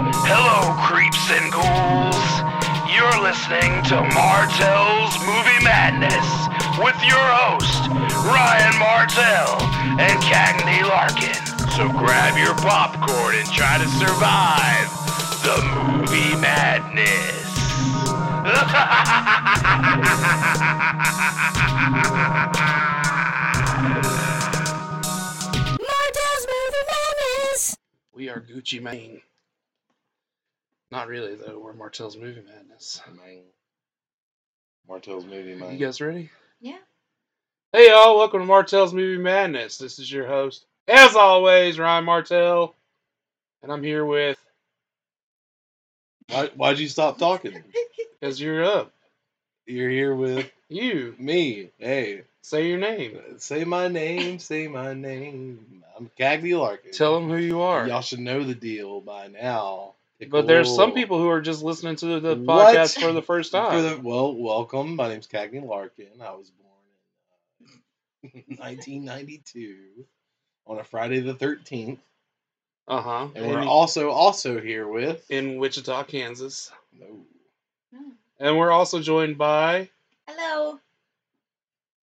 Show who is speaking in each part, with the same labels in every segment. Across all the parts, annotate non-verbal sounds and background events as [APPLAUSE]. Speaker 1: Hello, creeps and ghouls. You're listening to Martell's Movie Madness with your host, Ryan Martell and Cagney Larkin. So grab your popcorn and try to survive the movie madness. [LAUGHS]
Speaker 2: Martell's Movie Madness!
Speaker 3: We are Gucci Mane. Not really, though. We're Martell's Movie Madness.
Speaker 4: Mine. Martell's movie, man.
Speaker 3: You guys ready?
Speaker 2: Yeah.
Speaker 3: Hey, y'all. Welcome to Martell's Movie Madness. This is your host, as always, Ryan Martell. And I'm here with,
Speaker 4: Why, why'd you stop talking?
Speaker 3: because you're up.
Speaker 4: You're here with
Speaker 3: You.
Speaker 4: me. Hey,
Speaker 3: Say your name.
Speaker 4: say my name, say my name. I'm Cagney Larkin.
Speaker 3: Tell them who you are.
Speaker 4: Y'all should know the deal by now.
Speaker 3: But there's some
Speaker 4: Cool.
Speaker 3: people who are just listening to the
Speaker 4: What?
Speaker 3: podcast for the first time.
Speaker 4: For the- well, welcome. My name's Cagney Larkin. I was born [LAUGHS] in 1992 on a Friday the 13th.
Speaker 3: Uh huh.
Speaker 4: And we're also also here with.
Speaker 3: in Wichita, Kansas.
Speaker 4: No. [LAUGHS]
Speaker 3: And we're also joined by,
Speaker 2: Hello,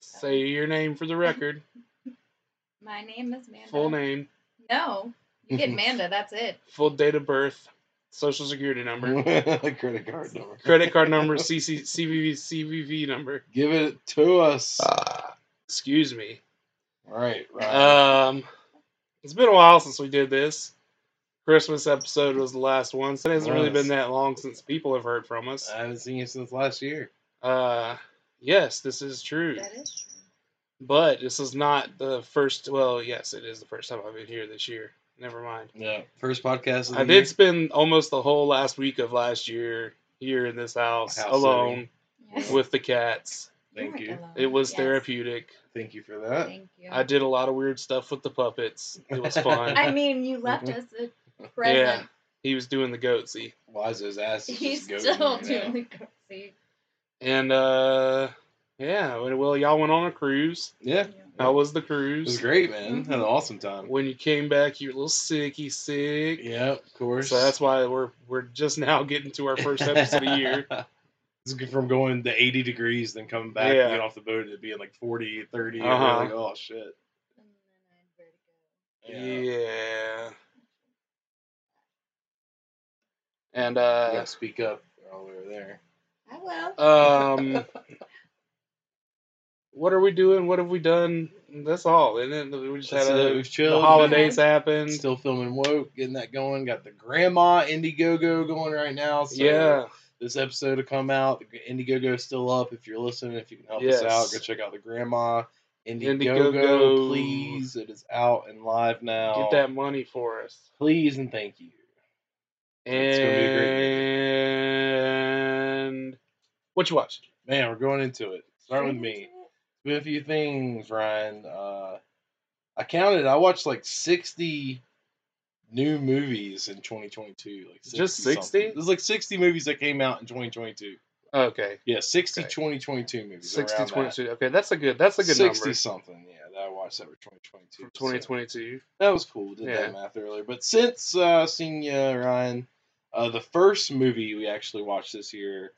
Speaker 3: say your name for the
Speaker 2: [LAUGHS]
Speaker 3: record,
Speaker 2: my name is Manda.
Speaker 3: full name.
Speaker 2: No,
Speaker 4: Mm-hmm.
Speaker 2: you get Manda, that's it.
Speaker 3: full date of birth, social security number,
Speaker 4: Credit card number.
Speaker 3: credit card number,
Speaker 2: [LAUGHS]
Speaker 3: CC, CVV, CVV number.
Speaker 4: Give it to us.
Speaker 3: Uh, Excuse me.
Speaker 4: Ah. All right, right.
Speaker 3: Um, it's been a while since we did this. Christmas episode was the last one, so it hasn't really been
Speaker 4: Was.
Speaker 3: that long since people have heard from us.
Speaker 4: I haven't seen you since last year.
Speaker 3: Uh, yes, this is true,
Speaker 2: That is true.
Speaker 3: but this is not the first. Well, yes, it is the first time I've been here this year. Never mind.
Speaker 4: Yeah. First podcast. Of the
Speaker 3: I
Speaker 4: year.
Speaker 3: did spend almost the whole last week of last year here in this house
Speaker 4: House [LAUGHS]
Speaker 3: alone
Speaker 2: Yes.
Speaker 3: with the cats.
Speaker 4: Thank you. Uh,
Speaker 2: weren't alone.
Speaker 3: It was
Speaker 2: Yes.
Speaker 3: therapeutic.
Speaker 4: Thank you for that.
Speaker 2: Thank you.
Speaker 3: I did a lot of weird stuff with the puppets. It
Speaker 4: [LAUGHS]
Speaker 3: was fun.
Speaker 2: I mean, you left
Speaker 4: Mm-hmm.
Speaker 2: us a present.
Speaker 3: he was doing the goatsy.
Speaker 4: Why is his ass is [LAUGHS]
Speaker 2: He's
Speaker 4: just goating
Speaker 2: still
Speaker 4: right
Speaker 2: doing
Speaker 4: now?
Speaker 2: the
Speaker 4: [LAUGHS]
Speaker 2: curtsy.
Speaker 3: And uh yeah, well y'all went on a cruise.
Speaker 4: Yeah.
Speaker 3: How was the
Speaker 4: It was
Speaker 3: cruise?
Speaker 4: great, man.
Speaker 3: Mm-hmm.
Speaker 4: Had an awesome time.
Speaker 3: When you came back, you were a little sicky sick.
Speaker 4: Yeah, of course.
Speaker 3: So that's why we're we're just now getting to our first episode of the year.
Speaker 4: [LAUGHS] It's good from going to 80 degrees, then coming back,
Speaker 3: Yeah.
Speaker 4: and get off the boat, and it being like 40, 30. And
Speaker 3: Uh-huh.
Speaker 4: you're like, oh, shit.
Speaker 2: And then I had vertigo.
Speaker 3: Yeah.
Speaker 4: You
Speaker 3: And uh
Speaker 4: gotta speak up all the way over there.
Speaker 2: I will.
Speaker 3: um what are we doing? What have we done? That's all. And then we just
Speaker 4: That's
Speaker 3: had
Speaker 4: it.
Speaker 3: a
Speaker 4: We've chilled.
Speaker 3: the holidays happened.
Speaker 4: Still filming woke, getting that going. Got the grandma Indiegogo going right now. So
Speaker 3: yeah.
Speaker 4: this episode to come out. The Indiegogo's still up. If you're listening, if you can help
Speaker 3: Yes.
Speaker 4: us out, go check out the grandma Indiegogo,
Speaker 3: Indiegogo.
Speaker 4: please. It is out and live now.
Speaker 3: Get that money for us.
Speaker 4: please and thank you. It's gonna be a great
Speaker 3: And what you watching?
Speaker 4: Man, we're going into it. Start
Speaker 3: [LAUGHS]
Speaker 4: with me. We have a few things, Ryan. Uh, I counted. I watched like sixty new movies in 2022. Like 60
Speaker 3: Just 60?
Speaker 4: Something. There's like 60 movies that came out in 2022.
Speaker 3: Okay.
Speaker 4: Yeah, 60
Speaker 3: Okay.
Speaker 4: 2022 movies.
Speaker 3: 60
Speaker 4: around that.
Speaker 3: 22. Okay, that's a good that's a good
Speaker 4: 60
Speaker 3: number.
Speaker 4: something. Yeah, that I watched that were 2022.
Speaker 3: From
Speaker 4: so
Speaker 3: 2022.
Speaker 4: that was cool. Did
Speaker 3: Yeah.
Speaker 4: that math earlier. But since uh, seeing you, Ryan, uh, the first movie we actually watched this year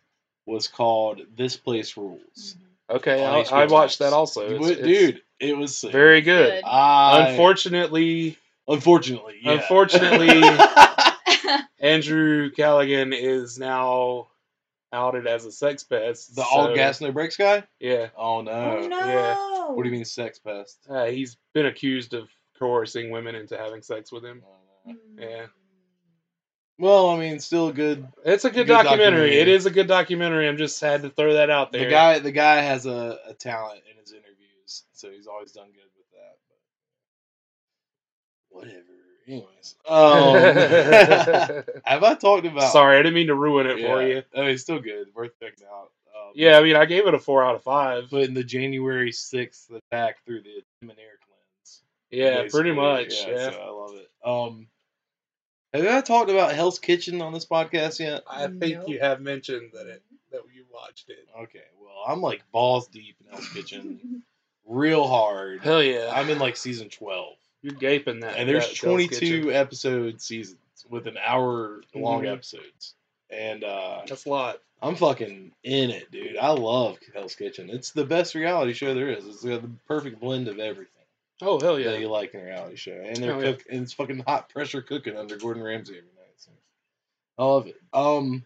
Speaker 4: was called This Place Rules.
Speaker 2: Mhm.
Speaker 3: Okay,
Speaker 4: On
Speaker 3: I,
Speaker 4: HBO
Speaker 3: I watched
Speaker 4: Max.
Speaker 3: that also.
Speaker 4: You
Speaker 3: It's-
Speaker 4: would-
Speaker 3: Mm-hmm. it's
Speaker 4: dude, it was sick.
Speaker 3: very good.
Speaker 2: Good.
Speaker 4: I-
Speaker 3: Unfortunately,
Speaker 4: unfortunately, yeah.
Speaker 3: Unfortunately-
Speaker 4: Mm-hmm.
Speaker 3: Andrew Callaghan is now outed as a sex pest.
Speaker 4: [LAUGHS] the
Speaker 3: so-
Speaker 4: all gas no brakes guy.
Speaker 3: Yeah.
Speaker 4: Oh no.
Speaker 2: [LAUGHS] oh, no.
Speaker 4: What do you mean sex pest?
Speaker 3: Uh, he's been accused of coercing women into having sex with him.
Speaker 4: Oh, no.
Speaker 2: mean?
Speaker 3: Yeah.
Speaker 4: Well, I mean, still good.
Speaker 3: It's a good,
Speaker 4: Good
Speaker 3: documentary.
Speaker 4: documentary.
Speaker 3: It is a good documentary. I'm just had to throw that out there. [LAUGHS]
Speaker 4: The guy, the guy has a, a talent in his interviews, so he's always done good with that. But whatever. Anyways,
Speaker 3: [LAUGHS]
Speaker 4: Oh. um, have I talked about?
Speaker 3: Sorry, I didn't mean to ruin it for
Speaker 4: Yeah.
Speaker 3: you.
Speaker 4: I mean, it's still good. Worth checking out. Um,
Speaker 3: Yeah, I mean, I gave it a four out of five.
Speaker 4: but in the January sixth attack through the Demon Eric lens.
Speaker 3: yeah,
Speaker 4: basically.
Speaker 3: pretty much. Yeah,
Speaker 4: so I love it. Um, have I talked about Hell's Kitchen on this podcast yet?
Speaker 3: I think
Speaker 2: Nope.
Speaker 3: you have mentioned that it that you watched it.
Speaker 4: Okay, well, I'm like balls deep in Hell's Kitchen,
Speaker 3: [LAUGHS]
Speaker 4: real hard.
Speaker 3: Hell yeah,
Speaker 4: I'm in like season 12.
Speaker 3: you're gaping that.
Speaker 4: And there's
Speaker 3: that Hell's Kitchen.
Speaker 4: 22 episode seasons. with an hour long
Speaker 3: Mhm.
Speaker 4: episodes. And uh,
Speaker 3: That's a lot.
Speaker 4: I'm fucking in it, dude. I love Hell's Kitchen. It's the best reality show there is. It's got the perfect blend of everything
Speaker 3: Oh hell
Speaker 4: that
Speaker 3: yeah!
Speaker 4: you like in a reality show. And they're
Speaker 3: Oh, yeah.
Speaker 4: cook- and it's fucking hot pressure cooking under Gordon Ramsay every night. So. I love it. Um,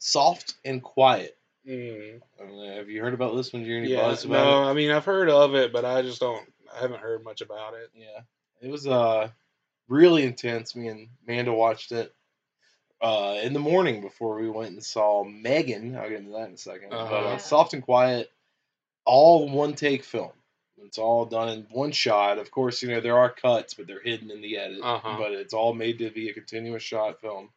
Speaker 4: Soft and Quiet.
Speaker 3: Mm.
Speaker 4: I don't know, have you heard about this one? Do you hear any
Speaker 3: Yeah.
Speaker 4: buzz about it?
Speaker 3: No, I mean I've heard of it, but I just don't. I haven't heard much about it.
Speaker 4: Yeah, it was uh really intense. Me and Amanda watched it uh in the morning before we went and saw Megan. I'll get into that in a 2nd But
Speaker 3: Uh-huh.
Speaker 4: uh, soft and quiet, all one take film. It's all done in one shot. Of course, you know there are cuts, but they're hidden in the edit.
Speaker 3: Uh-huh.
Speaker 4: But it's all made to be a continuous shot film.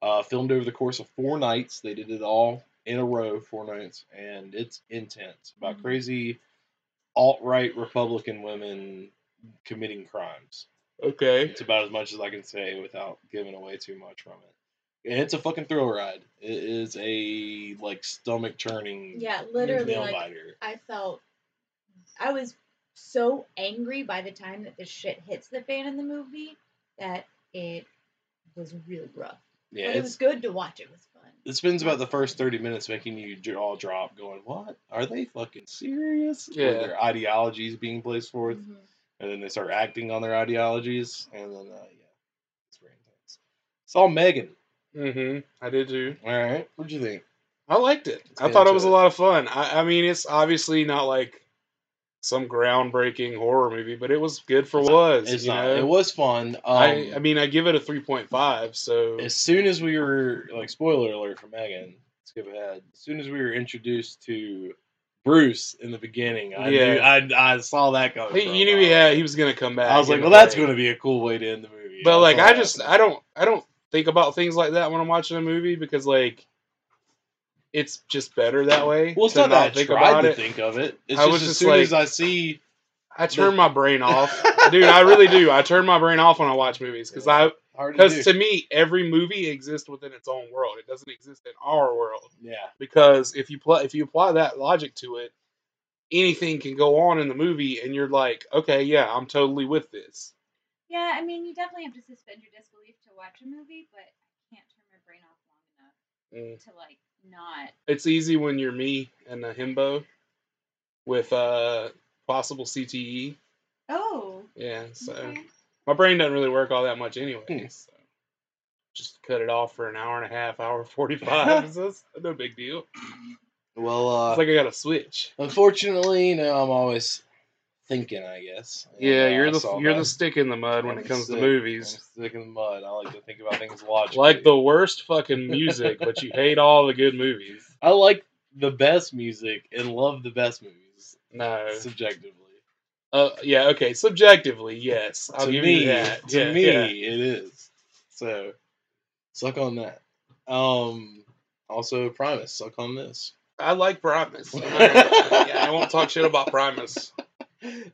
Speaker 4: Uh, filmed over the course of four nights. They did it all in a row, four nights, and it's intense. About
Speaker 3: Mm-hmm.
Speaker 2: Mhm.
Speaker 4: crazy alt right Republican women committing crimes.
Speaker 3: Okay.
Speaker 4: It's about as much as I can say without giving away too much from it. And it's a fucking thrill ride. It is a like stomach churning
Speaker 2: Yeah, literally,
Speaker 4: nail
Speaker 2: like
Speaker 4: biter.
Speaker 2: I felt I was so angry by the time that the shit hits the fan in the movie that it was real rough.
Speaker 4: Yeah,
Speaker 2: but it was
Speaker 4: it's,
Speaker 2: good to watch. It was fun.
Speaker 4: it spends about the first thirty minutes making you j- all drop, going, "What are they fucking serious?" Where
Speaker 3: Yeah.
Speaker 4: their ideologies being placed forth,
Speaker 2: Mhm.
Speaker 4: and then they start acting on their ideologies, and then uh, yeah, it's very intense. It's all Megan.
Speaker 3: Mm-hmm. I did too.
Speaker 4: All right, what'd you think?
Speaker 3: I liked it.
Speaker 4: Let's
Speaker 3: I
Speaker 4: get
Speaker 3: thought it
Speaker 4: into
Speaker 3: was a
Speaker 4: it.
Speaker 3: lot of fun. I, I mean, it's obviously not like some groundbreaking horror movie, but it was good for
Speaker 4: It's
Speaker 3: what it was.
Speaker 4: It's
Speaker 3: you
Speaker 4: not.
Speaker 3: know?
Speaker 4: It was fun. Um,
Speaker 3: I, I mean, I give it a 3.5, so.
Speaker 4: as soon as we were like spoiler alert for Megan, skip ahead. As soon as we were introduced to Bruce in the beginning, I
Speaker 3: Yeah.
Speaker 4: knew I, I saw that coming.
Speaker 3: He,
Speaker 4: for a
Speaker 3: you knew
Speaker 4: while.
Speaker 3: he had, he was going to come back.
Speaker 4: I was like,
Speaker 3: in
Speaker 4: well,
Speaker 3: a
Speaker 4: that's
Speaker 3: way.
Speaker 4: going to be a cool way to end the movie.
Speaker 3: But,
Speaker 4: That's
Speaker 3: like,
Speaker 4: all
Speaker 3: I just,
Speaker 4: happened.
Speaker 3: I don't, I don't think about things like that when I'm watching a movie because, like, it's just better that way.
Speaker 4: well, it's
Speaker 3: to
Speaker 4: not that I
Speaker 3: think
Speaker 4: tried
Speaker 3: about
Speaker 4: to
Speaker 3: it.
Speaker 4: think of it. It's
Speaker 3: I
Speaker 4: just
Speaker 3: was
Speaker 4: as
Speaker 3: just
Speaker 4: soon
Speaker 3: like-
Speaker 4: as I
Speaker 3: [LAUGHS]
Speaker 4: see,
Speaker 3: I turn my brain off. Dude, I really do. I turn my brain off when I watch movies because I,
Speaker 4: hard to do.
Speaker 3: because to me, every movie exists within its own world. It doesn't exist in our world
Speaker 4: yeah,
Speaker 3: because if you pl- if you apply that logic to it, anything can go on in the movie, and you're like, okay, yeah, I'm totally with this.
Speaker 5: Yeah, I mean, you definitely have to suspend your disbelief to watch a movie, but I can't turn my brain off long enough
Speaker 3: Mm.
Speaker 5: to like not.
Speaker 3: It's easy when you're me and a himbo with uh, possible CTE.
Speaker 5: Oh.
Speaker 3: Yeah, so
Speaker 2: Mm-hmm.
Speaker 5: okay.
Speaker 3: my brain doesn't really work all that much anyway.
Speaker 4: Hmm.
Speaker 3: So. Just cut it off for an hour and a half, hour [LAUGHS] forty five. That's no big deal.
Speaker 4: well, uh,
Speaker 3: It's like I got a switch.
Speaker 4: unfortunately, you know, I'm always thinking. I guess. And,
Speaker 3: Yeah,
Speaker 4: uh, I
Speaker 3: you're the
Speaker 4: saw
Speaker 3: you're
Speaker 4: that.
Speaker 3: the stick in the mud when
Speaker 4: I'm
Speaker 3: it comes to
Speaker 4: sick.
Speaker 3: movies.
Speaker 4: I'm Stick in the mud. I like to think about things logically.
Speaker 3: Like the worst fucking music, but you hate all the good movies.
Speaker 4: I like the best music and love the best movies
Speaker 3: No.
Speaker 4: subjectively.
Speaker 3: Uh, yeah. Okay. Subjectively, yes. I'll
Speaker 4: to
Speaker 3: give
Speaker 4: me,
Speaker 3: you that.
Speaker 4: to
Speaker 3: yeah,
Speaker 4: me,
Speaker 3: yeah.
Speaker 4: it is. So suck on that. Um. Also, Primus, suck on this.
Speaker 3: I like Primus. I'm [LAUGHS] not gonna- yeah, I won't talk shit about Primus.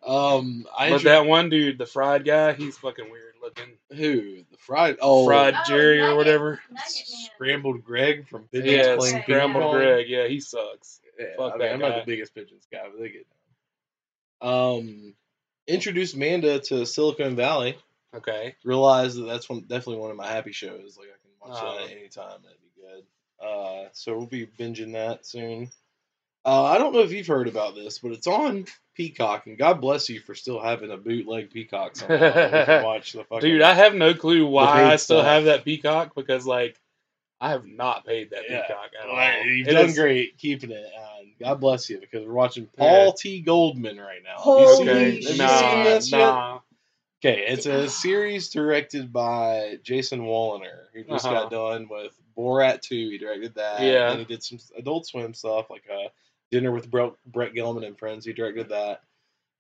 Speaker 4: Um, I
Speaker 3: But
Speaker 4: intro-
Speaker 3: that one dude, the fried guy, he's fucking weird looking.
Speaker 4: who the fried oh
Speaker 3: fried
Speaker 5: Oh,
Speaker 3: Jerry or
Speaker 5: Nugget.
Speaker 3: whatever.
Speaker 5: Nugget Man.
Speaker 4: scrambled Greg from Pigeons
Speaker 3: Yeah,
Speaker 4: playing
Speaker 5: Greg,
Speaker 3: Scrambled
Speaker 4: ping pong.
Speaker 3: Greg. Yeah, he sucks.
Speaker 4: Yeah,
Speaker 3: Fuck
Speaker 4: I mean,
Speaker 3: that
Speaker 4: I'm
Speaker 3: guy.
Speaker 4: not the biggest Pigeons guy, but they get down. Um, introduced Manda to Silicon Valley.
Speaker 3: Okay.
Speaker 4: realized that that's one definitely one of my happy shows. Like I can watch
Speaker 3: Oh.
Speaker 4: that at any time. That'd be good. Uh, so we'll be binging that soon. Uh, I don't know if you've heard about this, but it's on Peacock, and God bless you for still having a bootleg
Speaker 3: [LAUGHS]
Speaker 4: Peacock. somewhere that you can watch the fucking
Speaker 3: Dude, I have no clue why
Speaker 4: paid
Speaker 3: I still
Speaker 4: stuff.
Speaker 3: have that peacock because like I have not paid that
Speaker 4: Yeah.
Speaker 3: peacock at all.
Speaker 4: Like, you've
Speaker 3: It
Speaker 4: done
Speaker 3: is-
Speaker 4: great keeping it. And God bless you because we're watching Paul
Speaker 3: Yeah.
Speaker 4: T. Goldman right now. Have Oh, you seen-
Speaker 2: Holy
Speaker 3: Okay.
Speaker 4: have you
Speaker 3: Nah,
Speaker 4: seen this yet?
Speaker 3: nah.
Speaker 4: Okay, it's a series directed by Jason Walliner, who just
Speaker 3: Uh-huh.
Speaker 4: got done with Borat 2. He directed that.
Speaker 3: Yeah.
Speaker 4: And he did some Adult Swim stuff, like uh, Dinner with Brett, Brett Gelman and Friends. He directed that.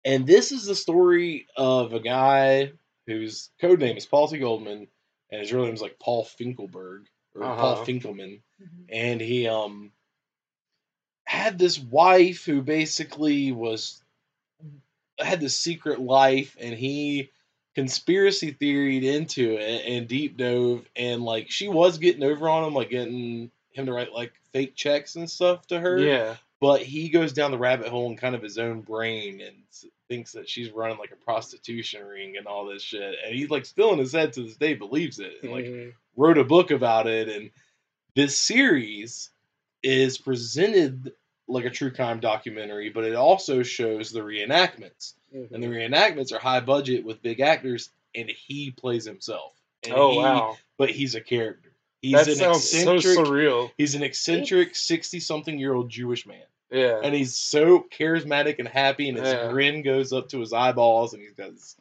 Speaker 4: And this is the story of a guy whose code name is Paul T. Goldman, and his real name is like Paul Finkelberg or Paul
Speaker 3: Uh-huh.
Speaker 4: Finkelman
Speaker 2: Mhm.
Speaker 4: and he um had this wife who basically was had this secret life and he conspiracy theoried into it and deep dove and like she was getting over on him like getting him to write like fake checks and stuff to her
Speaker 3: Yeah.
Speaker 4: but he goes down the rabbit hole in kind of his own brain and s- thinks that she's running like a prostitution ring and all this shit, and he's like still in his head to this day believes it, and like
Speaker 3: Mhm.
Speaker 4: wrote a book about it. And this series is presented like a true crime documentary, but it also shows the reenactments and the reenactments are high budget with big actors, and he plays himself. And
Speaker 3: oh
Speaker 4: he-
Speaker 3: wow,
Speaker 4: But he's a character. He's
Speaker 3: that
Speaker 4: an
Speaker 3: sounds so
Speaker 4: eccentric.
Speaker 3: surreal.
Speaker 4: He's an eccentric sixty-something-year-old Jewish man,
Speaker 3: Yeah,
Speaker 4: and he's so charismatic and happy, and his
Speaker 3: Yeah.
Speaker 4: grin goes up to his eyeballs, and he's got this-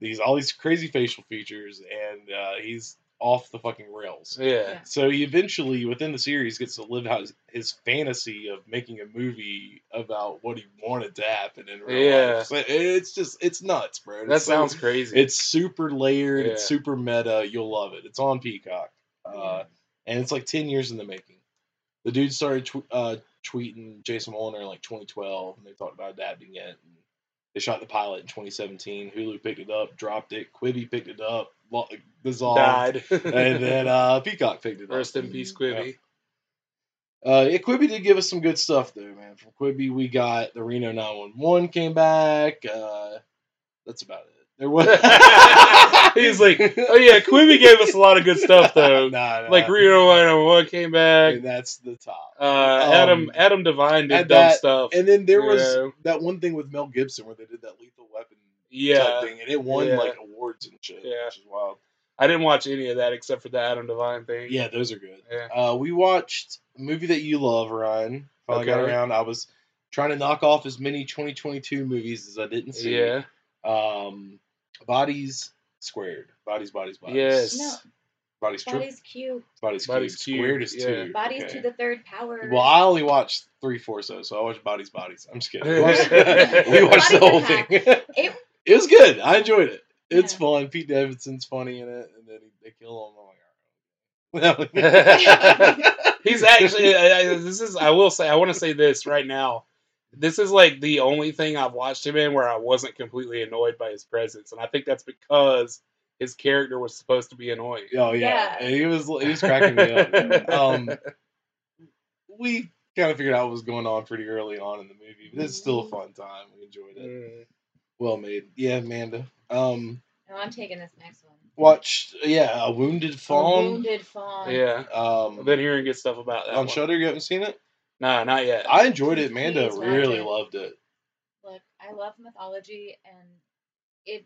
Speaker 4: these all these crazy facial features, and uh, he's off the fucking rails.
Speaker 3: yeah,
Speaker 4: So he eventually, within the series, gets to live out his, his fantasy of making a movie about what he wanted to happen in real
Speaker 3: Yeah.
Speaker 4: life. So it's just, it's nuts, bro.
Speaker 3: that
Speaker 4: It's so-
Speaker 3: sounds crazy.
Speaker 4: It's super layered. It's
Speaker 3: Yeah. Mm-hmm.
Speaker 4: super meta. You'll love it. It's on Peacock, uh, and it's like ten years in the making. The dude started tw- uh, tweeting Jason Mulliner in like 2012, and they talked about adapting it. And they shot the pilot in 2017. Hulu picked it up, dropped it. Quibi picked it up, lo- dissolved,
Speaker 3: died.
Speaker 4: [LAUGHS] and then uh, Peacock picked it
Speaker 3: [LAUGHS]
Speaker 4: up.
Speaker 3: Rest in peace, Quibby.
Speaker 4: [LAUGHS] Uh, yeah, Quibi did give us some good stuff though, man. From Quibi, we got the Reno 911 came back. Uh, that's about it. There was
Speaker 3: [LAUGHS] He's like, Oh yeah, Quibby gave us a lot of good stuff [LAUGHS] though.
Speaker 4: [LAUGHS] Nah, nah,
Speaker 3: Like Rio One One came back.
Speaker 4: and that's the top.
Speaker 3: Uh, Adam
Speaker 4: Um,
Speaker 3: Adam Devine did dumb
Speaker 4: and that-
Speaker 3: stuff.
Speaker 4: And then there was
Speaker 3: Yeah.
Speaker 4: that one thing with Mel Gibson where they did that Lethal Weapon type
Speaker 3: yeah,
Speaker 4: thing, and it won
Speaker 3: Yeah.
Speaker 4: like awards and shit,
Speaker 3: Yeah.
Speaker 4: which is wild.
Speaker 3: I didn't watch any of that except for the Adam Devine thing.
Speaker 4: Yeah, those are good.
Speaker 3: Yeah.
Speaker 4: Uh, we watched a movie that you love, Ryan. Finally got
Speaker 3: Okay.
Speaker 4: around. I was trying to knock off as many 2022 movies as I didn't see.
Speaker 3: Yeah.
Speaker 4: Um, bodies squared. Bodies, bodies, bodies.
Speaker 3: Yes.
Speaker 2: No,
Speaker 4: Bodies, tri-
Speaker 2: body's cube.
Speaker 4: bodies,
Speaker 3: Bodies
Speaker 4: cubed.
Speaker 3: cubed,
Speaker 4: Squared is
Speaker 3: yeah.
Speaker 4: two.
Speaker 2: Body's
Speaker 4: Okay.
Speaker 2: to the third power.
Speaker 4: Well, I only watched three fourths of, it, so I watched Bodies Bodies. I'm just kidding. [LAUGHS] We watched, we watched the
Speaker 2: Bodies
Speaker 4: whole thing.
Speaker 2: and
Speaker 4: [LAUGHS] it,
Speaker 2: It-
Speaker 4: was good. I enjoyed it. It's
Speaker 2: Yeah.
Speaker 4: fun. Pete Davidson's funny in it, and then he, they kill him.
Speaker 2: [LAUGHS]
Speaker 4: I'm like, "Oh, all right.
Speaker 3: He's actually. I, I- this is. I will say. I want to say this right now. This is like the only thing I've watched him in where I wasn't completely annoyed by his presence, and I think that's because his character was supposed to be annoying.
Speaker 4: [LAUGHS] oh yeah,
Speaker 2: Yeah.
Speaker 4: And he was he was cracking
Speaker 3: [LAUGHS]
Speaker 4: me
Speaker 2: [LAUGHS]
Speaker 4: up. Um, we kind of figured out what was going on pretty early on in the movie, but it's still a fun time. We enjoyed it.
Speaker 3: Mm.
Speaker 4: Well made. Yeah, Amanda. Um,
Speaker 2: No, I'm taking this next one.
Speaker 4: watched yeah, a wounded fawn.
Speaker 2: A wounded fawn.
Speaker 3: Yeah,
Speaker 4: Um,
Speaker 3: I've been hearing good stuff about that.
Speaker 4: on
Speaker 3: one.
Speaker 4: Shutter, you haven't seen it.
Speaker 3: Nah, not yet.
Speaker 4: I enjoyed it. Amanda
Speaker 2: Please watch
Speaker 4: really
Speaker 2: it.
Speaker 4: loved it.
Speaker 2: Look, I love mythology, and it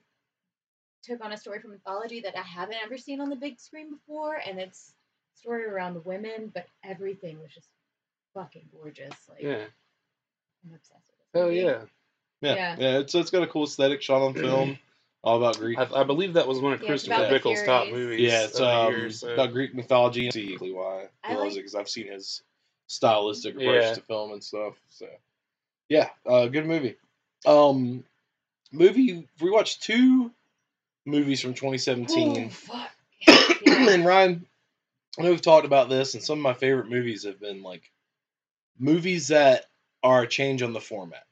Speaker 2: took on a story from mythology that I haven't ever seen on the big screen before, and it's a story around women, but everything was just fucking gorgeous. Like
Speaker 3: yeah.
Speaker 2: I'm obsessed with it.
Speaker 3: Hell yeah.
Speaker 4: Yeah, yeah.
Speaker 2: Yeah.
Speaker 4: it's it's got a cool aesthetic shot on
Speaker 3: Mm-hmm.
Speaker 4: film, all about Greek.
Speaker 3: I, I believe that was one of
Speaker 2: Yeah, it's
Speaker 3: Christopher
Speaker 4: about the
Speaker 3: Bickle's top
Speaker 2: Furies.
Speaker 3: movies.
Speaker 4: yeah, it's
Speaker 3: of the
Speaker 4: um,
Speaker 3: year, so-
Speaker 4: about Greek mythology. and See exactly why he
Speaker 2: I
Speaker 4: loves
Speaker 2: like-
Speaker 4: it because I've seen his stylistic approach
Speaker 3: Yeah.
Speaker 4: to film and stuff. So, yeah, uh, good movie. Um, movie we watched two movies from 2017. [CLEARS THROAT]
Speaker 2: Oh, fuck. Yeah.
Speaker 4: and Ryan, I know we've talked about this, and some of my favorite movies have been like movies that are a change on the format.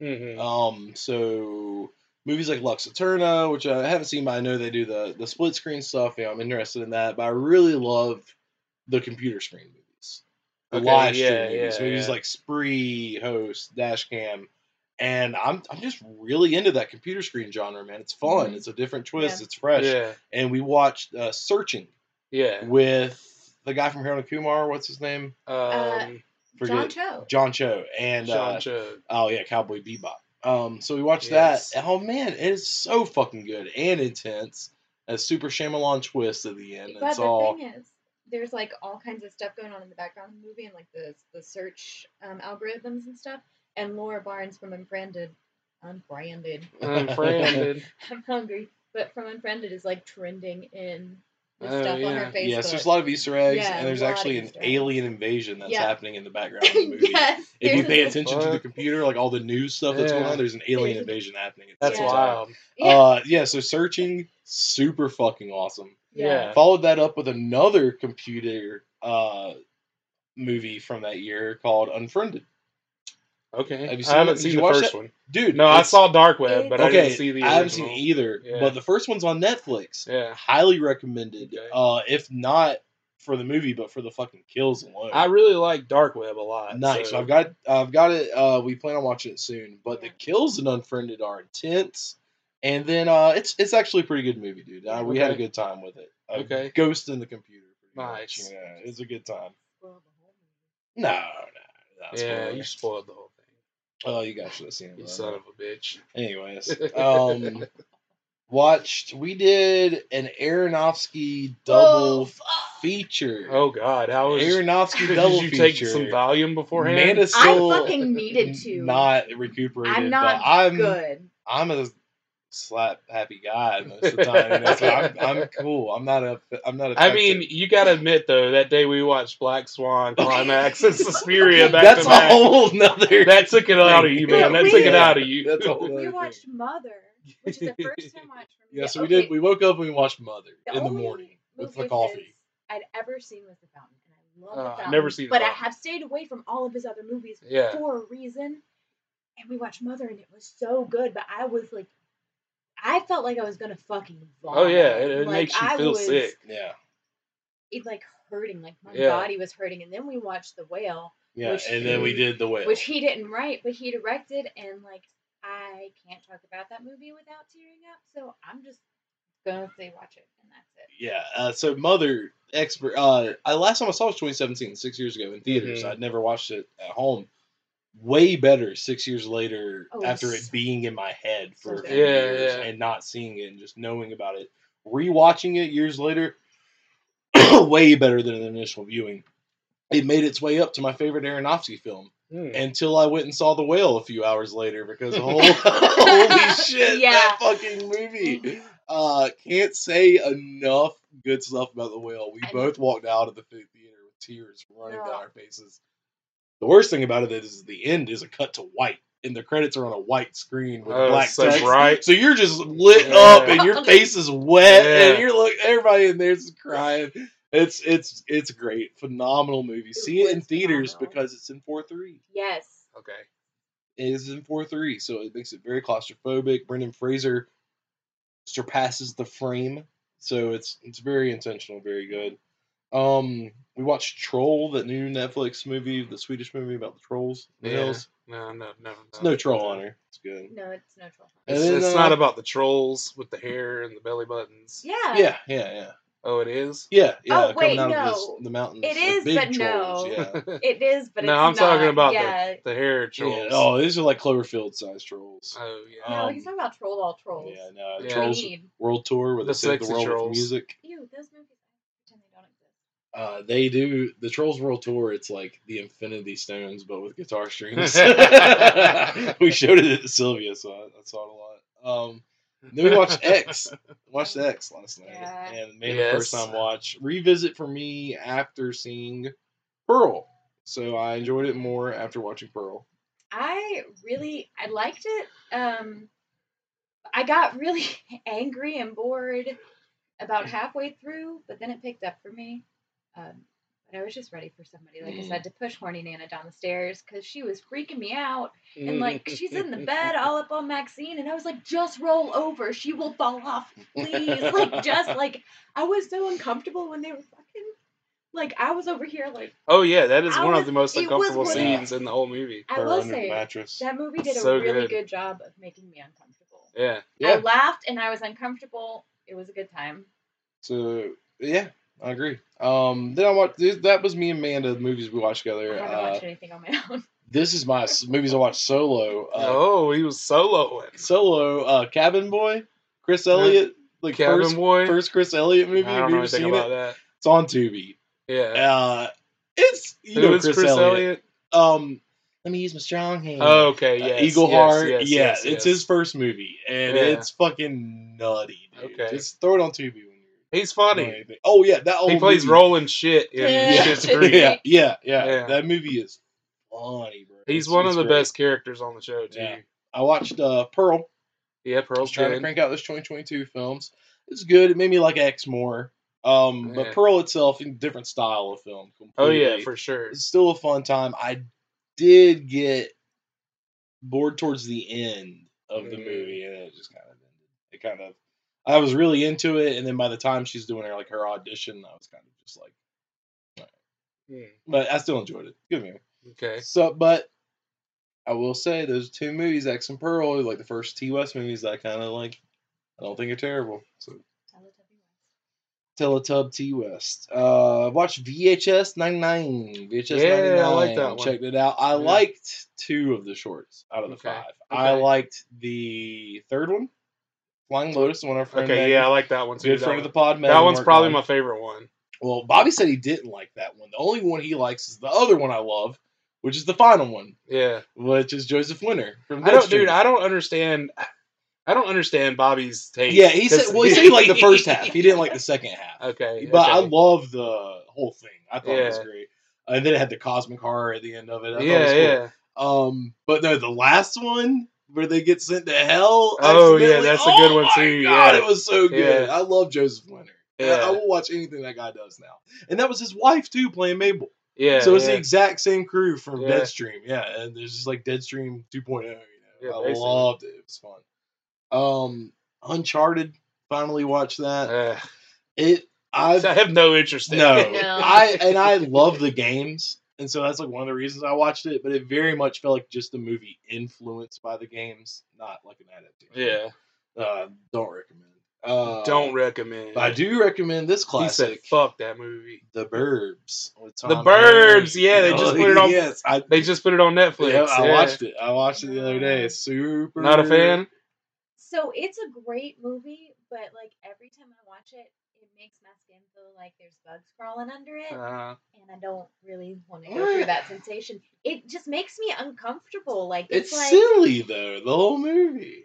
Speaker 3: Mhm.
Speaker 4: Um, so movies like Lux Eterna, which I haven't seen, but I know they do the the split screen stuff. Yeah, I'm interested in that, but I really love the computer screen movies, the
Speaker 3: Okay,
Speaker 4: live stream
Speaker 3: yeah,
Speaker 4: movies,
Speaker 3: yeah,
Speaker 4: movies
Speaker 3: yeah.
Speaker 4: like Spree, Host, Dashcam. And I'm I'm just really into that computer screen genre, man. It's fun.
Speaker 2: Mhm.
Speaker 4: It's a different twist.
Speaker 2: Yeah.
Speaker 4: It's fresh.
Speaker 3: Mm-hmm. Yeah.
Speaker 4: And we watched uh, Searching
Speaker 3: Yeah.
Speaker 4: with the guy from Harold and Kumar. What's his name? Uh,
Speaker 3: Um,
Speaker 2: John Cho.
Speaker 4: John Cho and
Speaker 3: Sean [LAUGHS]
Speaker 4: uh,
Speaker 3: Cho.
Speaker 4: oh yeah, Cowboy Bebop. Um, so we watched
Speaker 3: Yes.
Speaker 4: that. Oh man, it is so fucking good and intense. A super Shyamalan twist at the end.
Speaker 2: But
Speaker 4: it's
Speaker 2: the
Speaker 4: all
Speaker 2: thing is, there's like all kinds of stuff going on in the background of the movie and like the the search um, algorithms and stuff. And Laura Barnes from Unfriended, Unbranded.
Speaker 3: Unfriended.
Speaker 2: I'm hungry, but from Unfriended is like trending in the
Speaker 3: Oh,
Speaker 2: stuff on
Speaker 3: yeah.
Speaker 2: her Facebook.
Speaker 4: yes. There's a lot of Easter eggs,
Speaker 2: Yeah,
Speaker 4: and there's
Speaker 2: a lot of
Speaker 4: actually an
Speaker 2: Easter eggs.
Speaker 4: alien invasion that's
Speaker 2: Yeah.
Speaker 4: happening in the background
Speaker 2: [LAUGHS]
Speaker 4: of the movie.
Speaker 2: yes.
Speaker 4: If you
Speaker 2: there's
Speaker 4: pay
Speaker 2: a-
Speaker 4: attention to the
Speaker 3: Fuck.
Speaker 4: computer, like all the news stuff that's going
Speaker 3: Yeah.
Speaker 4: on, there's an alien
Speaker 2: There's-
Speaker 4: invasion happening. At the
Speaker 3: That's
Speaker 4: same
Speaker 2: Yeah.
Speaker 4: Time.
Speaker 3: wild.
Speaker 2: Yeah.
Speaker 4: Uh, yeah. So searching, super fucking awesome.
Speaker 3: Yeah.
Speaker 4: Followed that up with another computer uh, movie from that year called Unfriended.
Speaker 3: Okay.
Speaker 4: Have you
Speaker 3: I
Speaker 4: seen
Speaker 3: haven't
Speaker 4: it? Did
Speaker 3: seen
Speaker 4: you
Speaker 3: the
Speaker 4: watch
Speaker 3: first
Speaker 4: that?
Speaker 3: one.
Speaker 4: Dude,
Speaker 3: No, I
Speaker 4: it's-
Speaker 3: saw Dark Web, but I E-
Speaker 4: okay,
Speaker 3: didn't see the
Speaker 4: I haven't seen
Speaker 3: original.
Speaker 4: either.
Speaker 3: Yeah.
Speaker 4: But the first one's on Netflix.
Speaker 3: Yeah.
Speaker 4: Highly recommended.
Speaker 3: Okay.
Speaker 4: Uh, if not, for the movie, but for the fucking kills alone.
Speaker 3: I really like Dark Web a lot.
Speaker 4: nice.
Speaker 3: so-
Speaker 4: I've got I've got it. Uh, we plan on watching it soon, but the
Speaker 2: Yeah.
Speaker 4: kills in Unfriended are intense. And then uh, it's it's actually a pretty good movie, dude. Uh, we had a
Speaker 3: Okay.
Speaker 4: good time with it. A
Speaker 3: Okay.
Speaker 4: Ghost in the computer. pretty
Speaker 3: Nice.
Speaker 4: much, Yeah, it's a good time.
Speaker 2: Spoil the whole movie.
Speaker 4: No, no. that's
Speaker 3: yeah,
Speaker 4: spoiler.
Speaker 3: you spoiled uh, the whole thing.
Speaker 4: Oh, you guys should have seen it.
Speaker 3: You
Speaker 4: by
Speaker 3: son
Speaker 4: now.
Speaker 3: of a bitch.
Speaker 4: Anyways, um, watched. We did an Aronofsky double
Speaker 2: Oh, fuck.
Speaker 4: feature.
Speaker 3: Oh God, how was? [LAUGHS]
Speaker 4: Aronofsky
Speaker 3: Did
Speaker 4: double
Speaker 3: you take
Speaker 4: feature.
Speaker 3: some Valium beforehand?
Speaker 4: Man is
Speaker 2: I
Speaker 4: still
Speaker 2: fucking needed to.
Speaker 4: Not recuperated.
Speaker 2: I'm
Speaker 4: but
Speaker 2: not
Speaker 4: I'm
Speaker 2: good.
Speaker 4: I'm a slap happy guy most of the time. you know, so I'm, I'm cool. I'm not a. I'm not a.
Speaker 3: I mean, you gotta admit though, that day we watched Black [LAUGHS] Swan, Climax, and Suspiria back
Speaker 4: that's
Speaker 3: to
Speaker 4: a
Speaker 3: back.
Speaker 4: whole nother.
Speaker 3: That took it out of you, man. That took it out of you.
Speaker 4: That's a whole
Speaker 2: We
Speaker 4: nother thing.
Speaker 2: watched Mother, which is
Speaker 4: [LAUGHS]
Speaker 2: the first time watch for me.
Speaker 4: Yeah, so
Speaker 2: okay,
Speaker 4: we did. We woke up and we watched Mother in the
Speaker 2: only
Speaker 4: morning with
Speaker 2: movie
Speaker 4: the
Speaker 2: of
Speaker 4: coffee.
Speaker 2: his I'd ever seen was The Fountain, and I love
Speaker 3: Uh,
Speaker 2: The
Speaker 3: I've
Speaker 2: Fountain.
Speaker 3: never seen The
Speaker 2: but I
Speaker 3: Fountain.
Speaker 2: have stayed away from all of his other movies
Speaker 3: [LAUGHS] Yeah.
Speaker 2: for a reason. And we watched Mother, and it was so good. But I was like, I felt like I was gonna fucking vomit.
Speaker 3: Oh yeah, it, it
Speaker 2: Like,
Speaker 3: makes you
Speaker 2: I
Speaker 3: feel
Speaker 2: was-
Speaker 3: sick.
Speaker 4: Yeah,
Speaker 2: It like hurting, like my
Speaker 3: Yeah.
Speaker 2: body was hurting. And then we watched The Whale,
Speaker 4: yeah,
Speaker 2: Which-
Speaker 4: and then we did the whale.
Speaker 2: which he didn't write, but he directed, and like I can't talk about that movie without tearing up. So I'm just gonna say watch it, and that's it.
Speaker 4: yeah, uh, so Mother expert. Uh, I last time I saw it was 2017, six years ago in theaters.
Speaker 3: Mhm.
Speaker 4: I'd never watched it at home. Way better six years later
Speaker 2: Oh,
Speaker 4: after it
Speaker 2: so-
Speaker 4: being in my head for
Speaker 2: So
Speaker 4: a
Speaker 2: good.
Speaker 4: few
Speaker 3: Yeah,
Speaker 4: years
Speaker 3: yeah.
Speaker 4: and not seeing it and just knowing about it, rewatching it years later, [COUGHS] way better than the initial viewing. It made its way up to my favorite Aronofsky film
Speaker 3: Hmm.
Speaker 4: until I went and saw The Whale a few hours later
Speaker 2: [LAUGHS]
Speaker 4: because hol- holy shit, that
Speaker 2: Yeah.
Speaker 4: fucking movie. Uh, can't say enough good stuff about The Whale. We
Speaker 2: I Oh. know.
Speaker 4: both walked out of the theater with tears running down
Speaker 2: No.
Speaker 4: our faces. The worst thing about it is the end is a cut to white, and the credits are on a white screen with
Speaker 3: Oh,
Speaker 4: black
Speaker 3: so
Speaker 4: text.
Speaker 3: bright.
Speaker 4: So you're just lit
Speaker 3: Yeah.
Speaker 4: up, and your face is wet, and
Speaker 3: Yeah.
Speaker 4: you're look. Everybody in there's crying. It's it's it's great, phenomenal movie. See it in
Speaker 2: was
Speaker 4: theaters
Speaker 2: phenomenal.
Speaker 4: because it's in four three
Speaker 2: Yes.
Speaker 3: Okay.
Speaker 4: is in four three, so it makes it very claustrophobic. Brendan Fraser surpasses the frame, so it's it's very intentional, very good. Um, we watched Troll, that new Netflix movie, the Swedish movie about the trolls. in The
Speaker 3: Yeah.
Speaker 4: hills.
Speaker 3: No, no, no, no.
Speaker 4: It's no troll on her. It's good.
Speaker 2: No, it's no troll.
Speaker 4: And
Speaker 3: It's,
Speaker 4: then,
Speaker 3: it's
Speaker 4: uh,
Speaker 3: not about the trolls with the hair and the belly buttons.
Speaker 2: Yeah.
Speaker 4: Yeah, yeah, yeah,
Speaker 3: Oh, it is.
Speaker 4: yeah, yeah.
Speaker 2: Oh, wait,
Speaker 4: coming out of
Speaker 2: no.
Speaker 4: this, the mountains.
Speaker 2: It
Speaker 4: the
Speaker 2: is,
Speaker 4: big
Speaker 2: but
Speaker 4: trolls,
Speaker 2: no.
Speaker 3: [LAUGHS]
Speaker 4: Yeah.
Speaker 2: It is, but
Speaker 3: no,
Speaker 2: it's
Speaker 3: I'm talking
Speaker 2: not.
Speaker 3: about
Speaker 2: yeah.
Speaker 3: the the hair
Speaker 4: Yeah,
Speaker 3: trolls.
Speaker 4: Oh, these are like Cloverfield sized trolls.
Speaker 3: Oh yeah.
Speaker 2: No,
Speaker 4: um,
Speaker 2: he's talking about troll all trolls.
Speaker 4: Yeah, no,
Speaker 3: Yeah.
Speaker 2: We
Speaker 4: Trolls
Speaker 2: need.
Speaker 4: World Tour where they
Speaker 3: The
Speaker 4: save the
Speaker 3: sexy
Speaker 4: world with
Speaker 3: trolls.
Speaker 4: music.
Speaker 2: Ew, those movies pretend they don't exist.
Speaker 4: Uh, they do the Trolls World Tour. It's like the Infinity Stones, but with guitar strings. we showed it at Sylvia, so I, I saw it a lot. Um, then we watched X. Watched X last night,
Speaker 2: Yeah.
Speaker 4: and made
Speaker 3: Yes.
Speaker 4: the first time watch revisit for me after seeing Pearl. So I enjoyed it more after watching Pearl.
Speaker 2: I really, I liked it. Um, I got really [LAUGHS] angry and bored about halfway through, but then it picked up for me. Um, but I was just ready for somebody, like I
Speaker 4: Mm.
Speaker 2: said, to push horny Nana down the stairs because she was freaking me out. And like she's in the bed all up on Maxine, and I was like, just roll over. She will fall off, please. like just like I was so uncomfortable when they were fucking. Like I was over here, like
Speaker 3: Oh yeah, that is
Speaker 2: I
Speaker 3: one
Speaker 2: was-
Speaker 3: of the most
Speaker 2: it was
Speaker 3: uncomfortable
Speaker 2: one
Speaker 4: of-
Speaker 3: scenes in the whole movie.
Speaker 2: I
Speaker 4: Her
Speaker 2: will
Speaker 4: under the
Speaker 2: say
Speaker 4: mattress.
Speaker 2: that movie did a
Speaker 3: So
Speaker 2: really
Speaker 3: good.
Speaker 2: good. job of making me uncomfortable.
Speaker 3: Yeah.
Speaker 4: Yeah.
Speaker 2: I laughed and I was uncomfortable. It was a good time.
Speaker 4: So yeah, I agree. Um, then I watched. That was me and Amanda. The movies we watched
Speaker 2: I
Speaker 4: together.
Speaker 2: haven't
Speaker 4: Uh,
Speaker 2: watched anything on my [LAUGHS] own.
Speaker 4: This is my s- movies I watched solo. Uh,
Speaker 3: oh, he was soloing.
Speaker 4: Solo, uh, Cabin Boy, Chris Elliott, like
Speaker 3: Cabin
Speaker 4: first
Speaker 3: Boy.
Speaker 4: first Chris Elliott movie.
Speaker 3: I
Speaker 4: Have
Speaker 3: don't
Speaker 4: you
Speaker 3: know
Speaker 4: ever
Speaker 3: anything
Speaker 4: seen
Speaker 3: about
Speaker 4: it?
Speaker 3: that.
Speaker 4: It's on Tubi.
Speaker 3: Yeah.
Speaker 4: Uh, it's you
Speaker 3: Who
Speaker 4: know
Speaker 3: is
Speaker 4: Chris, Elliott.
Speaker 3: Elliott?
Speaker 4: Um, let me use my strong hand.
Speaker 3: Oh, okay. Yeah.
Speaker 4: Uh, Eagle Heart. yeah, it's his first movie, and
Speaker 3: Yeah.
Speaker 4: it's fucking nutty. Dude.
Speaker 3: Okay.
Speaker 4: Just throw it on Tubi when you're.
Speaker 3: He's funny.
Speaker 4: doing anything. Oh yeah, that old
Speaker 3: He plays
Speaker 4: [LAUGHS] movie.
Speaker 3: rolling shit in
Speaker 2: Yeah.
Speaker 3: Schitt's
Speaker 2: Yeah.
Speaker 3: Creek.
Speaker 4: [LAUGHS] yeah, yeah, yeah,
Speaker 3: Yeah.
Speaker 4: That movie is funny, bro.
Speaker 3: He's
Speaker 4: It's-
Speaker 3: one of
Speaker 4: it's
Speaker 3: the
Speaker 4: great.
Speaker 3: best characters on the show too. Yeah,
Speaker 4: Yeah. I watched uh, Pearl.
Speaker 3: Pearl's
Speaker 4: was trying to
Speaker 3: good.
Speaker 4: crank out those 2022 films. It's good. It made me like X more. Um,
Speaker 3: Yeah.
Speaker 4: but Pearl itself, in different style of film.
Speaker 3: Oh yeah,
Speaker 4: completely.
Speaker 3: for sure.
Speaker 4: it's still a fun time. I did get bored towards the end of the
Speaker 3: Mhm.
Speaker 4: movie, and it just kind of ended. It kind of. I was really into it, and then by the time she's doing her like her audition, I was kind of just like,
Speaker 3: Hmm,
Speaker 4: but I still enjoyed it. Good movie.
Speaker 3: okay.
Speaker 4: So, but I will say those two movies, X and Pearl, are like the first T West movies that I kind of like. I don't think are terrible. So
Speaker 2: Teletubby West.
Speaker 4: Teletub T West. Uh, watched VHS 99. VHS
Speaker 3: Yeah,
Speaker 4: 99.
Speaker 3: I like that one.
Speaker 4: Checked it out. I
Speaker 3: Yeah.
Speaker 4: liked two of the shorts out of the
Speaker 3: Okay,
Speaker 4: five. I
Speaker 3: okay.
Speaker 4: liked the third one, Flying Lotus, the one our friend.
Speaker 3: Okay,
Speaker 4: Megan-
Speaker 3: yeah, I like that one too.
Speaker 4: good
Speaker 3: that
Speaker 4: friend of
Speaker 3: one-
Speaker 4: the pod.
Speaker 3: that one's probably my favorite one.
Speaker 4: Well, Bobby said he didn't like that one. The only one he likes is the other one I love, which is the final one,
Speaker 3: Yeah.
Speaker 4: which is Joseph Winter from
Speaker 3: I don't,
Speaker 4: Bloodstream.
Speaker 3: dude. I don't understand. I don't understand Bobby's take.
Speaker 4: yeah, he
Speaker 3: 'cause
Speaker 4: said. Well, he said he liked the first half. He didn't like the second half.
Speaker 3: [LAUGHS] okay,
Speaker 4: But I
Speaker 3: okay.
Speaker 4: love the whole thing. I thought it was
Speaker 3: Yeah.
Speaker 4: great. And then it had the cosmic horror at the end of it. I thought it
Speaker 3: yeah,
Speaker 4: was cool.
Speaker 3: yeah.
Speaker 4: Um, but no, the last one where they get sent to hell.
Speaker 3: Oh, yeah,
Speaker 4: accidentally-
Speaker 3: that's a good
Speaker 4: Oh
Speaker 3: one,
Speaker 4: my
Speaker 3: too,
Speaker 4: God,
Speaker 3: yeah.
Speaker 4: it was so good.
Speaker 3: Yeah.
Speaker 4: I love Joseph Winter. I- I,
Speaker 3: Yeah.
Speaker 4: will watch anything that guy does now. And that was his wife too, playing Mabel.
Speaker 3: Yeah,
Speaker 4: so it's
Speaker 3: yeah.
Speaker 4: the exact same crew from
Speaker 3: Yeah.
Speaker 4: Deadstream. Yeah, and there's just like Deadstream 2.0. You know,
Speaker 3: Yeah,
Speaker 4: I
Speaker 3: basically.
Speaker 4: loved it. It was fun. Um, Uncharted. Finally watched that.
Speaker 3: Uh,
Speaker 4: It. I've
Speaker 3: I have [LAUGHS] no interest in
Speaker 4: [LAUGHS] no,
Speaker 3: it.
Speaker 2: No.
Speaker 4: I and I love the games, and so that's like one of the reasons I watched it. But it very much felt like just a movie influenced by the games, not like an adaptation.
Speaker 3: Yeah,
Speaker 4: Yeah, uh, don't recommend. Uh,
Speaker 3: don't recommend.
Speaker 4: I do recommend this
Speaker 3: He said,
Speaker 4: classic,
Speaker 3: "Fuck that movie."
Speaker 4: The Burbs. with
Speaker 3: The
Speaker 4: Tom
Speaker 3: Burbs,
Speaker 4: Hanks.
Speaker 3: yeah, they just
Speaker 4: Oh,
Speaker 3: put it on-
Speaker 4: [LAUGHS] Yes, I,
Speaker 3: They just put it on Netflix.
Speaker 4: yeah, I
Speaker 3: yeah.
Speaker 4: watched it. I watched it the other day. Super.
Speaker 3: Not a
Speaker 4: [LAUGHS]
Speaker 3: fan.
Speaker 2: So it's a great movie, but like every time I watch it, it makes my skin feel like there's bugs crawling under it,
Speaker 3: Uh,
Speaker 2: and I don't really want to go through that sensation. It just makes me uncomfortable. Like
Speaker 4: It's
Speaker 2: it's, like
Speaker 4: silly though. The whole movie.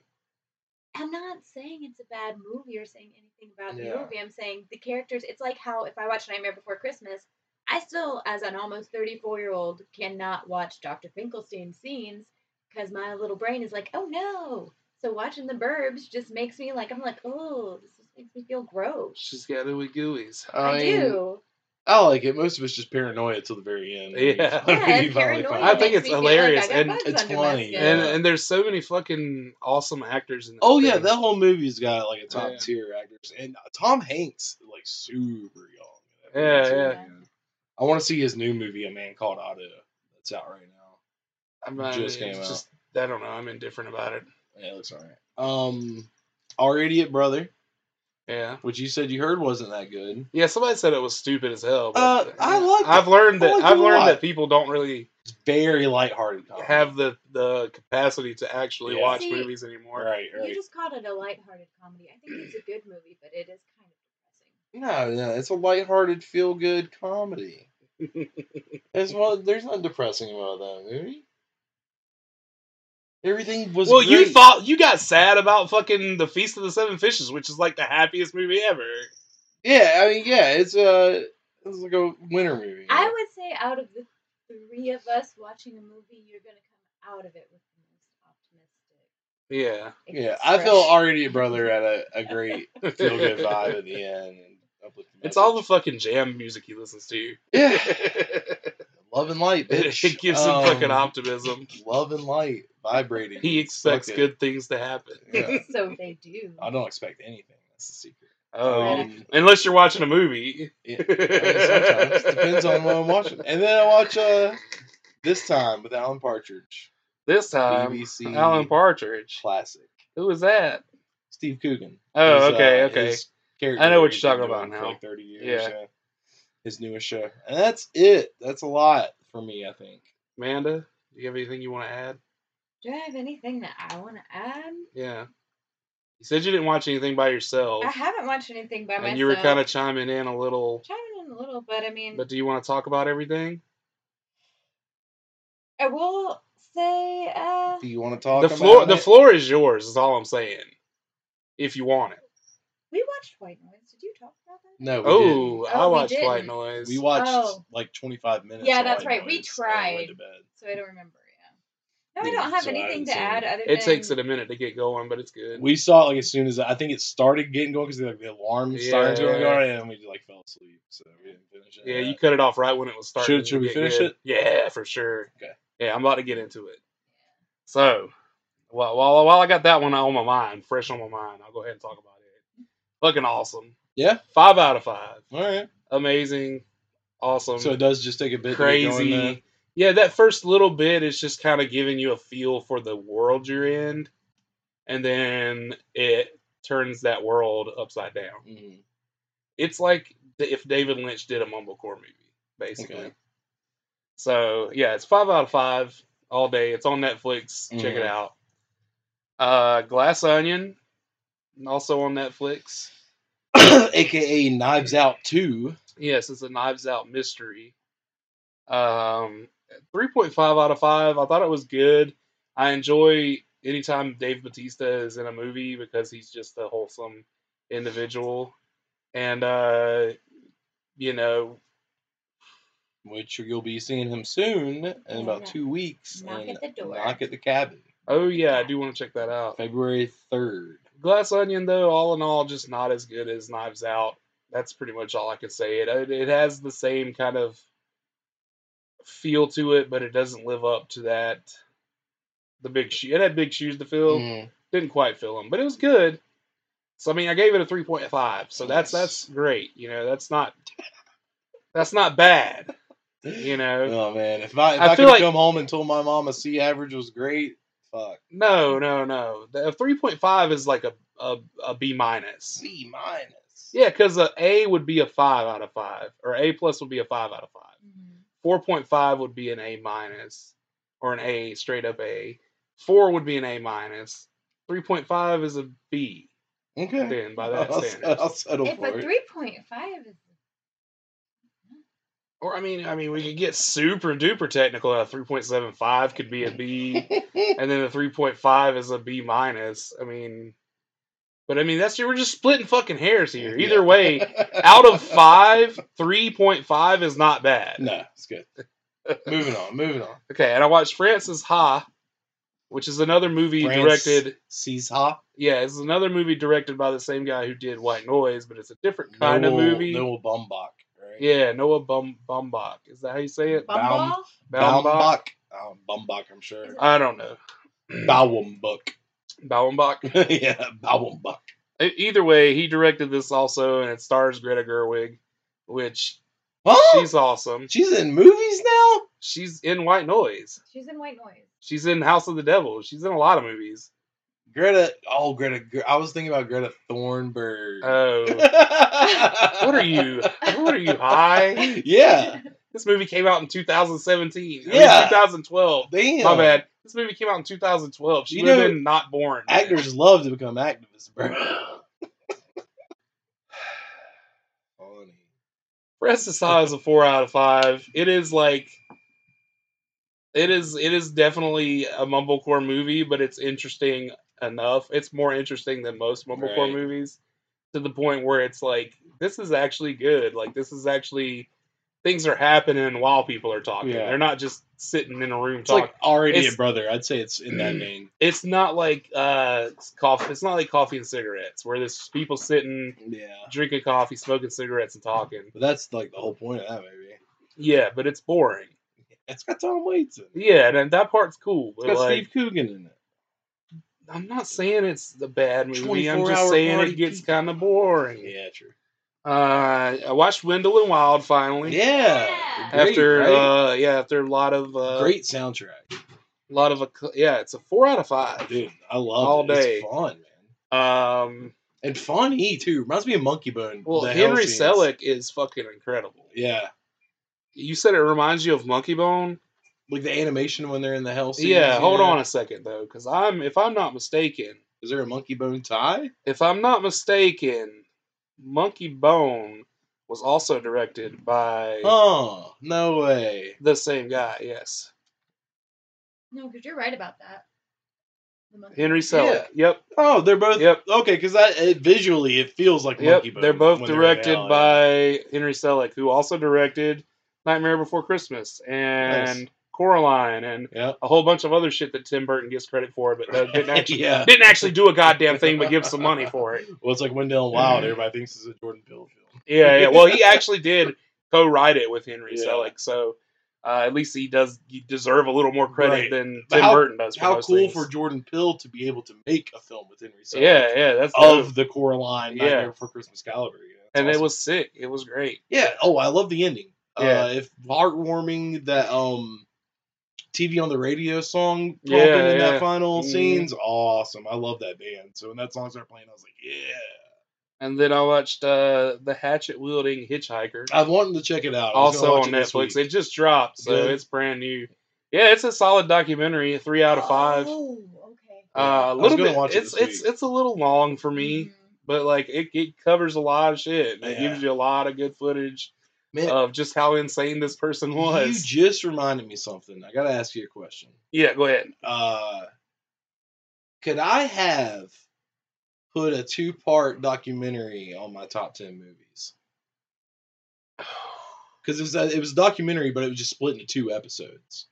Speaker 2: I'm not saying it's a bad movie or saying anything about the
Speaker 4: Yeah.
Speaker 2: movie. I'm saying the characters. It's like how if I watch Nightmare Before Christmas, I still, as an almost 34 year old, cannot watch Dr. Finkelstein scenes because my little brain is like, oh no. So watching the Burbs just makes me like, I'm like, oh, this just makes me feel gross.
Speaker 3: she's got it with gooey's.
Speaker 2: I,
Speaker 4: mean,
Speaker 2: do.
Speaker 3: [LAUGHS]
Speaker 4: I like it. Most of it's just paranoia till the very end. [LAUGHS]
Speaker 3: Yeah.
Speaker 2: Yeah,
Speaker 4: When you
Speaker 2: and
Speaker 4: finally
Speaker 2: paranoia
Speaker 4: find
Speaker 3: I
Speaker 4: out.
Speaker 2: makes
Speaker 3: think it's
Speaker 2: me feel
Speaker 3: hilarious,
Speaker 2: Like I got
Speaker 3: and
Speaker 2: bugs
Speaker 4: it's
Speaker 2: under my
Speaker 4: funny,
Speaker 2: skin.
Speaker 3: And
Speaker 4: Yeah.
Speaker 3: and there's so many fucking awesome actors in. That
Speaker 4: Oh yeah,
Speaker 3: thing.
Speaker 4: that whole movie's got like a top
Speaker 3: Yeah.
Speaker 4: tier actors, and Tom Hanks is, like super young. in that
Speaker 3: Yeah,
Speaker 4: movie, too,
Speaker 3: yeah.
Speaker 4: man. I want to see his new movie, A Man Called Otto, that's out right now.
Speaker 3: I'm not- it's
Speaker 4: just came out.
Speaker 3: Just, I don't know. I'm indifferent about it.
Speaker 4: Yeah, it looks alright. Um, Our Idiot Brother,
Speaker 3: Yeah.
Speaker 4: which you said you heard wasn't that good.
Speaker 3: Yeah, somebody said it was stupid as hell. But
Speaker 4: Uh, I like
Speaker 3: I've
Speaker 4: it.
Speaker 3: learned
Speaker 4: I
Speaker 3: that
Speaker 4: like it
Speaker 3: I've
Speaker 4: a
Speaker 3: learned
Speaker 4: lot.
Speaker 3: that people don't really
Speaker 4: It's very lighthearted. Comedy.
Speaker 3: have the the capacity to actually
Speaker 4: Yeah.
Speaker 3: watch
Speaker 2: See-
Speaker 3: movies anymore.
Speaker 4: right,
Speaker 2: You
Speaker 4: right.
Speaker 2: just called it a lighthearted comedy. I think it's a good movie, but it is kind of depressing.
Speaker 4: No, no, it's a lighthearted, feel good comedy. it's well, there's nothing depressing about that movie. Everything was
Speaker 3: Well, you
Speaker 4: great.
Speaker 3: thought you got sad about fucking the Feast of the Seven Fishes, which is like the happiest movie ever.
Speaker 4: Yeah, I mean, yeah, it's a it's like a winter movie.
Speaker 2: I would say out of the three of us watching a movie, you're gonna come out of it with the most optimistic.
Speaker 3: Yeah.
Speaker 4: yeah, I feel already brother at a, a great
Speaker 3: [LAUGHS]
Speaker 4: feel good vibe at the end. And uplifting
Speaker 3: It's all the
Speaker 4: message.
Speaker 3: fucking jam music he listens to. [LAUGHS]
Speaker 4: yeah,
Speaker 3: it
Speaker 4: love and light, bitch.
Speaker 3: gives him
Speaker 4: Um,
Speaker 3: fucking optimism.
Speaker 4: Love and light vibrating.
Speaker 3: He
Speaker 4: Suck
Speaker 3: expects
Speaker 4: it.
Speaker 3: good things to happen.
Speaker 4: Yeah.
Speaker 2: expression. So they do.
Speaker 4: I don't expect anything. That's the secret.
Speaker 3: Oh,
Speaker 4: Um,
Speaker 3: unless you're watching a movie.
Speaker 4: Yeah, I mean, sometimes depends on what I'm watching. And then I watch uh, this time with Alan Partridge,
Speaker 3: [LAUGHS] This time,
Speaker 4: BBC
Speaker 3: Um, Alan Partridge.
Speaker 4: classic.
Speaker 3: Who was that?
Speaker 4: Steve Coogan.
Speaker 3: Oh,
Speaker 4: His, uh,
Speaker 3: okay, okay.
Speaker 4: his character
Speaker 3: I know what
Speaker 4: he's
Speaker 3: you're
Speaker 4: been
Speaker 3: talking about
Speaker 4: doing
Speaker 3: now.
Speaker 4: For like 30 years.
Speaker 3: Yeah.
Speaker 4: yeah. His newest show. And that's it. That's a lot for me, I think.
Speaker 3: Amanda, do you have anything you want to add?
Speaker 2: Do I have anything that I want to add?
Speaker 3: Yeah. You said you didn't watch anything by yourself,
Speaker 2: I haven't watched anything by
Speaker 3: and
Speaker 2: myself.
Speaker 3: you were kind of chiming in a little.
Speaker 2: chiming in a little, but I mean,
Speaker 3: But do you want to talk about everything?
Speaker 2: I will say, uh,
Speaker 4: Do you want to talk
Speaker 3: the
Speaker 4: about
Speaker 3: floor, the
Speaker 4: it?
Speaker 3: floor is yours. Is all I'm saying. If you want it.
Speaker 2: we watched White Noise. Did you talk about that?
Speaker 4: No, we
Speaker 3: Oh, I
Speaker 2: Oh, we
Speaker 3: watched White
Speaker 2: didn't.
Speaker 3: Noise.
Speaker 4: didn't. We watched
Speaker 2: Oh.
Speaker 4: like 25 minutes.
Speaker 2: Yeah,
Speaker 4: of
Speaker 2: that's
Speaker 4: White
Speaker 2: right. We
Speaker 4: Noise and then went
Speaker 2: tried.
Speaker 4: to bed.
Speaker 2: So I don't remember. Yeah. No, I
Speaker 4: Yeah,
Speaker 2: don't have
Speaker 4: so I
Speaker 2: anything
Speaker 4: haven't
Speaker 2: to
Speaker 4: seen
Speaker 2: add
Speaker 4: it.
Speaker 2: other than
Speaker 3: it takes it a minute to get going, but it's good.
Speaker 4: We saw it like as soon as I think it started getting going because like, the alarm started going
Speaker 3: Yeah.
Speaker 4: on and we like fell asleep, so we didn't finish it.
Speaker 3: yeah, you cut it off right when it was starting.
Speaker 4: Should- should
Speaker 3: to
Speaker 4: we
Speaker 3: get
Speaker 4: finish
Speaker 3: good.
Speaker 4: it?
Speaker 3: Yeah, for sure.
Speaker 4: Okay.
Speaker 3: Yeah, I'm about to get into it. So, while while, while I got that one on my mind, fresh on my mind, I'll go ahead and talk about it. Fucking awesome.
Speaker 4: Yeah?
Speaker 3: Five out of five.
Speaker 4: All right.
Speaker 3: Amazing. awesome.
Speaker 4: So it does just take a bit. To get going there.
Speaker 3: crazy. Yeah, that first little bit is just kind of giving you a feel for the world you're in, and then it turns that world upside down.
Speaker 4: Mhm.
Speaker 3: It's like th- if David Lynch did a mumblecore movie, basically.
Speaker 4: Okay.
Speaker 3: So yeah, it's five out of five all day. It's on Netflix. Check it
Speaker 4: Mhm.
Speaker 3: out. Uh, Glass Onion, also on Netflix. Mm-hmm.
Speaker 4: [CLEARS THROAT] AKA Knives Out 2.
Speaker 3: Yes, it's a Knives Out mystery. Um, 3.5 out of 5. I thought it was good. I enjoy anytime Dave Batista is in a movie because he's just a wholesome individual. And, uh, you know,
Speaker 4: which you'll be seeing him soon in about
Speaker 2: Yeah.
Speaker 4: two weeks.
Speaker 2: Knock
Speaker 4: in
Speaker 2: at the door.
Speaker 4: Knock at the cabin,
Speaker 3: oh, yeah, I do want to check that out.
Speaker 4: February third.
Speaker 3: Glass Onion, though, all in all, just not as good as Knives Out. That's pretty much all I can say. It it has the same kind of feel to it, but it doesn't live up to that. The big shoe. It had big shoes to fill.
Speaker 4: Mm.
Speaker 3: Didn't quite fill them, but it was good. So I mean, I gave it a three point five. So that's
Speaker 4: Nice.
Speaker 3: that's great. You know, that's not that's not bad. You
Speaker 4: [LAUGHS]
Speaker 3: know,
Speaker 4: Oh man, if I if
Speaker 3: I
Speaker 4: I,
Speaker 3: feel
Speaker 4: could
Speaker 3: like-
Speaker 4: come home and told my mom a C average was great, fuck
Speaker 3: no, no, no. The three point five is like a a, a B minus.
Speaker 4: C minus.
Speaker 3: Yeah, because a A would be a five out of five, or A plus would be a five out of five.
Speaker 2: Mm-hmm.
Speaker 3: Four point five would be an A minus, or an A straight up A. Four would be an A minus. Three point five is a B.
Speaker 4: Okay.
Speaker 3: Then by that
Speaker 4: I'll,
Speaker 3: standard,
Speaker 4: I'll settle
Speaker 2: If
Speaker 4: for
Speaker 2: a
Speaker 4: [LAUGHS] it.
Speaker 2: three point five is
Speaker 3: or I mean, I mean, we could get super duper technical. A three point seven five could be a B, and then a three point five is a B minus. I mean, but I mean, that's we're just splitting fucking hairs here. Either
Speaker 4: Yeah.
Speaker 3: way, out of five, three point five is not bad.
Speaker 4: No, it's good. moving on, moving on.
Speaker 3: Okay, and I watched Francis Ha, which is another movie
Speaker 4: France
Speaker 3: directed.
Speaker 4: sees ha
Speaker 3: Yeah, it's another movie directed by the same guy who did White Noise, but it's a different kind
Speaker 4: Noel,
Speaker 3: of movie.
Speaker 4: Noel Baumbach, right?
Speaker 3: Yeah, Noah Bum Bumbach. Is that how you say it?
Speaker 2: Bumble.
Speaker 3: Baumbach?
Speaker 4: Baumbach. Oh, Baumbach, I'm sure. [CLEARS THROAT]
Speaker 3: I don't know.
Speaker 4: Baumbach. [LAUGHS]
Speaker 3: Baumbach.
Speaker 4: yeah, Baumbach.
Speaker 3: E- Either way, he directed this also, and it stars Greta Gerwig, which
Speaker 4: Huh?
Speaker 3: she's awesome.
Speaker 4: She's in movies now?
Speaker 3: She's in White Noise.
Speaker 2: She's in white noise.
Speaker 3: She's in House of the Devil. She's in a lot of movies.
Speaker 4: Greta. Oh, Greta. Gre- I was thinking about Greta Thornburg. [LAUGHS]
Speaker 3: Oh,
Speaker 4: Uh, what
Speaker 3: what are you? What are you high?
Speaker 4: Yeah.
Speaker 3: This movie came out in 2017. I mean,
Speaker 4: Yeah.
Speaker 3: 2012.
Speaker 4: Damn.
Speaker 3: My bad. This movie came out in 2012. She
Speaker 4: You
Speaker 3: would have
Speaker 4: know,
Speaker 3: been not born. man.
Speaker 4: Actors love to become activists, [SIGHS] bro. Funny.
Speaker 3: Francis Ha is a four out of five. It is like, it is it is definitely a mumblecore movie, but it's interesting enough. It's more interesting than most mumblecore
Speaker 4: Right.
Speaker 3: movies, to the point where it's like this is actually good. Like this is actually things are happening while people are talking.
Speaker 4: Yeah.
Speaker 3: They're not just sitting in a room
Speaker 4: It's
Speaker 3: talking.
Speaker 4: like already
Speaker 3: It's-
Speaker 4: a brother. I'd say it's in [CLEARS THROAT] that vein.
Speaker 3: it's not like uh coffee it's not like coffee and cigarettes where there's people sitting
Speaker 4: Yeah.
Speaker 3: drinking coffee smoking cigarettes and talking
Speaker 4: But that's like the whole point of that movie.
Speaker 3: yeah but it's boring
Speaker 4: It's got Tom Waits in it.
Speaker 3: yeah and, that part's cool
Speaker 4: It's
Speaker 3: but
Speaker 4: got
Speaker 3: like
Speaker 4: Steve Coogan in it.
Speaker 3: i'm not saying it's the bad movie i'm
Speaker 4: 24
Speaker 3: just
Speaker 4: hour
Speaker 3: saying
Speaker 4: party
Speaker 3: it gets
Speaker 4: people.
Speaker 3: kind of boring
Speaker 4: Yeah, true.
Speaker 3: uh i watched wendell and wild finally
Speaker 4: Yeah.
Speaker 5: Yeah.
Speaker 4: Great,
Speaker 3: after
Speaker 4: right?
Speaker 3: uh yeah after a lot of uh
Speaker 4: great soundtrack.
Speaker 3: lot of acc- yeah it's a four out of five
Speaker 4: Dude, I love
Speaker 3: All
Speaker 4: it. It's
Speaker 3: day.
Speaker 4: fun, man.
Speaker 3: um
Speaker 4: And funny too. Reminds me of Monkey Bone.
Speaker 3: well
Speaker 4: the hell
Speaker 3: henry
Speaker 4: scenes.
Speaker 3: selick is fucking incredible
Speaker 4: Yeah.
Speaker 3: you said it reminds you of monkey bone
Speaker 4: Like the animation when they're in the hell scenes.
Speaker 3: Yeah, hold on a second though, because I'm if I'm not mistaken,
Speaker 4: Is there a monkey bone tie?
Speaker 3: if I'm not mistaken, Monkey Bone was also directed by
Speaker 4: Oh, no way.
Speaker 3: the same guy. Yes,
Speaker 2: No, because you're right about that. The monkey-
Speaker 3: Henry Selick. Yep,
Speaker 4: Oh, they're both
Speaker 3: Yep.
Speaker 4: okay, because that it, visually it feels like
Speaker 3: yep.
Speaker 4: monkey bone.
Speaker 3: They're both
Speaker 4: when in hell,
Speaker 3: directed
Speaker 4: yeah.
Speaker 3: by Henry Selick, who also directed Nightmare Before Christmas and
Speaker 4: Nice.
Speaker 3: Coraline and
Speaker 4: Yep.
Speaker 3: a whole bunch of other shit that Tim Burton gets credit for, but uh,
Speaker 4: [LAUGHS]
Speaker 3: didn't actually
Speaker 4: yeah.
Speaker 3: didn't actually do a goddamn thing, but give some money for it.
Speaker 4: Well, it's like Wendell and Wild, everybody thinks it's a Jordan Peele film.
Speaker 3: Yeah, yeah. Well,
Speaker 4: [LAUGHS]
Speaker 3: he actually did co-write it with Henry
Speaker 4: Yeah.
Speaker 3: Selick, so uh, at least he does you deserve a little more credit
Speaker 4: Right.
Speaker 3: than
Speaker 4: But
Speaker 3: Tim
Speaker 4: how-
Speaker 3: Burton does. For
Speaker 4: How
Speaker 3: most
Speaker 4: cool
Speaker 3: things.
Speaker 4: for Jordan Peele to be able to make a film with Henry Selick
Speaker 3: yeah, yeah. That's dope.
Speaker 4: of the Coraline Nightmare
Speaker 3: Yeah.
Speaker 4: Before Christmas caliber. Yeah, that's
Speaker 3: and
Speaker 4: awesome.
Speaker 3: it was sick. It was great.
Speaker 4: Yeah. Oh, I love the ending.
Speaker 3: Yeah.
Speaker 4: Uh, if heartwarming that um TV on the radio song pumping
Speaker 3: Yeah,
Speaker 4: in
Speaker 3: yeah.
Speaker 4: that final
Speaker 3: Mhm.
Speaker 4: scene's awesome. I love that band. So when that song started playing, I was like, yeah.
Speaker 3: And then I watched uh, the hatchet wielding hitchhiker,
Speaker 4: I've wanted to check it out. I was gonna
Speaker 3: also
Speaker 4: watch
Speaker 3: on
Speaker 4: it this
Speaker 3: Netflix.
Speaker 4: week.
Speaker 3: It just dropped, so
Speaker 4: Good.
Speaker 3: it's brand new. Yeah, it's a solid documentary. Three out of five.
Speaker 2: Oh, okay.
Speaker 3: Uh,
Speaker 4: Yeah, I
Speaker 3: a
Speaker 4: was
Speaker 3: little
Speaker 4: gonna
Speaker 3: bit.
Speaker 4: watch it
Speaker 3: it's
Speaker 4: this
Speaker 3: it's
Speaker 4: week.
Speaker 3: it's a little long for me,
Speaker 2: Mhm.
Speaker 3: but like it, it covers a lot of shit. and It
Speaker 4: Yeah.
Speaker 3: gives you a lot of good footage
Speaker 4: Man,
Speaker 3: of just how insane this person
Speaker 4: you
Speaker 3: was.
Speaker 4: just reminded me something. I gotta ask you a question.
Speaker 3: yeah, go
Speaker 4: [SIGHS]
Speaker 3: ahead.
Speaker 4: Uh, could I have put a two part documentary on my top ten movies? Because it was a, it was a documentary, but it was just split into two episodes.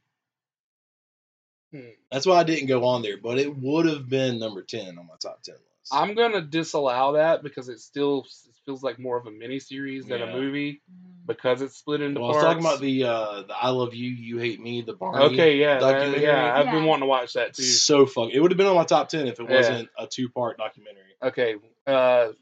Speaker 3: Hmm.
Speaker 4: That's why I didn't go on there, but it would have been number ten on my top ten list.
Speaker 3: I'm gonna disallow that because it still s- feels like more of a miniseries than a
Speaker 4: Yeah.
Speaker 3: movie
Speaker 5: Mm-hmm.
Speaker 2: Mm.
Speaker 3: because it's split into
Speaker 4: well, I was talking
Speaker 3: parts.
Speaker 4: about the uh, the I love you, you hate me, the Barney.
Speaker 3: okay, yeah, that-
Speaker 4: documentary.
Speaker 3: yeah. I've
Speaker 5: Yeah.
Speaker 3: been wanting to watch that too.
Speaker 4: So fuck. It would have been on my top ten if it
Speaker 3: Yeah.
Speaker 4: wasn't a two part documentary.
Speaker 3: Okay, uh,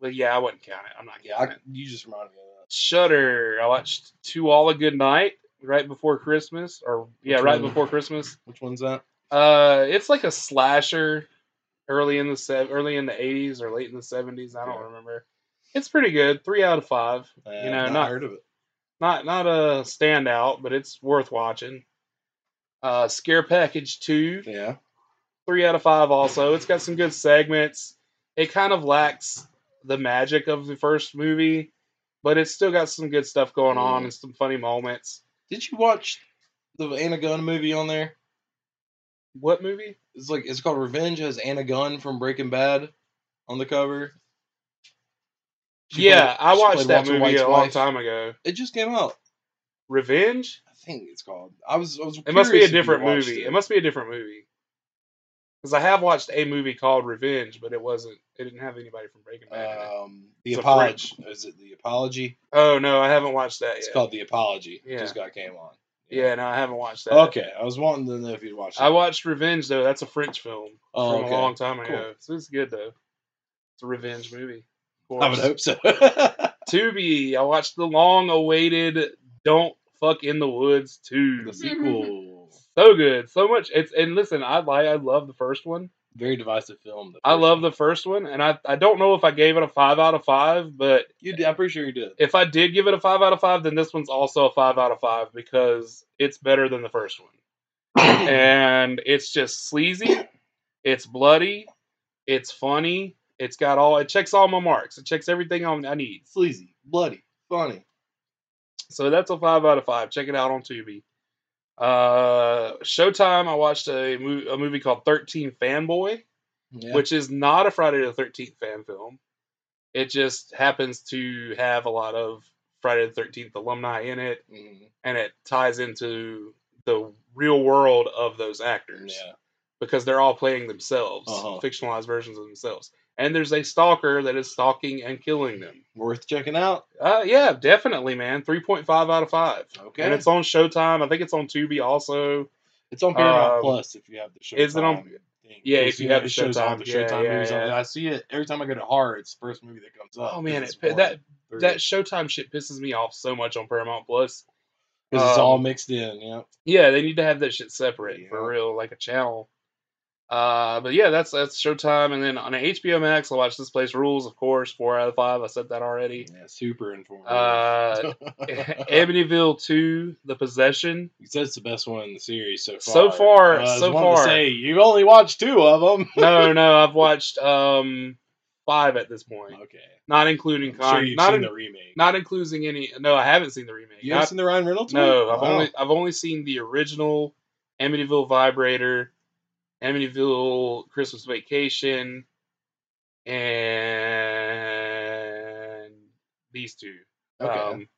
Speaker 3: but yeah, I wouldn't count it. I'm not
Speaker 4: Yeah,
Speaker 3: counting
Speaker 4: I,
Speaker 3: it.
Speaker 4: you just reminded me of
Speaker 3: Shudder. I watched To All a Good Night right before Christmas, or yeah,
Speaker 4: Which
Speaker 3: right
Speaker 4: one?
Speaker 3: before Christmas.
Speaker 4: that. Which one's that?
Speaker 3: Uh, it's like a slasher, early in the sev- early in the eighties or late in the seventies. I don't
Speaker 4: Okay.
Speaker 3: remember. It's pretty good. Three out of five.
Speaker 4: Uh,
Speaker 3: you know,
Speaker 4: not,
Speaker 3: not
Speaker 4: heard of it.
Speaker 3: not not a standout, but it's worth watching. Uh, Scare Package Two,
Speaker 4: Yeah.
Speaker 3: three out of five. Also, it's got some good segments. It kind of lacks the magic of the first movie, but it's still got some good stuff going on
Speaker 4: Mm.
Speaker 3: and some funny moments.
Speaker 4: Did you watch the Anna Gunn movie on there?
Speaker 3: What movie?
Speaker 4: It's like it's called Revenge has Anna Gunn from Breaking Bad on the cover. She
Speaker 3: yeah,
Speaker 4: played-
Speaker 3: I
Speaker 4: she
Speaker 3: watched
Speaker 4: played
Speaker 3: that
Speaker 4: Walter
Speaker 3: movie
Speaker 4: White's
Speaker 3: a long
Speaker 4: wife.
Speaker 3: time ago.
Speaker 4: It just came out.
Speaker 3: Revenge?
Speaker 4: I think it's called. I was. I was
Speaker 3: It must be a
Speaker 4: curious if you
Speaker 3: different
Speaker 4: watched
Speaker 3: movie.
Speaker 4: It.
Speaker 3: It must be a different movie. Because I have watched a movie called Revenge, but it wasn't. It didn't have anybody from Breaking Bad. in it.
Speaker 4: Um, the
Speaker 3: It's a
Speaker 4: apology. Is it the apology?
Speaker 3: Oh no, I haven't watched that
Speaker 4: It's
Speaker 3: yet.
Speaker 4: called the apology. It
Speaker 3: Yeah.
Speaker 4: Just got came on.
Speaker 3: yeah, no, I haven't watched that.
Speaker 4: Okay, I was wanting to know if you'd watched.
Speaker 3: I
Speaker 4: it.
Speaker 3: watched Revenge though. That's a French film
Speaker 4: Oh,
Speaker 3: from
Speaker 4: okay.
Speaker 3: a long time
Speaker 4: Cool.
Speaker 3: ago. So it's good though. It's a revenge movie. Of
Speaker 4: I would
Speaker 3: course.
Speaker 4: hope so. [LAUGHS] the
Speaker 3: Tubi. I watched the long-awaited "Don't Fuck in the Woods" too. [LAUGHS]
Speaker 4: sequel.
Speaker 3: So good, so much. It's and listen, I like. I love the first one.
Speaker 4: Very divisive film. the
Speaker 3: I
Speaker 4: first
Speaker 3: love
Speaker 4: one.
Speaker 3: the first one, and I I don't know if I gave it a five out of five, but
Speaker 4: You did, I'm pretty sure you did.
Speaker 3: if I did give it a five out of five, then this one's also a five out of five because it's better than the first one. and it's just sleazy, it's bloody, it's funny, it's got all it checks all my marks, it checks everything on I need.
Speaker 4: sleazy, bloody, funny.
Speaker 3: So that's a five out of five. Check it out on Tubi. Uh, Showtime. I watched a movie, a movie called Thirteen Fanboy,
Speaker 4: Yeah.
Speaker 3: which is not a Friday the Thirteenth fan film. It just happens to have a lot of Friday the Thirteenth alumni in it,
Speaker 4: Mhm.
Speaker 3: and it ties into the real world of those actors.
Speaker 4: yeah.
Speaker 3: because they're all playing themselves,
Speaker 4: Uh-huh.
Speaker 3: fictionalized versions of themselves. And there's a stalker that is stalking and killing them.
Speaker 4: Worth checking out.
Speaker 3: Uh, yeah, definitely, man. 3.5 out of 5.
Speaker 4: Okay.
Speaker 3: And it's on Showtime. I think it's on Tubi also.
Speaker 4: It's on Paramount
Speaker 3: um,
Speaker 4: Plus if you have the show.
Speaker 3: is it on- yeah, if you have the Showtime,
Speaker 4: the
Speaker 3: yeah,
Speaker 4: Showtime
Speaker 3: yeah,
Speaker 4: movies on
Speaker 3: yeah.
Speaker 4: there. I see it every time I go to horror. It's the first movie that comes up.
Speaker 3: Oh, man.
Speaker 4: it's
Speaker 3: It, pi-
Speaker 4: one
Speaker 3: that
Speaker 4: through-
Speaker 3: that Showtime shit pisses me off so much on Paramount Plus.
Speaker 4: 'cause it's all
Speaker 3: um,
Speaker 4: mixed in. Yeah.
Speaker 3: Yeah, they need to have that shit separate for
Speaker 4: Yeah.
Speaker 3: real, like a channel. Uh, but yeah, that's that's Showtime. And then on HBO Max, I watched This Place Rules, of course, four out of five. I said that already.
Speaker 4: Yeah. Super informative.
Speaker 3: Uh,
Speaker 4: [LAUGHS]
Speaker 3: Amityville 2, The Possession.
Speaker 4: you said it's the best one in the series so far. Uh,
Speaker 3: So far,
Speaker 4: I was
Speaker 3: so
Speaker 4: wanting to
Speaker 3: far.
Speaker 4: say you only watched two of them.
Speaker 3: No, no, I've watched um five at this point,
Speaker 4: okay.
Speaker 3: not including
Speaker 4: I'm
Speaker 3: con,
Speaker 4: sure you've
Speaker 3: not
Speaker 4: seen
Speaker 3: in-
Speaker 4: the remake.
Speaker 3: not including any. No, I haven't seen the remake.
Speaker 4: you haven't
Speaker 3: Not-
Speaker 4: seen the Ryan Reynolds?
Speaker 3: no,
Speaker 4: one? Oh,
Speaker 3: I've
Speaker 4: Wow.
Speaker 3: only I've only seen the original Amityville Vibrator, Amityville Christmas Vacation, and these two.
Speaker 4: Okay.
Speaker 3: Um,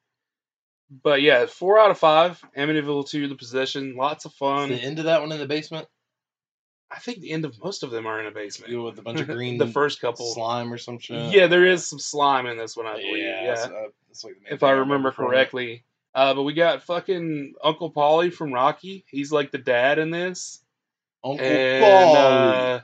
Speaker 3: but yeah, four out of five. Amityville 2, The Possession, lots of
Speaker 4: Is
Speaker 3: fun.
Speaker 4: the end of that one in the basement
Speaker 3: I think the end of most of them are in a basement.
Speaker 4: with a bunch of
Speaker 3: [LAUGHS]
Speaker 4: green
Speaker 3: the first couple.
Speaker 4: slime or some shit.
Speaker 3: Yeah, there is some slime in this one, I believe.
Speaker 4: yeah,
Speaker 3: Yeah,
Speaker 4: That's, uh, that's like the main
Speaker 3: if
Speaker 4: thing
Speaker 3: I remember
Speaker 4: from it.
Speaker 3: correctly. Uh, but we got fucking Uncle Polly from Rocky. He's like the dad in this,
Speaker 4: Uncle
Speaker 3: and
Speaker 4: Paul.
Speaker 3: uh,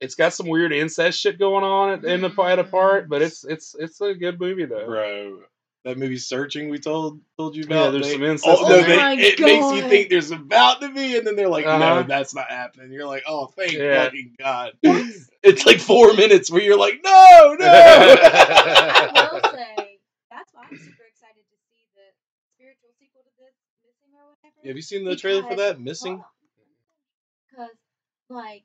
Speaker 3: it's got some weird incest shit going on at, in the at a part. But it's it's it's a good movie though.
Speaker 4: bro, That movie Searching we told told you about.
Speaker 3: Yeah, there's
Speaker 4: they-
Speaker 3: some
Speaker 4: Oh,
Speaker 3: incest.
Speaker 2: Oh
Speaker 3: in
Speaker 4: no,
Speaker 3: there.
Speaker 4: they,
Speaker 2: my
Speaker 4: it makes you
Speaker 2: God.
Speaker 4: think there's about to be, and then they're like,
Speaker 3: Uh-huh.
Speaker 4: no, that's not happening. You're like, oh, thank
Speaker 3: Yeah.
Speaker 4: fucking God.
Speaker 2: That's-
Speaker 4: It's like four minutes where you're like, no,
Speaker 3: [LAUGHS]
Speaker 4: no.
Speaker 5: I will say that's why I'm super excited to see the spiritual sequel to this, Missing or whatever.
Speaker 4: Have you seen the trailer for that? Missing?
Speaker 2: because like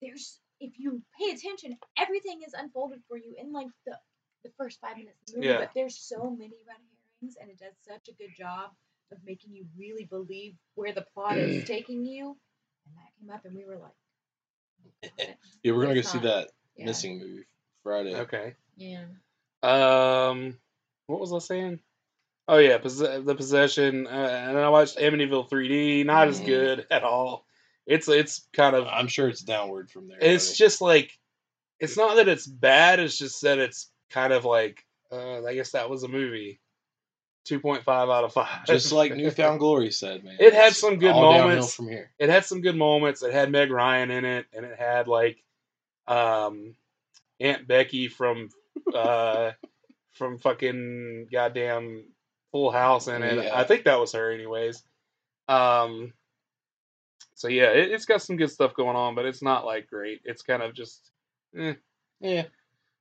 Speaker 2: there's if you pay attention everything is unfolded for you in like the the first five minutes of the movie
Speaker 3: Yeah.
Speaker 2: but there's so many red herrings and it does such a good job of making you really believe where the plot
Speaker 3: [CLEARS THROAT]
Speaker 2: is taking you and that came up and we were like oh, God.
Speaker 4: Yeah, we're gonna go
Speaker 2: It's
Speaker 4: see
Speaker 2: not-
Speaker 4: that
Speaker 2: yeah.
Speaker 4: missing movie Friday.
Speaker 3: okay.
Speaker 2: yeah
Speaker 3: Um, what was I saying? Oh yeah, pos- the possession. Uh, and I watched Amityville 3D. Not as
Speaker 2: Mhm.
Speaker 3: good at all. It's it's kind of
Speaker 4: I'm sure it's downward from there.
Speaker 3: it's just like it's not that it's bad it's just that it's kind of like uh, i guess that was a movie 2.5 out of 5 [LAUGHS]
Speaker 4: just like Newfound Glory said, man.
Speaker 3: It had
Speaker 4: It's
Speaker 3: some good
Speaker 4: all downhill
Speaker 3: moments.
Speaker 4: from here.
Speaker 3: it had some good moments it had meg ryan in it and it had like um aunt becky from
Speaker 4: [LAUGHS]
Speaker 3: uh from fucking goddamn full house in it
Speaker 4: Yeah.
Speaker 3: i think that was her anyways um so yeah it, it's got some good stuff going on but it's not like great it's kind of just
Speaker 4: Yeah.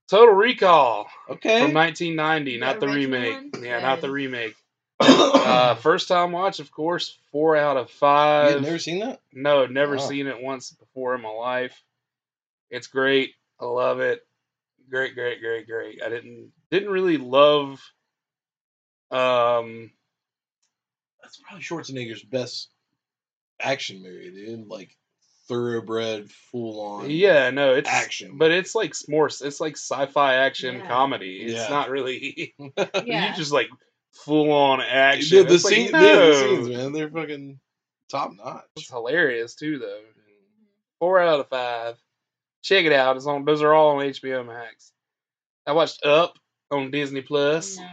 Speaker 3: Total Recall from
Speaker 4: [COUGHS] Okay.
Speaker 3: 1990,
Speaker 2: The
Speaker 3: not the
Speaker 2: original
Speaker 3: remake.
Speaker 2: one?
Speaker 3: Yeah, not the
Speaker 2: Yes.
Speaker 3: remake. Uh, first time watch, of course, four out of
Speaker 4: You've
Speaker 3: five.
Speaker 4: never seen that?
Speaker 3: no, never
Speaker 4: Wow.
Speaker 3: seen it once before in my life. It's great. I love it. Great, great, great, great. I didn't didn't really love. Um,
Speaker 4: That's probably Schwarzenegger's best action movie, dude. Like thoroughbred, full on.
Speaker 3: yeah, no, it's
Speaker 4: Action.
Speaker 3: but it's like s- more. s- It's like sci-fi action
Speaker 2: Yeah.
Speaker 3: comedy. It's
Speaker 4: Yeah.
Speaker 3: not really. [LAUGHS]
Speaker 2: yeah
Speaker 3: [LAUGHS] You just like full on action.
Speaker 4: Dude, the,
Speaker 3: It's like,
Speaker 4: scene, yeah, the
Speaker 3: no.
Speaker 4: scenes, man, they're fucking top
Speaker 3: It's
Speaker 4: notch.
Speaker 3: hilarious too, though.
Speaker 2: Mhm.
Speaker 3: Four out of five. Check it out. It's on. Those are all on HBO Max. I watched Up on Disney Plus.
Speaker 2: No.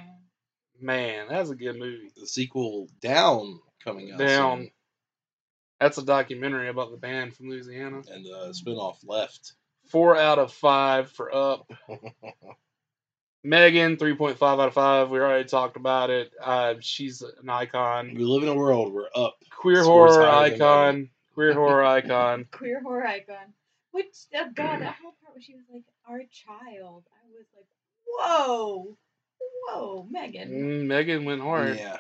Speaker 3: Man, that's a good movie.
Speaker 4: The sequel Down coming out
Speaker 3: Down. That's a documentary about the band from Louisiana.
Speaker 4: soon, and the spinoff Left.
Speaker 3: Four out of five for Up. Megan, three point five out of five. We already talked about it. Uh, she's an icon,
Speaker 4: We live in a world where up.
Speaker 3: queer
Speaker 4: Scores
Speaker 3: horror
Speaker 4: higher than
Speaker 3: icon, queer horror icon.
Speaker 2: queer horror icon. Which, oh god, that whole part where she was like, our child. I was like, whoa, whoa, Megan.
Speaker 3: Mm, Megan went hard.
Speaker 4: Yeah,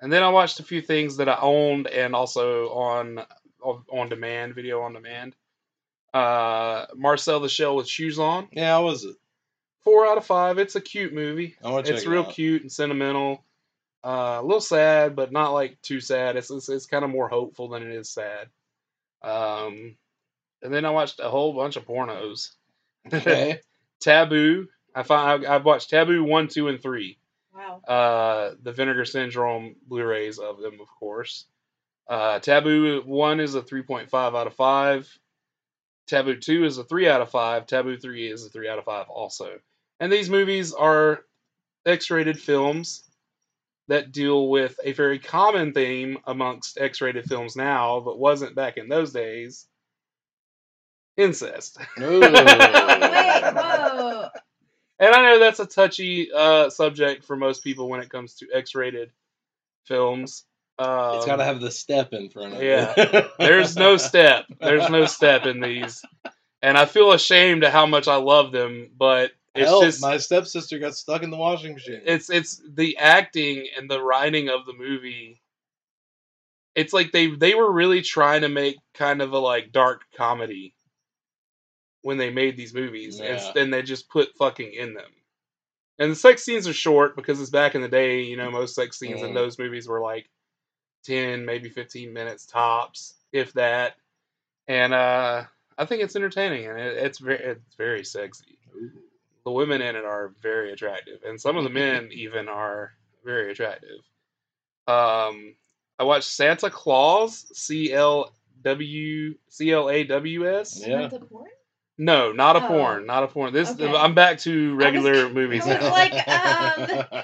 Speaker 3: And then I watched a few things that I owned and also on on, on demand, video on demand. Uh, Marcel the Shell with Shoes On.
Speaker 4: yeah. How was it?
Speaker 3: Four out of five. It's a cute movie.
Speaker 4: I want to check
Speaker 3: It's
Speaker 4: it
Speaker 3: real
Speaker 4: out.
Speaker 3: cute and sentimental. Uh, a little sad, but not like too sad. It's it's, it's kind of more hopeful than it is sad. Um, and then I watched a whole bunch of pornos. [LAUGHS]
Speaker 4: Okay.
Speaker 3: Taboo. I find I've watched Taboo one, two, and three
Speaker 2: Wow.
Speaker 3: uh, the Vinegar Syndrome Blu-rays of them, of course. Uh, Taboo one is a three point five out of five. Taboo two is a three out of five. Taboo three is a three out of five also. And these movies are X-rated films that deal with a very common theme amongst X-rated films now, but wasn't back in those days. Incest.
Speaker 4: Ooh.
Speaker 2: [LAUGHS] Wait, whoa.
Speaker 3: And I know that's a touchy uh, subject for most people when it comes to X-rated films. Um,
Speaker 4: it's got to have the step in front of
Speaker 3: yeah.
Speaker 4: it. [LAUGHS]
Speaker 3: there's no step. There's no step in these, and I feel ashamed of how much I love them. But it's
Speaker 4: Hell,
Speaker 3: just
Speaker 4: my stepsister got stuck in the washing machine.
Speaker 2: [LAUGHS]
Speaker 3: it's it's the acting and the writing of the movie. It's like they they were really trying to make kind of a like dark comedy when they made these movies, and
Speaker 4: Yeah.
Speaker 3: then they just put fucking in them. And the sex scenes are short because it's back in the day. You know, most sex scenes in
Speaker 4: Mhm.
Speaker 3: those movies were like ten, maybe fifteen minutes tops, if that. And uh, I think it's entertaining and it, it's very it's very sexy
Speaker 4: Ooh.
Speaker 3: the women in it are very attractive, and some of the
Speaker 4: [LAUGHS]
Speaker 3: men even are very attractive. Um, I watched Santa Claus, C L W C L A W S.
Speaker 4: Yeah.
Speaker 2: That's a porn?
Speaker 3: No, not a
Speaker 2: Oh.
Speaker 3: porn, not a porn. This
Speaker 2: Okay.
Speaker 3: I'm back to regular movies
Speaker 2: [LAUGHS] I was
Speaker 3: now,
Speaker 2: like, um,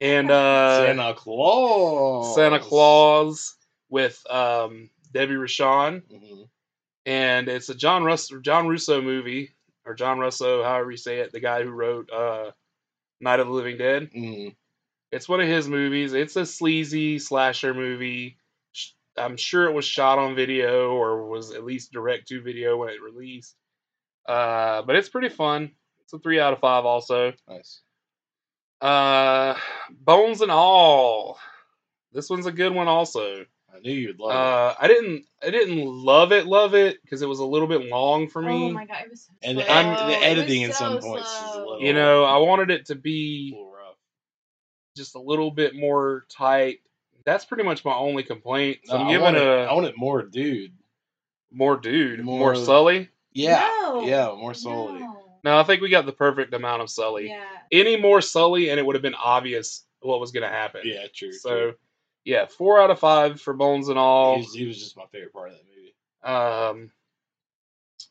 Speaker 3: and [LAUGHS] uh,
Speaker 4: Santa Claus.
Speaker 3: Santa Claus with um, Debbie Rashawn,
Speaker 4: Mhm.
Speaker 3: and it's a John Russ John Russo movie or John Russo, however you say it, the guy who wrote uh, Night of the Living Dead.
Speaker 4: Mm.
Speaker 3: It's one of his movies. It's a sleazy slasher movie. Sh- I'm sure it was shot on video or was at least direct to video when it released. Uh, but it's pretty fun. It's a three out of five, also.
Speaker 4: Nice.
Speaker 3: Uh, Bones and All. This one's a good one, also.
Speaker 4: I knew you'd love
Speaker 3: Uh, I didn't, I didn't love it, love it, because it was a little bit long for me.
Speaker 2: Oh my god, it was so
Speaker 4: it. And the,
Speaker 2: slow.
Speaker 3: I'm-
Speaker 4: ed-
Speaker 2: It was
Speaker 4: the editing in
Speaker 2: so
Speaker 4: some points is a
Speaker 2: slow.
Speaker 4: little,
Speaker 3: you know, I wanted it to
Speaker 4: a
Speaker 3: be
Speaker 4: little rough.
Speaker 3: just a little bit more tight. That's pretty much my only complaint. So
Speaker 4: No,
Speaker 3: I'm
Speaker 4: I want
Speaker 3: giving
Speaker 4: it-
Speaker 3: a
Speaker 4: I want it more, dude.
Speaker 3: more dude, more,
Speaker 4: more-
Speaker 3: Sully.
Speaker 4: Yeah,
Speaker 2: No.
Speaker 4: yeah, more solely.
Speaker 2: No.
Speaker 3: No, I think we got the perfect amount of Sully.
Speaker 2: Yeah.
Speaker 3: Any more Sully, and it would have been obvious what was going to happen.
Speaker 4: Yeah, true.
Speaker 3: so,
Speaker 4: true.
Speaker 3: yeah, four out of five for Bones and all.
Speaker 4: He, was, he was just my favorite part of that movie.
Speaker 3: Um,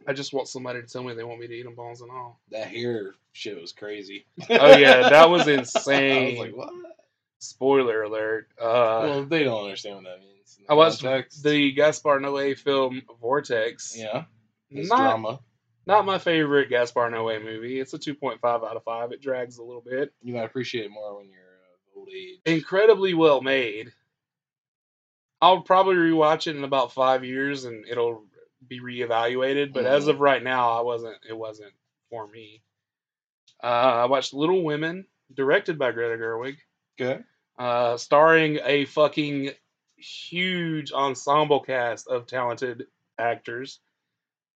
Speaker 3: I just want somebody to tell me they want me to eat them bones and
Speaker 4: [LAUGHS]
Speaker 3: all.
Speaker 4: That hair shit was crazy. [LAUGHS]
Speaker 3: Oh yeah, that was
Speaker 4: I
Speaker 3: insane.
Speaker 4: was like, what?
Speaker 3: Spoiler alert. Uh,
Speaker 4: well, they don't understand what that means. in the
Speaker 3: I watched
Speaker 4: context.
Speaker 3: the Gaspar Noé film Vortex.
Speaker 4: yeah, it's
Speaker 3: not
Speaker 4: drama.
Speaker 3: not my favorite Gaspar Noé movie. It's a two point five out of five. It drags a little bit.
Speaker 4: You might appreciate it more when you're uh, old age.
Speaker 3: Incredibly well made. I'll probably rewatch it in about five years and it'll be reevaluated. But as
Speaker 4: Mhm.
Speaker 3: of right now, I wasn't. It wasn't for me. Uh, I watched Little Women, directed by Greta Gerwig.
Speaker 4: Okay.
Speaker 3: uh, starring a fucking huge ensemble cast of talented actors.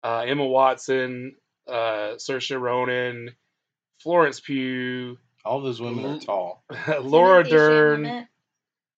Speaker 3: Uh, Emma Watson, uh, Saoirse Ronan, Florence Pugh, [LAUGHS]
Speaker 4: All those women are
Speaker 3: Mhm.
Speaker 4: tall.
Speaker 3: Laura
Speaker 2: Timothée
Speaker 3: Dern.
Speaker 2: Chalamet.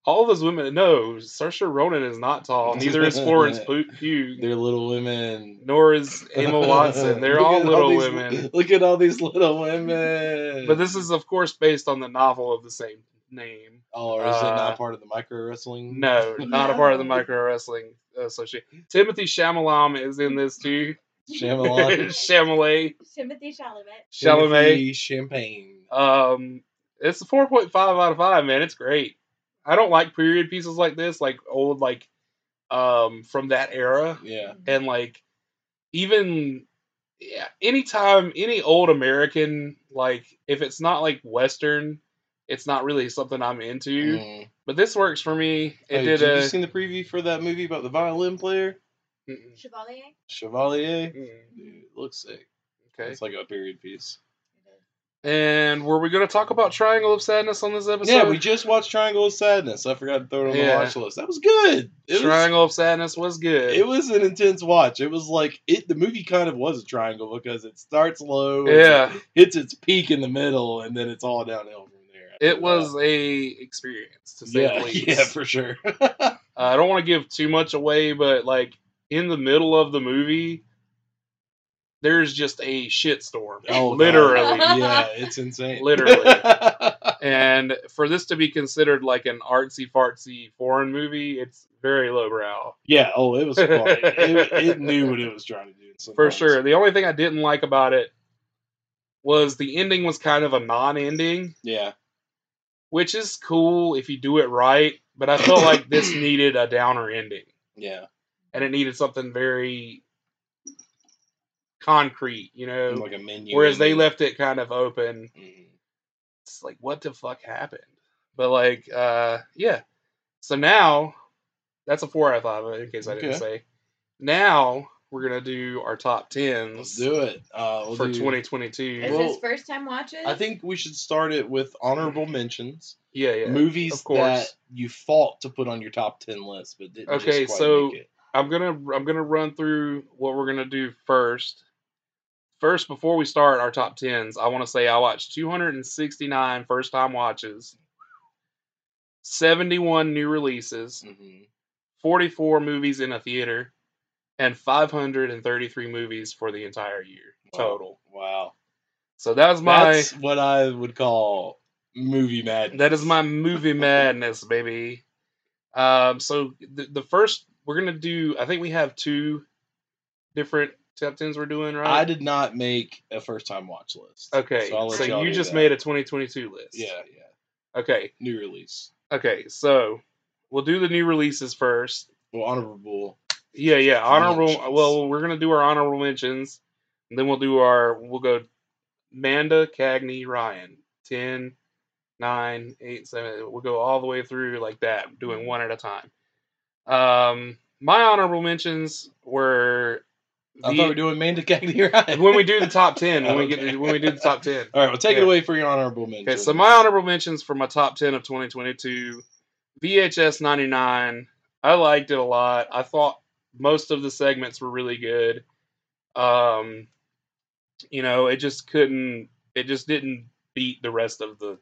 Speaker 3: All those women. No, Saoirse Ronan is not tall.
Speaker 4: [LAUGHS]
Speaker 3: Neither is Florence Pu- Pugh.
Speaker 4: They're little women.
Speaker 3: Nor is
Speaker 4: [LAUGHS]
Speaker 3: Emma Watson. They're
Speaker 4: Look
Speaker 3: all
Speaker 4: at
Speaker 3: little
Speaker 4: these-
Speaker 3: women.
Speaker 4: [LAUGHS] Look at all these little women.
Speaker 3: But this is, of course, based on the novel of the same name.
Speaker 4: Oh, or is it
Speaker 3: uh,
Speaker 4: not part of the micro wrestling?
Speaker 3: No, not a part
Speaker 4: [LAUGHS]
Speaker 3: of the
Speaker 2: No.
Speaker 3: micro wrestling association. Timothy Chalamet is in this too.
Speaker 4: Shyamalan.
Speaker 3: [LAUGHS] Chalamet,
Speaker 2: Timothy Chalamet.
Speaker 3: Chalamet.
Speaker 4: Oh, Timothy Champagne.
Speaker 3: Um, it's a four point five out of five. Man, it's great. I don't like period pieces like this, like old, like um, from that era,
Speaker 4: Yeah.
Speaker 3: and like even yeah, anytime any old American, like if it's not like Western, it's not really something I'm into.
Speaker 4: Mm.
Speaker 3: But this works for me. It
Speaker 4: Hey,
Speaker 3: did
Speaker 4: did
Speaker 3: a.
Speaker 4: you seen the preview for that movie about the violin player?
Speaker 3: Mm,
Speaker 5: Chevalier?
Speaker 4: Chevalier?
Speaker 3: mm,
Speaker 4: Dude, it looks sick.
Speaker 3: okay.
Speaker 4: It's like a period piece.
Speaker 3: And were we going to talk about Triangle of Sadness on this episode?
Speaker 4: yeah, we just watched Triangle of Sadness. I forgot to throw it on
Speaker 3: Yeah.
Speaker 4: the watch list. That was good. It was,
Speaker 3: Triangle of Sadness was good.
Speaker 4: it was an intense watch. It was like it. The movie kind of was a triangle because it starts low, and
Speaker 3: yeah,
Speaker 4: hits its peak in the middle, and then it's all downhill from there. after
Speaker 3: it
Speaker 4: that.
Speaker 3: was a experience to say the
Speaker 4: Yeah, [LAUGHS]
Speaker 3: least.
Speaker 4: yeah, for sure.
Speaker 3: Uh, I don't want to give too much away, but like in the middle of the movie, there's just a shitstorm,
Speaker 4: Oh, God.
Speaker 3: literally.
Speaker 4: [LAUGHS] yeah, it's insane.
Speaker 3: Literally. and for this to be considered like an artsy fartsy foreign movie, it's very lowbrow
Speaker 4: [LAUGHS] yeah. Oh, it was fun. It, it knew what it was trying to do. in some
Speaker 3: for
Speaker 4: parts.
Speaker 3: sure. The only thing I didn't like about it was the ending was kind of a non-ending.
Speaker 4: Yeah.
Speaker 3: which is cool if you do it right. But I felt like this needed a downer ending,
Speaker 4: Yeah.
Speaker 3: and it needed something very concrete, you know.
Speaker 4: Like a menu.
Speaker 3: Whereas they left it kind of open.
Speaker 4: Mhm.
Speaker 3: It's like, what the fuck happened? But like, uh, yeah. So now, that's a four out of five. In case I didn't
Speaker 4: Okay.
Speaker 3: say. Now we're gonna do our top
Speaker 4: Let's
Speaker 3: tens
Speaker 4: do it. Uh, we'll
Speaker 3: for
Speaker 4: do-
Speaker 3: 2022.
Speaker 2: Is
Speaker 4: Well,
Speaker 2: this first time watching?
Speaker 4: I think we should start it with honorable mentions.
Speaker 3: yeah, yeah.
Speaker 4: movies
Speaker 3: of course.
Speaker 4: that you fought to put on your top ten list, but didn't.
Speaker 3: Okay,
Speaker 4: just quite
Speaker 3: so-
Speaker 4: make it.
Speaker 3: I'm gonna I'm gonna run through what we're gonna do first. First, before we start our top tens, I want to say I watched 269 first time watches, 71 new releases,
Speaker 4: Mhm.
Speaker 3: 44 movies in a theater, and 533 movies for the entire year
Speaker 4: Wow.
Speaker 3: total.
Speaker 4: Oh, Wow,
Speaker 3: So that was my
Speaker 4: that's what I would call movie madness.
Speaker 3: that is my movie madness, baby. Um, so the, the first we're gonna do. I think we have two different top tens we're doing, right?
Speaker 4: I did not make a first time watch list.
Speaker 3: Okay, so,
Speaker 4: I'll let y'all
Speaker 3: you
Speaker 4: do
Speaker 3: just
Speaker 4: that.
Speaker 3: made a 2022 list.
Speaker 4: yeah, yeah,
Speaker 3: Okay.
Speaker 4: new release.
Speaker 3: Okay. So we'll do the new releases first.
Speaker 4: Well, honorable.
Speaker 3: Yeah, yeah. Honorable.
Speaker 4: Mentions.
Speaker 3: Well, we're gonna do our honorable mentions, and then we'll do our. We'll go. Manda, Cagney, Ryan. 10, 9, 8, 7. We'll go all the way through like that, doing one at a time. Um, my honorable mentions were
Speaker 4: I
Speaker 3: the-
Speaker 4: thought we were doing main to Cagney Ryan.
Speaker 3: when we do the top 10, when we
Speaker 4: Okay.
Speaker 3: get when we do the top 10.
Speaker 4: [LAUGHS] All right, well, take
Speaker 3: Yeah.
Speaker 4: it away for your honorable mention.
Speaker 3: Okay, so my honorable mentions for my top 10 of 2022 VHS 99. I liked it a lot. I thought most of the segments were really good. Um, you know, it just couldn't, it just didn't beat the rest of the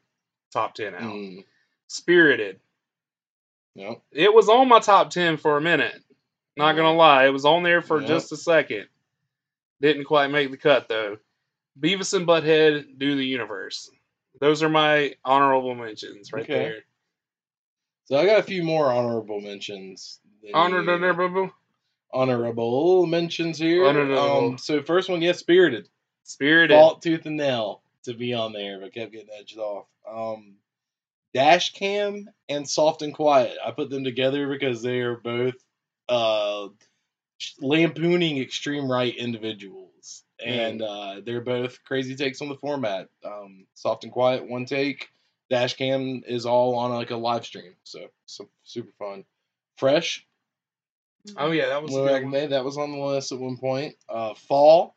Speaker 3: top 10 out.
Speaker 4: Mm,
Speaker 3: Spirited.
Speaker 4: no.
Speaker 3: It was on my top 10 for a minute. Not going to lie. It was on there for
Speaker 4: Mm. Yep.
Speaker 3: just a second. Didn't quite make the cut, though. Beavis and Butthead do the universe. Those are my honorable mentions right
Speaker 4: Okay.
Speaker 3: there.
Speaker 4: So I got a few more honorable mentions. than you.
Speaker 3: Honorable
Speaker 4: honorable mentions here.
Speaker 3: Honorable.
Speaker 4: Um, so first one, yes, Spirited.
Speaker 3: Spirited.
Speaker 4: Fought tooth and nail to be on there, but kept getting edged off. Um, Dash Cam and Soft and Quiet. I put them together because they are both uh, lampooning extreme right individuals, and uh, they're both crazy takes on the format. Um, soft and Quiet, one take. Dash Cam is all on like a live stream, so, so super fun. Fresh,
Speaker 3: Oh yeah, that was a
Speaker 4: Blue
Speaker 3: good
Speaker 4: Rag
Speaker 3: one.
Speaker 4: May, that was on the list at one point. Uh, Fall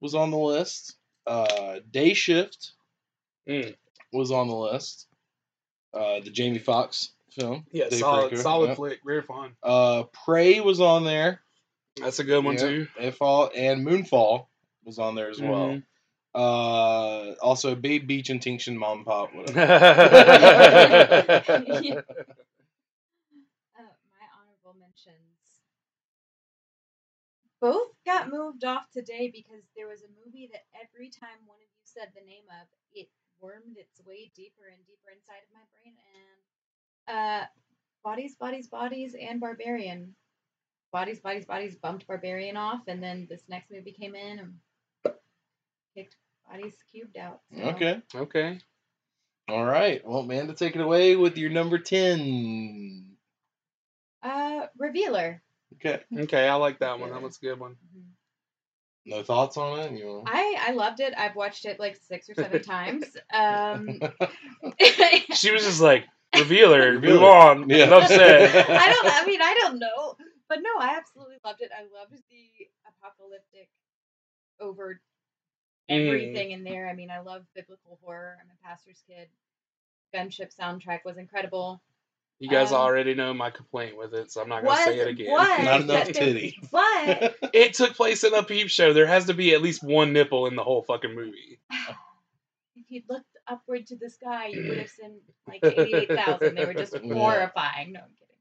Speaker 4: was on the list. Uh, Day Shift
Speaker 3: Mm.
Speaker 4: was on the list. Uh, the Jamie Foxx film.
Speaker 3: Yeah,
Speaker 4: Dave
Speaker 3: solid,
Speaker 4: Franco,
Speaker 3: solid
Speaker 4: yep.
Speaker 3: flick, very fun.
Speaker 4: Uh, Prey was on there.
Speaker 3: That's a good one
Speaker 4: Yep,
Speaker 3: too.
Speaker 4: They fall and Moonfall was on there as
Speaker 3: Mm-hmm.
Speaker 4: well. Uh, also Babe Beach and Tinction Mom and
Speaker 3: [LAUGHS]
Speaker 4: Pop. Whatever.
Speaker 5: [LAUGHS]
Speaker 4: [LAUGHS]
Speaker 3: Mhm.
Speaker 5: Uh, my honorable mentions. Both got moved off today because there was a movie that every time one of you said the name of, it wormed its way deeper and deeper inside of my brain. And uh, Bodies, Bodies, Bodies, and Barbarian.
Speaker 2: Bodies, bodies, bodies bumped Barbarian off, and then this next movie came in and kicked Bodies Cubed out. so-
Speaker 4: okay.
Speaker 3: [LAUGHS] okay.
Speaker 4: All right. Well, man, to take it away with your number ten.
Speaker 2: Uh, Revealer.
Speaker 4: Okay.
Speaker 3: Okay, I like that one. That was a good one.
Speaker 5: Mm-hmm.
Speaker 4: No thoughts on it? You wanna-
Speaker 2: I I loved it. I've watched it like six
Speaker 3: [LAUGHS]
Speaker 2: or seven times. Um, [LAUGHS]
Speaker 3: She was just like, revealer,
Speaker 4: [LAUGHS] Revealer.
Speaker 3: move on.
Speaker 4: Yeah.
Speaker 3: Enough said.
Speaker 2: I don't. I mean, I don't know, but no, I absolutely loved it. I loved the apocalyptic over [LAUGHS]
Speaker 4: Mm.
Speaker 2: everything in there. I mean, I love biblical horror. I'm a pastor's kid. Gunship soundtrack was incredible.
Speaker 3: You guys
Speaker 2: Um,
Speaker 3: already know my complaint with it, so I'm not gonna
Speaker 2: was
Speaker 3: say it again.
Speaker 2: was
Speaker 4: Not enough
Speaker 2: that
Speaker 4: titty.
Speaker 2: There, [LAUGHS]
Speaker 3: [LAUGHS]
Speaker 2: but
Speaker 4: [LAUGHS]
Speaker 3: It took place in a peep show. There has to be at least one nipple in the whole fucking movie.
Speaker 2: if you looked upward to the sky, you would have seen like
Speaker 4: [LAUGHS]
Speaker 2: eighty-eight thousand. They were just
Speaker 4: Yeah.
Speaker 2: horrifying. No, I'm kidding.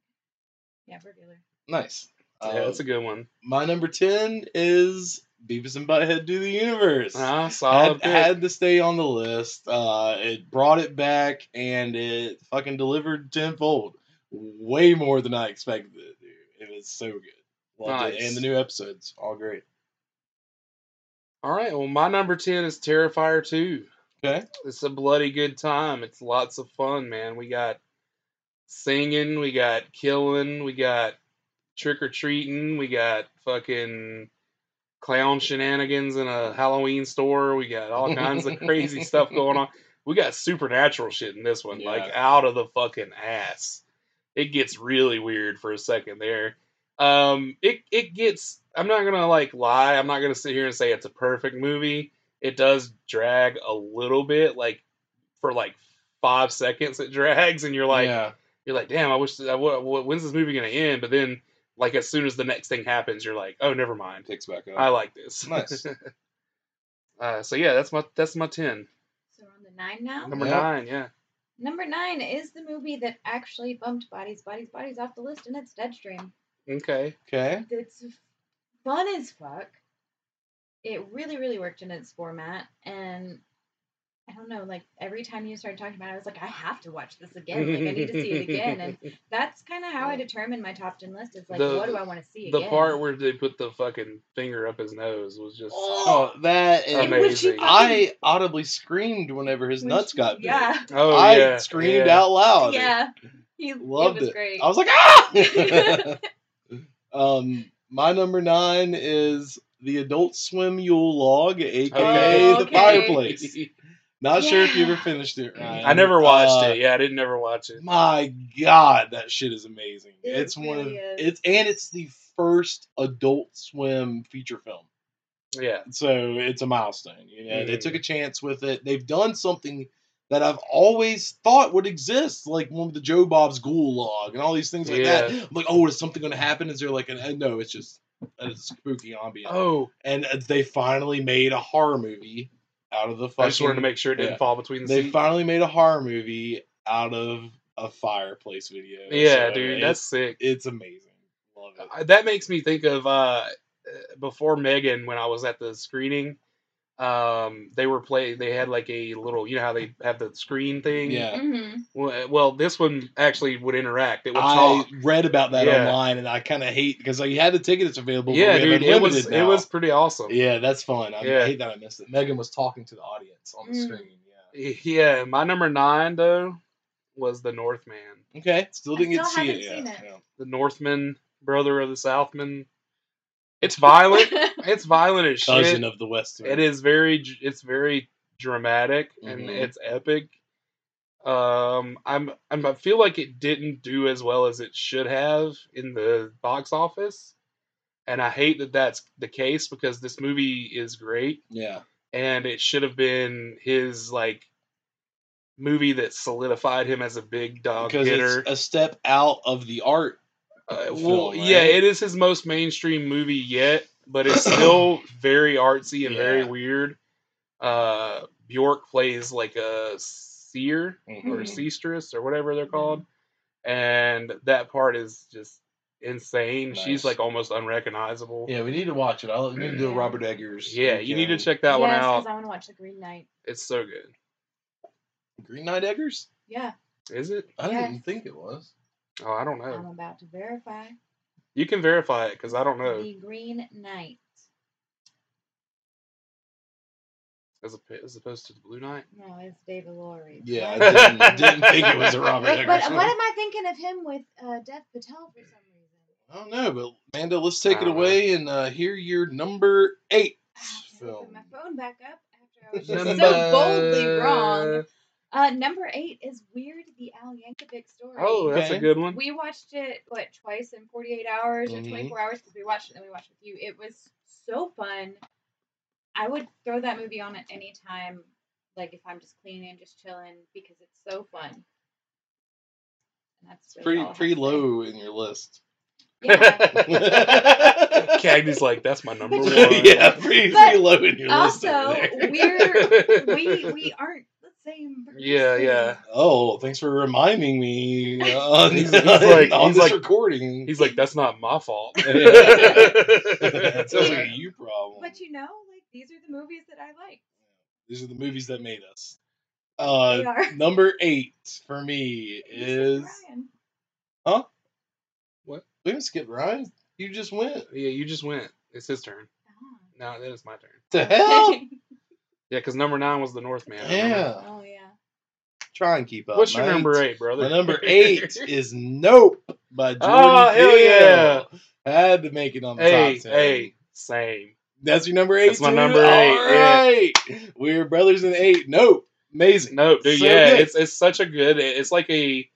Speaker 2: Yeah, regular.
Speaker 4: nice.
Speaker 3: Yeah,
Speaker 4: Uh,
Speaker 3: that's a good one.
Speaker 4: my number 10 is Beavis and Butthead Do the Universe.
Speaker 3: Ah, solid.
Speaker 4: Had,
Speaker 3: pick.
Speaker 4: had to stay on the list. Uh, it brought it back and it fucking delivered tenfold. Way more than I expected it, dude. It was so good. Loved it.
Speaker 3: Nice.
Speaker 4: And the new episodes, all great.
Speaker 3: All right. Well, my number 10 is Terrifier 2.
Speaker 4: Okay.
Speaker 3: It's a bloody good time. It's lots of fun, man. We got singing, we got killing, we got trick or treating, we got fucking clown shenanigans in a Halloween store. We got all kinds of crazy stuff going on. We got supernatural shit in this one, like
Speaker 4: Yeah.
Speaker 3: out of the fucking ass. It gets really weird for a second there. Um, it it gets. I'm not gonna like lie. I'm not gonna sit here and say it's a perfect movie. It does drag a little bit, like for like five seconds it drags, and you're like,
Speaker 4: yeah.
Speaker 3: you're like, damn, I wish. That, what, what, when's this movie gonna end? But then, like as soon as the next thing happens, you're like, oh, never mind.
Speaker 4: Takes back up.
Speaker 3: I like this.
Speaker 4: nice.
Speaker 3: [LAUGHS] Uh, so yeah, that's my that's my ten.
Speaker 2: So we're on the nine now.
Speaker 3: Number
Speaker 4: Yeah.
Speaker 3: nine, yeah.
Speaker 2: Number nine is the movie that actually bumped Bodies, Bodies, Bodies off the list, and it's Deadstream.
Speaker 3: Okay.
Speaker 4: Okay.
Speaker 2: It's fun as fuck. It really, really worked in its format, and I don't know, like every time you started talking about it, I was like, I have to watch this again. Like I need to see it again, and that's kind of how I determine my top ten list. Is like,
Speaker 3: The-
Speaker 2: what do I want to see
Speaker 3: the
Speaker 2: again?
Speaker 3: part
Speaker 2: [LAUGHS]
Speaker 3: where they put the fucking finger up his nose was just oh, [LAUGHS]
Speaker 4: Oh, that
Speaker 3: Amazing.
Speaker 4: and I audibly screamed whenever his
Speaker 2: When
Speaker 4: nuts
Speaker 2: she-
Speaker 4: got big.
Speaker 2: Yeah,
Speaker 4: [LAUGHS] I
Speaker 3: Oh, yeah,
Speaker 4: screamed
Speaker 3: yeah.
Speaker 4: out loud.
Speaker 2: yeah. He
Speaker 4: Loved
Speaker 2: it.
Speaker 4: it.
Speaker 2: Was great. [LAUGHS]
Speaker 4: I was [LAUGHS] like, ah! [LAUGHS] um, my number nine is the Adult Swim Yule Log, aka
Speaker 3: Okay.
Speaker 4: the
Speaker 2: Oh,
Speaker 3: [LAUGHS]
Speaker 2: Okay.
Speaker 4: fireplace. Not sure if you
Speaker 6: Yeah.
Speaker 4: ever finished it, Ryan.
Speaker 3: I never watched
Speaker 4: Uh,
Speaker 3: it. Yeah, I didn't never watch it.
Speaker 4: My God, that shit is amazing.
Speaker 2: It
Speaker 4: it's one of
Speaker 2: really is.
Speaker 4: it's and it's the first Adult Swim feature film,
Speaker 3: Yeah,
Speaker 4: so it's a milestone. You know, they
Speaker 3: Mhm.
Speaker 4: took a chance with it. They've done something that I've always thought would exist, like one with the Joe Bob's Ghoul Log and all these things like that. I'm like, oh, is something going to happen? Is there like an? uh, No, it's just a spooky ambiance.
Speaker 3: Oh,
Speaker 4: And uh, they finally made a horror movie out of the fucking.
Speaker 3: I just wanted to make sure it didn't
Speaker 4: yeah.
Speaker 3: fall between the
Speaker 4: They
Speaker 3: seats.
Speaker 4: finally made a horror movie out of a fireplace video.
Speaker 3: yeah,
Speaker 4: so
Speaker 3: dude,
Speaker 4: it's-
Speaker 3: that's sick.
Speaker 4: it's amazing. Love it.
Speaker 3: I- that makes me think of uh, uh, before Megan when I was at the screening. Um, they were play. They had like a little, you know how they have the screen thing.
Speaker 4: Yeah,
Speaker 6: Mm-hmm.
Speaker 3: Well, uh, well, this one actually would interact. It would
Speaker 4: I
Speaker 3: talk.
Speaker 4: read about that
Speaker 3: Yeah.
Speaker 4: online, and I kind of hate because like you had the ticket that's available.
Speaker 3: yeah,
Speaker 4: but we have
Speaker 3: dude, it was
Speaker 4: unlimited now.
Speaker 3: it was pretty awesome.
Speaker 4: Yeah, that's fun. I
Speaker 3: Yeah.
Speaker 4: hate that I missed it. Megan was talking to the audience on the
Speaker 2: Mm.
Speaker 4: screen. Yeah.
Speaker 3: Yeah, my number nine though was the Northman,
Speaker 4: Okay. Still
Speaker 2: I
Speaker 4: didn't get to
Speaker 2: still
Speaker 4: see it.
Speaker 2: haven't
Speaker 4: yet.
Speaker 2: seen it.
Speaker 4: Yeah.
Speaker 3: the Northman brother of the Southman. It's violent. it's violent as shit.
Speaker 4: Cousin of the Western.
Speaker 3: it is very dr- it's very dramatic and
Speaker 4: Mhm.
Speaker 3: it's epic um I'm, I'm i feel like it didn't do as well as it should have in the box office and i hate that that's the case because this movie is great
Speaker 4: Yeah.
Speaker 3: and it should have been his like movie that solidified him as a big dog
Speaker 4: Because
Speaker 3: hitter
Speaker 4: it's a step out of the art.
Speaker 3: uh,
Speaker 4: film,
Speaker 3: well, yeah,
Speaker 4: right?
Speaker 3: it is his most mainstream movie yet, but it's
Speaker 4: [COUGHS]
Speaker 3: still very artsy and very
Speaker 4: Yeah.
Speaker 3: weird. Uh, Bjork plays like a seer or
Speaker 2: Mm-hmm.
Speaker 4: Mhm.
Speaker 3: seestress or whatever they're called, and that part is just insane. She's
Speaker 4: Nice.
Speaker 3: like almost unrecognizable. Yeah,
Speaker 4: Yeah, we need to watch it. I'll we need to do a Robert Eggers.
Speaker 3: you need to
Speaker 4: weekend.
Speaker 3: check that one
Speaker 2: yes, because
Speaker 3: out.
Speaker 2: I want to watch The Green Knight.
Speaker 3: It's so good.
Speaker 4: Green Knight Eggers.
Speaker 2: Yeah,
Speaker 3: Is it?
Speaker 4: I didn't
Speaker 2: Yes.
Speaker 4: think it was.
Speaker 3: Oh, I don't
Speaker 2: I'm
Speaker 3: know.
Speaker 2: about to verify.
Speaker 3: You can verify it because I don't know.
Speaker 2: The Green Knight.
Speaker 3: As oppo- as opposed to the Blue Knight.
Speaker 2: No, it's David Lowery.
Speaker 4: Yeah, I
Speaker 2: [LAUGHS] What?
Speaker 4: didn't, I didn't think it was a Robert
Speaker 2: Wait,
Speaker 4: Eggers.
Speaker 2: but
Speaker 4: one.
Speaker 2: what am I thinking of him with uh, Dev Patel for some reason?
Speaker 4: I don't know, but Amanda, let's take
Speaker 3: I
Speaker 4: it
Speaker 3: don't
Speaker 4: away and uh, hear your number eight
Speaker 2: Ah, I have to
Speaker 4: film.
Speaker 2: open my phone back up after I was just
Speaker 3: Number-
Speaker 2: so boldly wrong. Uh, number eight is Weird: The Al Yankovic Story.
Speaker 3: Oh, that's a
Speaker 4: Okay.
Speaker 3: good one.
Speaker 2: we watched it what twice in 48 hours
Speaker 4: Mhm.
Speaker 2: or 24 hours because we watched it and we watched it with you it was so fun i would throw that movie on at any time like if i'm just cleaning just chilling because it's so fun and that's
Speaker 4: It's
Speaker 2: really
Speaker 4: pretty
Speaker 2: all I have
Speaker 4: pretty
Speaker 2: to say.
Speaker 4: low in your list. [LAUGHS]
Speaker 2: yeah
Speaker 3: [LAUGHS] Cagney's like, that's my
Speaker 4: [LAUGHS]
Speaker 3: number one.
Speaker 4: yeah, pretty,
Speaker 2: But
Speaker 4: pretty low in your list.
Speaker 2: also
Speaker 4: over there.
Speaker 2: we're we
Speaker 4: [LAUGHS]
Speaker 2: we aren't the same person.
Speaker 3: Yeah, yeah.
Speaker 4: Oh, thanks for
Speaker 3: [LAUGHS]
Speaker 4: reminding me uh, [LAUGHS] on,
Speaker 3: He's- he's like-
Speaker 4: on
Speaker 3: he's
Speaker 4: this
Speaker 3: like- [LAUGHS]
Speaker 4: [LAUGHS] recording.
Speaker 3: He's like, that's not my
Speaker 4: [LAUGHS]
Speaker 3: fault. [LAUGHS]
Speaker 4: that sounds like a you problem.
Speaker 2: but you know like these are the movies that i like
Speaker 4: These are the movies that made us. Uh,
Speaker 2: they are
Speaker 4: number eight for me
Speaker 2: You said
Speaker 4: is.
Speaker 2: Brian.
Speaker 4: We didn't skip Ryan. You just
Speaker 2: [LAUGHS]
Speaker 4: went.
Speaker 3: yeah, you just went. It's his turn. No, then it's my turn.
Speaker 4: The
Speaker 2: Ah.
Speaker 4: hell?
Speaker 3: Yeah, because number nine was the Northman. remember?
Speaker 4: yeah.
Speaker 2: [LAUGHS] oh yeah
Speaker 4: Try and keep up.
Speaker 3: What's your
Speaker 4: mate.
Speaker 3: number eight, brother?
Speaker 4: My
Speaker 3: [LAUGHS]
Speaker 4: number eight is Nope by Jordan.
Speaker 3: Oh, hell
Speaker 4: Peele. Had to make it on the
Speaker 3: hey,
Speaker 4: top ten.
Speaker 3: hey, same.
Speaker 4: That's your number eight.
Speaker 3: That's my
Speaker 4: dude?
Speaker 3: number eight,
Speaker 4: All
Speaker 3: yeah.
Speaker 4: right. We're brothers in eight. Nope. Amazing.
Speaker 3: No, dude,
Speaker 4: So
Speaker 3: yeah,
Speaker 4: good.
Speaker 3: it's it's such a good. It's like a.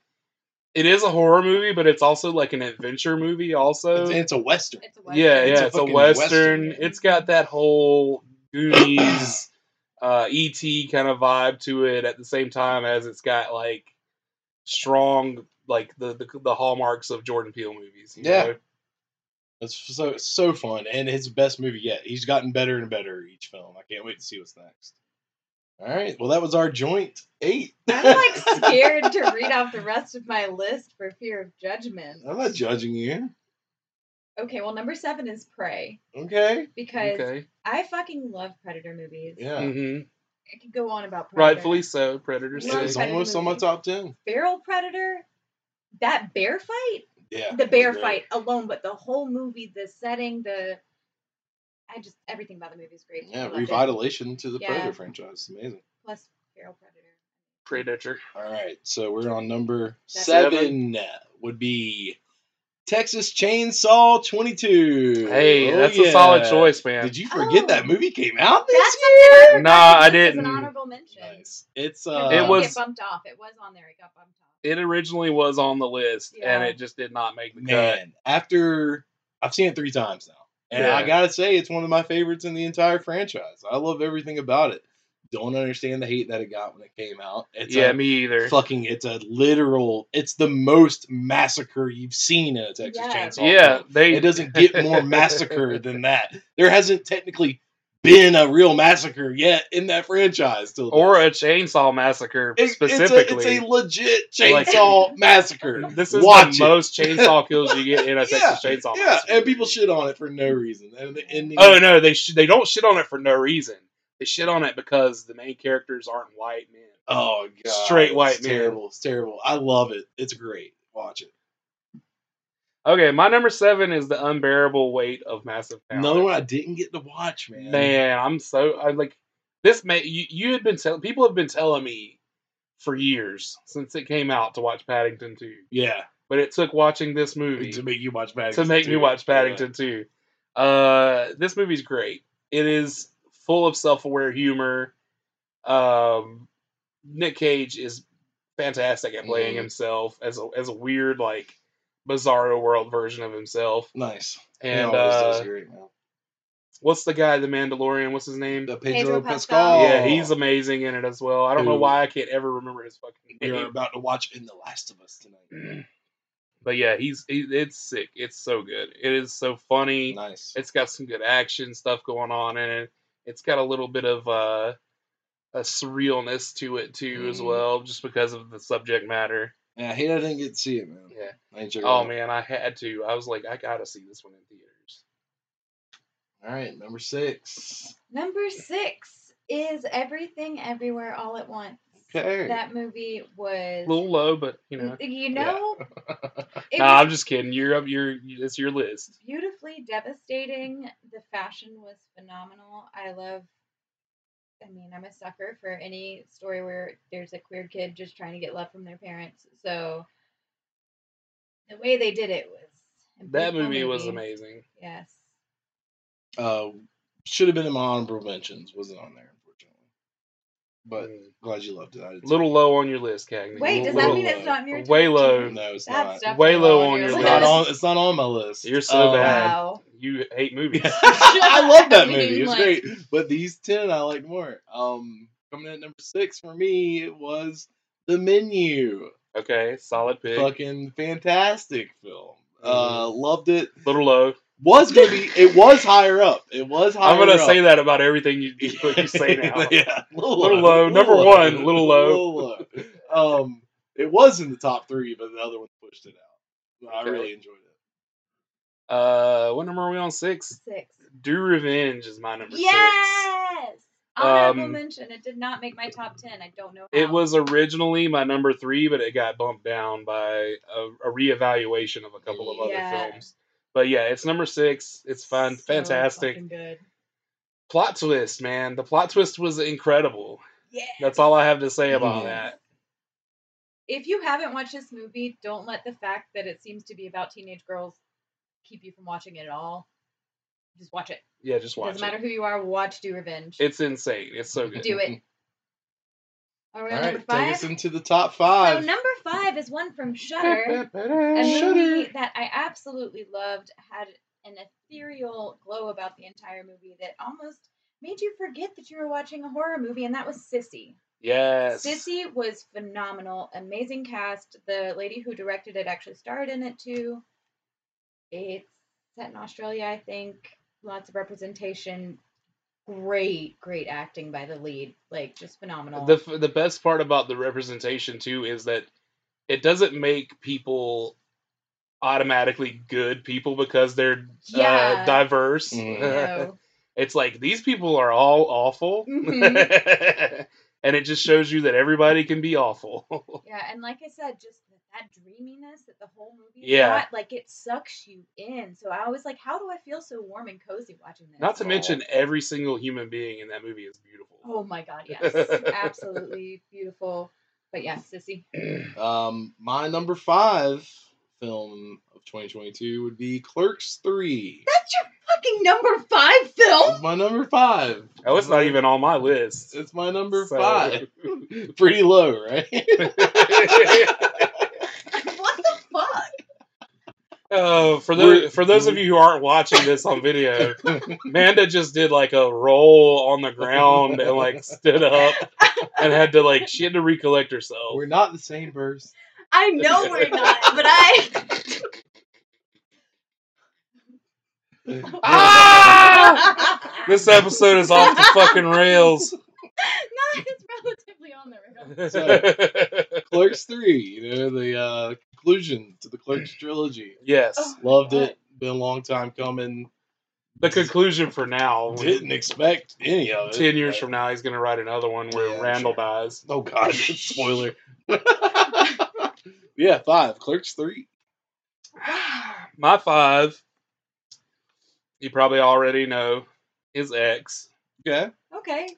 Speaker 3: It is a horror movie, but it's also like an adventure movie. Also,
Speaker 4: It's, it's a western.
Speaker 2: It's a western.
Speaker 3: Yeah,
Speaker 4: It's
Speaker 3: yeah,
Speaker 4: a
Speaker 3: it's a
Speaker 4: fucking
Speaker 3: western.
Speaker 4: western.
Speaker 3: It's got that whole Goonies, uh, ET kind of vibe to it. At the same time as it's got like strong, like the the, the hallmarks of Jordan Peele movies. you
Speaker 4: Yeah.
Speaker 3: know?
Speaker 4: It's so it's so fun, and his best movie yet. He's gotten better and better each film. I can't wait to see what's next. All right, well that was our joint eight.
Speaker 2: [LAUGHS] I'm like scared to read off the rest of my list for fear of judgment.
Speaker 4: [LAUGHS] I'm not judging you.
Speaker 2: Okay, well, number seven is Prey
Speaker 4: Okay.
Speaker 2: because
Speaker 3: Okay.
Speaker 2: I fucking love Predator movies.
Speaker 4: Yeah.
Speaker 3: hmm
Speaker 2: I could go on about Predator.
Speaker 3: Rightfully so. Predator.
Speaker 4: It
Speaker 2: Love
Speaker 3: Six.
Speaker 4: was
Speaker 2: Predator
Speaker 4: almost on my
Speaker 2: movie.
Speaker 4: top ten.
Speaker 2: Feral Predator, that bear fight,
Speaker 4: Yeah.
Speaker 2: the bear
Speaker 4: great.
Speaker 2: fight alone, but the whole movie, the setting, the. I just. Everything about the movie is great. I
Speaker 4: Yeah,
Speaker 2: loved it.
Speaker 4: revitalization to the
Speaker 2: Yeah.
Speaker 4: Predator franchise. Amazing.
Speaker 2: Plus, Feral Predator.
Speaker 3: Predator.
Speaker 4: All right, so we're on number
Speaker 2: That's
Speaker 4: seven. Would be Texas Chainsaw 22.
Speaker 3: Hey,
Speaker 4: Oh,
Speaker 3: that's
Speaker 4: yeah.
Speaker 3: a solid choice, man.
Speaker 4: Did you forget
Speaker 2: Oh.
Speaker 4: that movie came out this
Speaker 2: That's
Speaker 4: year?
Speaker 2: something I forgot
Speaker 3: Nah,
Speaker 2: to
Speaker 3: I
Speaker 2: do as
Speaker 3: didn't.
Speaker 2: An honorable mention.
Speaker 4: Nice. It's uh,
Speaker 2: 'Cause
Speaker 3: It
Speaker 2: didn't
Speaker 3: was-
Speaker 2: get bumped off. It was on there. It got bumped off.
Speaker 3: It originally was on the list, and
Speaker 2: Yeah.
Speaker 3: it just did not make the cut.
Speaker 4: man. After I've seen it three times now, and I
Speaker 3: Yeah.
Speaker 4: gotta say it's one of my favorites in the entire franchise. I love everything about it. Don't understand the hate that it got when it came out. It's uh,
Speaker 3: yeah,
Speaker 4: a
Speaker 3: me either.
Speaker 4: fucking. It's a literal. It's the most massacre you've seen in a Texas
Speaker 2: Yeah.
Speaker 4: Chainsaw.
Speaker 3: Yeah,
Speaker 4: film.
Speaker 3: they.
Speaker 4: it doesn't
Speaker 3: [LAUGHS]
Speaker 4: get more massacre than that. There hasn't technically been a real massacre yet in that franchise till
Speaker 3: or
Speaker 4: this.
Speaker 3: a chainsaw massacre
Speaker 4: It- it's a-
Speaker 3: specifically.
Speaker 4: It's a, legit
Speaker 3: Like- [LAUGHS]
Speaker 4: chainsaw massacre.
Speaker 3: this is
Speaker 4: Watch
Speaker 3: the
Speaker 4: it.
Speaker 3: most
Speaker 4: [LAUGHS]
Speaker 3: chainsaw kills you get in a
Speaker 4: Yeah,
Speaker 3: Texas Chainsaw.
Speaker 4: Yeah,
Speaker 3: Massacre.
Speaker 4: and people shit on it for no reason. And the ending.
Speaker 3: Oh no, they sh- they don't shit on it for no reason. They shit on it because the main characters aren't white men.
Speaker 4: Oh god,
Speaker 3: Straight white
Speaker 4: it's
Speaker 3: man.
Speaker 4: terrible. It's terrible. I love it. It's great. Watch it.
Speaker 3: Okay, my number seven is the unbearable weight of massive power.
Speaker 4: Another one I didn't get to watch, man.
Speaker 3: man. I'm so I like this. May you, you had been telling people have been telling me for years since it came out to watch Paddington Two,
Speaker 4: Yeah,
Speaker 3: but it took watching this movie
Speaker 4: to make you watch Paddington.
Speaker 3: to make me
Speaker 4: too.
Speaker 3: watch Paddington too. Uh, this movie's great. It is full of self-aware humor. Um, Nick Cage is fantastic at playing
Speaker 4: Mm-hmm.
Speaker 2: Mhm.
Speaker 3: himself as a, as a weird like bizarro world version of himself.
Speaker 4: Yeah. Nice. He
Speaker 3: And
Speaker 4: always does
Speaker 3: uh,
Speaker 4: great, man.
Speaker 3: what's the guy, the Mandalorian? What's his name?
Speaker 4: The
Speaker 2: Pedro
Speaker 4: Pedro,
Speaker 2: Pascal.
Speaker 4: Pascal.
Speaker 3: Yeah, he's amazing in it as well. I don't know
Speaker 4: Who-
Speaker 3: why I can't ever remember his fucking
Speaker 4: We are
Speaker 3: name,
Speaker 4: about to watch in The Last of Us tonight.
Speaker 3: but yeah, he's he, it's sick. It's so good. It is so funny.
Speaker 4: Nice.
Speaker 3: It's got some good action stuff going on in it. It's got a little bit of uh, a surrealness to it too, as
Speaker 4: Mhm.
Speaker 2: Mm-hmm.
Speaker 3: well, just because of the subject matter.
Speaker 4: Yeah, I hate I didn't get to see it, man.
Speaker 3: Yeah.
Speaker 4: I ain't check it
Speaker 3: Oh
Speaker 4: out.
Speaker 3: man, I had to. I was like, I gotta see this one in theaters.
Speaker 4: All right, number six.
Speaker 2: Number six is Everything Everywhere All at Once.
Speaker 4: Okay.
Speaker 2: That movie was.
Speaker 3: A little low, but you know. [LAUGHS]
Speaker 2: You know, it
Speaker 3: No,
Speaker 2: was
Speaker 3: I'm just kidding. You're up. Your it's your list.
Speaker 2: beautifully devastating. The fashion was phenomenal. I love. I mean, I'm a sucker for any story where there's a queer kid just trying to get love from their parents. So the way they did it was a
Speaker 3: That
Speaker 2: beautiful
Speaker 3: movie was amazing.
Speaker 2: Yes.
Speaker 4: uh, should have been in my honorable mentions. Wasn't on there, unfortunately. But
Speaker 3: Mm.
Speaker 4: glad you loved it. I did too.
Speaker 3: little low on your list, Cagney.
Speaker 2: Wait, does that
Speaker 3: Little
Speaker 2: mean
Speaker 3: low.
Speaker 2: it's not in your top
Speaker 3: Way low.
Speaker 2: ten?
Speaker 4: No, it's
Speaker 2: That's
Speaker 4: not.
Speaker 2: definitely
Speaker 3: Way low
Speaker 2: low
Speaker 3: on your
Speaker 4: It's
Speaker 3: list.
Speaker 4: not on. It's not on my list.
Speaker 3: You're so
Speaker 4: Um,
Speaker 3: bad.
Speaker 2: Wow.
Speaker 3: You hate movies. [LAUGHS]
Speaker 4: I love that
Speaker 2: We
Speaker 4: movie.
Speaker 2: didn't
Speaker 4: It's
Speaker 2: like-
Speaker 4: great. But these ten I like more. Um, coming in at number six for me it was The Menu.
Speaker 3: okay, solid pick.
Speaker 4: Fucking fantastic film. Uh,
Speaker 3: Mm-hmm.
Speaker 4: loved it.
Speaker 3: Little low.
Speaker 4: Was gonna be. It was higher up. It was higher.
Speaker 3: I'm gonna
Speaker 4: up.
Speaker 3: say that about everything you, you, you
Speaker 4: [LAUGHS]
Speaker 3: say now.
Speaker 4: yeah, little,
Speaker 3: Little low. Number one, little low.
Speaker 4: Little low. Um, it was in the top three, but the other one pushed it out. I
Speaker 3: Okay.
Speaker 4: really enjoyed it.
Speaker 3: Uh, what number are we on? Six.
Speaker 2: Six.
Speaker 3: Do Revenge is my number six.
Speaker 2: yes. Honorable
Speaker 3: Um,
Speaker 2: mention. It did not make my top ten. I don't know. How.
Speaker 3: It was originally my number three, but it got bumped down by a, a reevaluation of a couple of other
Speaker 2: Yeah.
Speaker 3: films. But yeah, it's number six. It's fun,
Speaker 2: So
Speaker 3: fantastic.
Speaker 2: fucking good.
Speaker 3: Plot twist, man. The plot twist was incredible.
Speaker 2: Yeah.
Speaker 3: That's all I have to say about
Speaker 4: Mhm.
Speaker 3: that.
Speaker 2: If you haven't watched this movie, don't let the fact that it seems to be about teenage girls keep you from watching it at all. Just watch it.
Speaker 3: Yeah, just watch
Speaker 2: Doesn't matter
Speaker 3: it.
Speaker 2: who you are. Watch Do Revenge.
Speaker 3: It's insane. It's so good.
Speaker 2: Do
Speaker 3: [LAUGHS]
Speaker 2: it. Are we on
Speaker 4: All
Speaker 2: number
Speaker 4: right, take
Speaker 2: five?
Speaker 4: us into the top five.
Speaker 2: So number five is one
Speaker 3: [LAUGHS]
Speaker 2: from Shudder. a movie that I absolutely loved had an ethereal glow about the entire movie that almost made you forget that you were watching a horror movie, and that was Sissy.
Speaker 3: Yes.
Speaker 2: Sissy was phenomenal, amazing cast. The lady who directed it actually starred in it too. It's set in Australia, I think. Lots of representation. Great, great acting by the lead. Like just phenomenal.
Speaker 3: the f- the best part about the representation too is that it doesn't make people automatically good people because they're
Speaker 2: Yeah.
Speaker 3: uh, diverse. [LAUGHS]
Speaker 2: Mm-hmm.
Speaker 4: Mhm.
Speaker 2: No.
Speaker 3: it's like these people are all awful,
Speaker 2: Mhm.
Speaker 3: [LAUGHS] and it just shows you that everybody can be awful. [LAUGHS]
Speaker 2: Yeah, and like I said, just that, that dreaminess that the whole movie
Speaker 3: Yeah.
Speaker 2: got, like it sucks you in. So I was like, how do I feel so warm and cozy watching this?
Speaker 3: Not to
Speaker 4: Aw.
Speaker 3: mention every single human being in that movie is beautiful.
Speaker 2: Oh my god,
Speaker 7: [LAUGHS]
Speaker 2: yes, absolutely beautiful. But yes, sissy.
Speaker 4: Um, my number five film of 2022 would be Clerks 3.
Speaker 7: [LAUGHS] That's your fucking number five film. [LAUGHS]
Speaker 4: It's my number five.
Speaker 3: Oh, it's not even on my
Speaker 4: [LAUGHS]
Speaker 3: list.
Speaker 4: It's my number
Speaker 3: So-
Speaker 4: five. [LAUGHS] Pretty low, right?
Speaker 3: [LAUGHS]
Speaker 7: what the fuck?
Speaker 3: Uh, for
Speaker 4: We're-
Speaker 3: those for those of you who aren't watching this on
Speaker 4: [LAUGHS]
Speaker 3: video, Manda just did like a roll on the ground and like stood up and had to like she had to recollect herself.
Speaker 4: We're not the same person.
Speaker 7: I know we're not, but [LAUGHS] I.
Speaker 3: Ah!
Speaker 2: [LAUGHS]
Speaker 3: This episode is off the fucking rails.
Speaker 2: no, it's relatively on the rail.
Speaker 4: Clerks 3, you know, the uh, conclusion to the Clerks trilogy.
Speaker 3: [LAUGHS] yes,
Speaker 4: Loved it. Been a long time coming.
Speaker 3: the conclusion for now.
Speaker 4: Didn't expect any of it.
Speaker 3: Ten years
Speaker 4: but-
Speaker 3: from now, he's gonna write another one where
Speaker 4: Yeah,
Speaker 3: Randall
Speaker 4: sure.
Speaker 3: dies.
Speaker 4: Oh god, [LAUGHS] spoiler. yeah, five. Clerks three.
Speaker 3: My five, you probably already know, is X.
Speaker 4: Okay.
Speaker 2: Okay.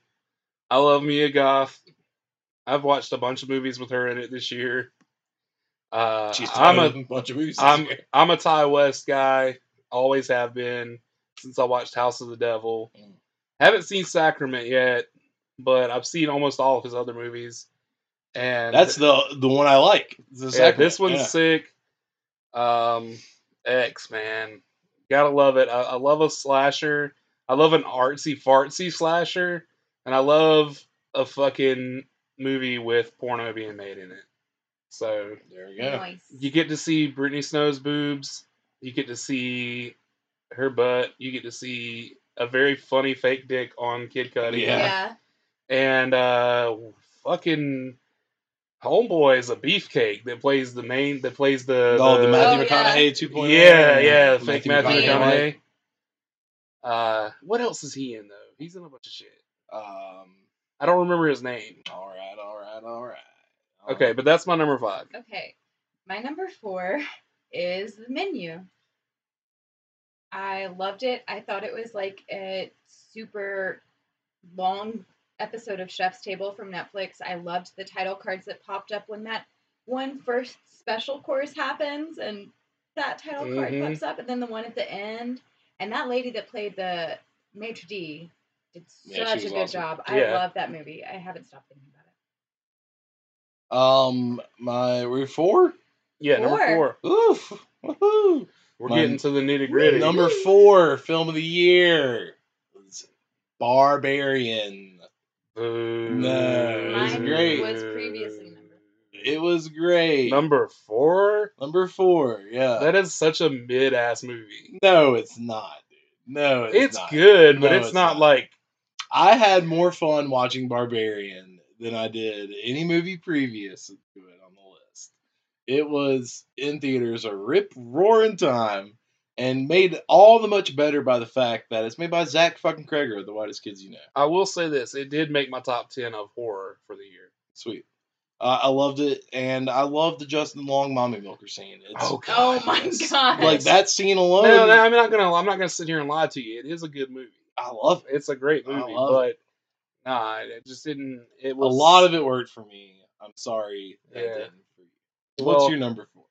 Speaker 3: I love Mia Goth. I've watched a bunch of movies with her in it this year. Uh,
Speaker 4: She's
Speaker 3: I'm
Speaker 4: tired of
Speaker 3: a
Speaker 4: a bunch of movies.
Speaker 3: I'm I'm a Ty West guy. Always have been since I watched House of the Devil.
Speaker 4: Mm.
Speaker 3: Haven't seen Sacrament yet, but I've seen almost all of his other movies. And
Speaker 4: That's the the one I like. It's the
Speaker 3: yeah,
Speaker 4: second
Speaker 3: this
Speaker 4: one.
Speaker 3: one's sick. Um, X man, gotta love it. I, I love a slasher. I love an artsy fartsy slasher, and I love a fucking movie with porno being made in it. So
Speaker 4: Yeah. There we go.
Speaker 2: Nice.
Speaker 3: you get to see Britney Snow's boobs. You get to see her butt. You get to see a very funny fake dick on Kid Cudi.
Speaker 4: Yeah.
Speaker 2: yeah.
Speaker 3: And uh, fucking homeboy is a beefcake that plays the main that plays the
Speaker 4: Oh, the Matthew
Speaker 2: Oh, yeah.
Speaker 4: McConaughey 2.0.
Speaker 3: yeah, yeah, fake Matthew
Speaker 4: White.
Speaker 3: McConaughey. Uh, what else is he in though? He's in a bunch of shit.
Speaker 4: Um.
Speaker 3: I don't remember his name.
Speaker 4: All right. All right. All right.
Speaker 3: Okay, but that's my number five.
Speaker 2: Okay. My number four is the menu. I loved it. I thought it was like a super long episode of Chef's Table from Netflix. I loved the title cards that popped up when that one first special course happens and that title
Speaker 3: Mhm.
Speaker 2: card
Speaker 4: Mm-hmm.
Speaker 2: pops up, and then the one at the end. And that lady that played the maitre d did
Speaker 4: Yeah, she
Speaker 2: such a
Speaker 4: was
Speaker 2: good
Speaker 4: awesome.
Speaker 2: job. I
Speaker 3: Yeah.
Speaker 2: love that movie. I haven't stopped thinking about it.
Speaker 4: Um. My we're four.
Speaker 3: Yeah, number
Speaker 2: Four.
Speaker 3: four.
Speaker 4: Oof. Woohoo.
Speaker 3: We're
Speaker 4: My-
Speaker 3: getting to the nitty gritty.
Speaker 4: Number four film of the year. was Barbarian. No,
Speaker 2: Mine
Speaker 4: it's great.
Speaker 2: was previously number-
Speaker 4: It was great.
Speaker 3: Number four.
Speaker 4: Number four, yeah.
Speaker 3: That is such a mid ass movie.
Speaker 4: no, it's not. dude. No, it's,
Speaker 3: It's,
Speaker 4: not.
Speaker 3: good, but
Speaker 4: No,
Speaker 3: it's,
Speaker 4: it's
Speaker 3: not,
Speaker 4: not.
Speaker 3: like
Speaker 4: I had more fun watching Barbarian than I did any movie previous to it on the list. It was in theaters a rip roaring time and made all the much better by the fact that it's made by Zach fucking Kreger, the whitest kids you know.
Speaker 3: I will say this. It did make my top ten of horror for the year.
Speaker 4: Sweet. Uh, I loved it, and I loved the Justin Long mommy milker scene. It's,
Speaker 2: Oh my
Speaker 3: yes.
Speaker 2: god.
Speaker 4: like that scene alone.
Speaker 3: No, no, I'm not gonna. I'm not gonna sit here and lie to you. It is a good movie.
Speaker 4: I love it.
Speaker 3: It's a great
Speaker 4: I
Speaker 3: movie,
Speaker 4: love
Speaker 3: but nah, it just didn't. It
Speaker 4: A
Speaker 3: was
Speaker 4: lot of it worked for me. I'm sorry that
Speaker 3: Yeah.
Speaker 4: it didn't for you. What's
Speaker 3: Well-
Speaker 4: your number four?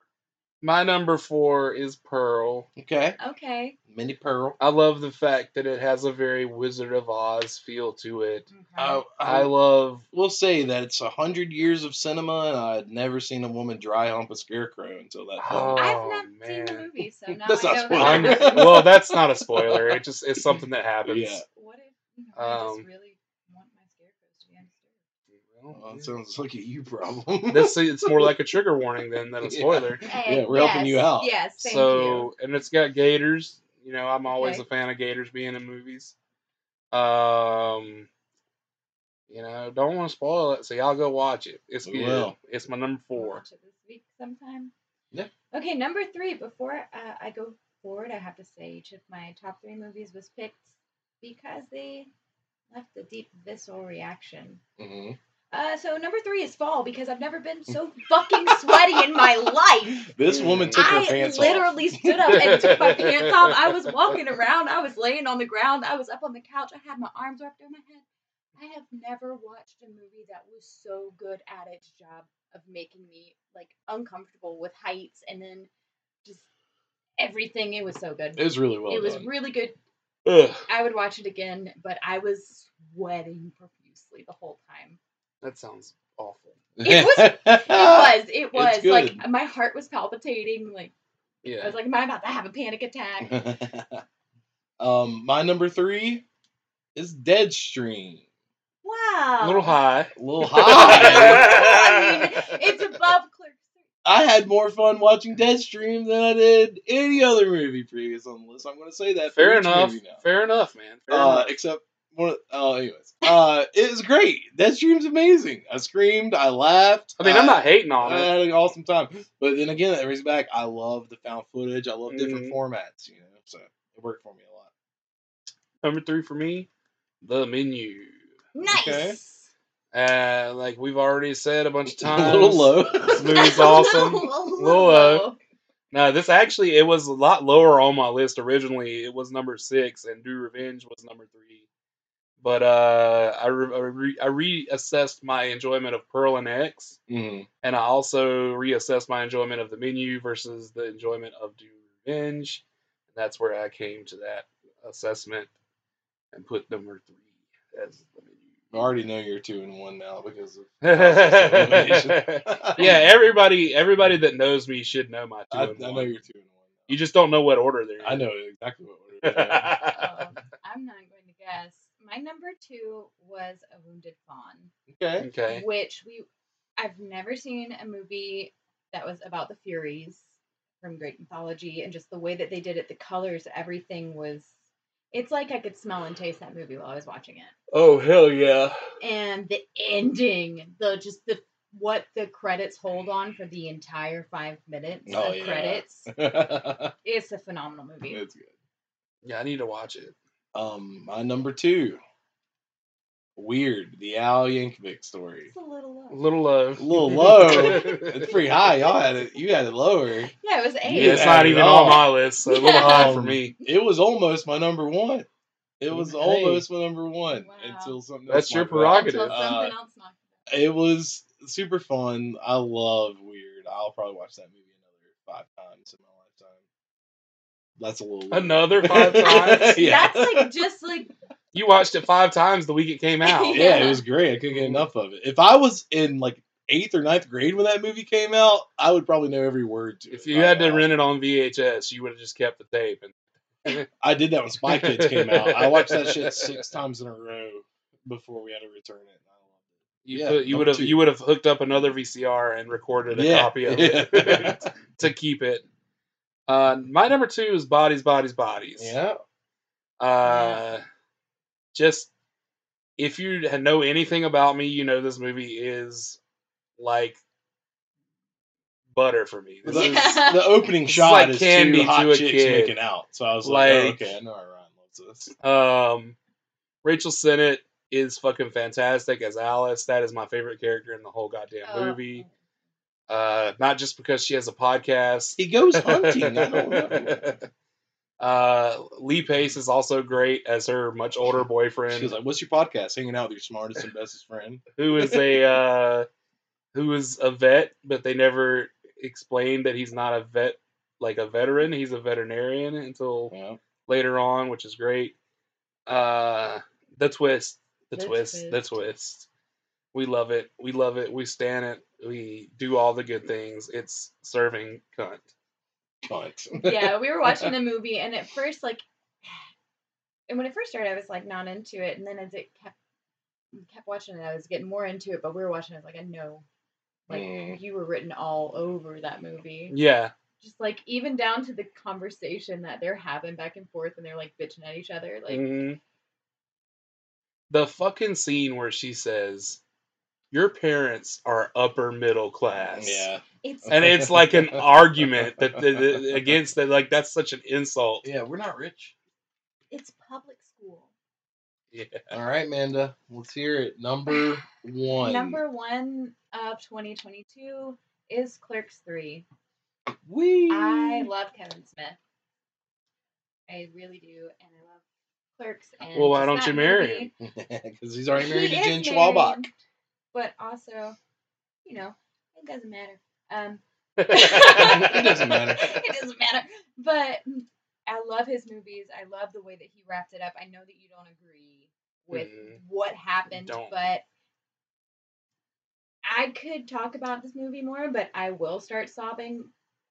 Speaker 3: My number four is Pearl.
Speaker 4: Okay,
Speaker 2: Okay.
Speaker 4: Mindy Pearl.
Speaker 3: I love the fact that it has a very Wizard of Oz feel to it.
Speaker 4: I,
Speaker 3: I
Speaker 4: I
Speaker 3: love.
Speaker 4: will say that it's a hundred years of cinema, and I had never seen a woman dry hump a scarecrow until that film.
Speaker 3: Oh,
Speaker 2: I've not seen the
Speaker 3: man.
Speaker 2: movie,
Speaker 4: [LAUGHS]
Speaker 2: so now
Speaker 4: That's
Speaker 2: I
Speaker 4: not
Speaker 2: know
Speaker 3: I'm,
Speaker 4: spoiler.
Speaker 2: that.
Speaker 3: well, that's not a spoiler. It just it's something that happens.
Speaker 4: [LAUGHS] Yeah.
Speaker 2: what if you know, I
Speaker 3: Um,
Speaker 2: just really want my scarecrows to be undisturbed?
Speaker 4: Well,
Speaker 3: Well,
Speaker 4: that sounds like a you problem. [LAUGHS]
Speaker 3: That's it's more like a trigger warning than than a
Speaker 4: Yeah.
Speaker 3: spoiler.
Speaker 2: Eh,
Speaker 4: Yeah, we're helping you
Speaker 2: yes,
Speaker 4: out.
Speaker 2: Yes, thank you.
Speaker 3: so and it's got gators. You know, I'm always
Speaker 2: Okay.
Speaker 3: a fan of gators being in movies. Um, you know, don't want to spoil it, so y'all go watch it. It's
Speaker 4: We
Speaker 3: good.
Speaker 4: will.
Speaker 3: It's my number
Speaker 2: I'll
Speaker 3: four.
Speaker 2: watch it this week sometime.
Speaker 4: Yeah.
Speaker 2: Okay, number three. Before uh, I go forward, I have to say each of my top three movies was picked because they left a deep visceral reaction.
Speaker 4: hmm
Speaker 2: Uh, so number three is fall because I've never
Speaker 3: [LAUGHS]
Speaker 2: been so fucking sweaty in my life.
Speaker 4: This woman took her
Speaker 2: I
Speaker 4: pants off.
Speaker 2: literally stood up and took my pants off. I was walking around. I was laying on the ground. I was up on the couch. I had my arms wrapped around my head. I have never watched a movie that was so good at its job of making me like uncomfortable with heights and then just everything. It was so good.
Speaker 4: It was really well
Speaker 2: it was
Speaker 4: done.
Speaker 2: really good.
Speaker 3: Ugh,
Speaker 2: I would watch it again, but I was sweating profusely the whole time.
Speaker 3: that sounds awful.
Speaker 2: it
Speaker 4: [LAUGHS]
Speaker 2: was. It was. It was. Like
Speaker 4: Ah, good.
Speaker 2: my heart was palpitating. Like I
Speaker 3: Yeah.
Speaker 2: was like, am I about to have a panic
Speaker 4: Mm-hmm.
Speaker 2: attack?
Speaker 4: [LAUGHS] um, my number three is Deadstream.
Speaker 2: Wow.
Speaker 3: A little high.
Speaker 4: A little
Speaker 2: [LAUGHS]
Speaker 4: high.
Speaker 2: I mean, it's above Clerks.
Speaker 4: I had more fun watching Deadstream than I did any other movie previous on the list. I'm going to say that. for
Speaker 3: Fair
Speaker 4: each
Speaker 3: enough.
Speaker 4: movie now.
Speaker 3: Fair enough, man. Fair
Speaker 4: uh,
Speaker 3: enough.
Speaker 4: except one. Of, oh, anyways, uh, it was great. Deadstream's amazing. I screamed. I laughed.
Speaker 3: I mean, I'm not hating on
Speaker 4: I
Speaker 3: it.
Speaker 4: had an awesome time. But then again, that brings me back. I love the found footage. I love different
Speaker 3: Mhm.
Speaker 4: formats. You know, so it worked for me a lot.
Speaker 3: Number three for me, the menu.
Speaker 2: Nice.
Speaker 4: Okay.
Speaker 3: Uh, like we've already said a bunch of
Speaker 4: [LAUGHS] a
Speaker 3: times.
Speaker 4: little low.
Speaker 3: [LAUGHS] This movie's
Speaker 4: [LAUGHS]
Speaker 3: awesome.
Speaker 2: A little
Speaker 3: Little
Speaker 2: low.
Speaker 3: No, this actually it was a lot lower on my list originally. It was number six, and Do Revenge was number three. But uh, I re- I, re- I reassessed my enjoyment of Pearl and X,
Speaker 4: Mhm.
Speaker 3: and I also reassessed my enjoyment of the menu versus the enjoyment of Do Revenge. And that's where I came to that assessment and put number three as the
Speaker 4: I already know you're two and one now because of [LAUGHS] process of elimination.
Speaker 3: menu. [LAUGHS] yeah, everybody everybody that knows me should know my two.
Speaker 4: I, I
Speaker 3: and
Speaker 4: know
Speaker 3: one.
Speaker 4: you're two and one.
Speaker 3: You just don't know what order they're in.
Speaker 4: I know exactly what
Speaker 3: [LAUGHS]
Speaker 4: we're doing.
Speaker 3: okay.
Speaker 4: [LAUGHS]
Speaker 2: Um, I'm not going to guess. My number two was A Wounded Fawn,
Speaker 4: okay.
Speaker 2: which we I've never seen a movie that was about the Furies from Great Mythology and just the way that they did it, the colors, everything was. It's like I could smell and taste that movie while I was watching it,
Speaker 3: Oh hell
Speaker 4: [LAUGHS]
Speaker 3: yeah.
Speaker 2: and the ending, the just the what the credits hold on for the entire five minutes
Speaker 4: Oh,
Speaker 2: of
Speaker 4: yeah.
Speaker 2: credits.
Speaker 4: it's
Speaker 2: It's a phenomenal movie.
Speaker 4: good.
Speaker 3: Yeah, I need to watch it.
Speaker 4: Um, my number two, weird, the Al Yankovic story.
Speaker 2: It's a little
Speaker 3: A
Speaker 2: low.
Speaker 3: little low. [LAUGHS]
Speaker 4: A little low. It's pretty high. Y'all had it. You had it lower.
Speaker 2: Yeah, it was eight.
Speaker 3: yeah, it's not even
Speaker 4: Not at
Speaker 3: on
Speaker 4: all.
Speaker 3: my list, so a little
Speaker 2: Yeah.
Speaker 3: high for
Speaker 4: Um,
Speaker 3: me.
Speaker 4: It was almost my number one. It was
Speaker 3: Hey.
Speaker 4: almost my number one
Speaker 2: Wow.
Speaker 4: until something.
Speaker 3: That's
Speaker 4: else
Speaker 3: your
Speaker 4: knocked it out.
Speaker 3: prerogative.
Speaker 2: Until something
Speaker 4: Uh,
Speaker 2: else knocked it
Speaker 4: It was super fun. I love Weird. I'll probably watch that movie another five times in my lifetime. That's a little low.
Speaker 3: Another five
Speaker 4: [LAUGHS]
Speaker 3: times.
Speaker 4: yeah.
Speaker 2: out. That's like just like
Speaker 3: You watched it five times the week it came out.
Speaker 2: Yeah.
Speaker 4: yeah, it was great. I couldn't get enough of it. If I was in like eighth or ninth grade when that movie came out, I would probably know every word. To
Speaker 3: If
Speaker 4: it
Speaker 3: you
Speaker 4: by
Speaker 3: had to
Speaker 4: now.
Speaker 3: rent it on VHS, you would have just kept the tape. And
Speaker 4: I did that when Spy Kids came out. I watched that shit six times in a row before we had to return it.
Speaker 3: you,
Speaker 4: Yeah,
Speaker 3: put, you
Speaker 4: number
Speaker 3: would have
Speaker 4: two.
Speaker 3: you would have hooked up another VCR and recorded a
Speaker 4: yeah,
Speaker 3: copy
Speaker 4: [LAUGHS]
Speaker 3: of
Speaker 4: yeah.
Speaker 3: it to keep it. Uh, my number two is Bodies, Bodies, Bodies. [LAUGHS]
Speaker 4: yeah.
Speaker 3: Uh, just if you had- know anything about me, you know this movie is like butter for me. This
Speaker 4: The,
Speaker 3: is
Speaker 2: Yeah.
Speaker 4: the opening
Speaker 3: This is
Speaker 4: shot
Speaker 3: like
Speaker 4: is
Speaker 3: candy
Speaker 4: two hot
Speaker 3: to a
Speaker 4: chicks
Speaker 3: kid.
Speaker 4: making out. So I was like, oh,
Speaker 3: Like-
Speaker 4: okay, I know how Ryan loves this.
Speaker 3: um, Rachel Sennett is fucking fantastic as Alice. That is my favorite character in the whole goddamn
Speaker 2: Oh.
Speaker 3: movie. Uh, not just because she has a podcast.
Speaker 4: He goes hunting. I don't know.
Speaker 3: [LAUGHS] Uh, Lee Pace is also great as her much older boyfriend.
Speaker 4: She was like, "What's your podcast? Hanging out with your smartest and bestest friend."
Speaker 3: who is a uh, who is a vet, but they never explained that he's not a vet, like a veteran. He's a veterinarian until
Speaker 4: Yeah.
Speaker 3: later on, which is great. Uh, the twist, the,
Speaker 2: The
Speaker 3: twist, the
Speaker 2: twist.
Speaker 3: twist. We love it. We love it. We stand it. We do all the good things. It's serving cunt.
Speaker 4: Cunt.
Speaker 2: yeah, we were watching the movie and at first like [SIGHS] and when it first started I was like not into it and then as it kept we kept watching it I was getting more into it, but we were watching it I was like I know Like-
Speaker 4: Mm.
Speaker 2: you were written all over that movie.
Speaker 3: Yeah,
Speaker 2: Just like even down to the conversation that they're having back and forth and they're like bitching at each other. Like
Speaker 3: mhm. the fucking scene where she says, "Your parents are upper middle class."
Speaker 4: Yeah.
Speaker 2: it's
Speaker 3: and it's like an argument that, that, that- against that like that's such an insult [LAUGHS]
Speaker 4: Yeah, we're not rich.
Speaker 2: it's public school.
Speaker 3: yeah.
Speaker 4: All right, Amanda. Let's hear it. Number one.
Speaker 2: Number one of 2022 is Clerks 3.
Speaker 4: Wee.
Speaker 2: I
Speaker 4: [LAUGHS]
Speaker 2: love Kevin Smith. I really do, and I love Clerks. And
Speaker 3: Well, why
Speaker 2: just
Speaker 3: don't
Speaker 2: that
Speaker 3: you marry
Speaker 2: movie.
Speaker 3: him?
Speaker 4: Because he's already married
Speaker 2: He
Speaker 4: to
Speaker 2: is
Speaker 4: Jen Schwabach.
Speaker 2: married, But also, you know, it doesn't matter. Um, [LAUGHS]
Speaker 4: It doesn't matter.
Speaker 2: it doesn't matter. But I love his movies. I love the way that he wrapped it up. I know that you don't agree with
Speaker 3: Mhm.
Speaker 2: what happened,
Speaker 3: Don't.
Speaker 2: but I could talk about this movie more, but I will start sobbing.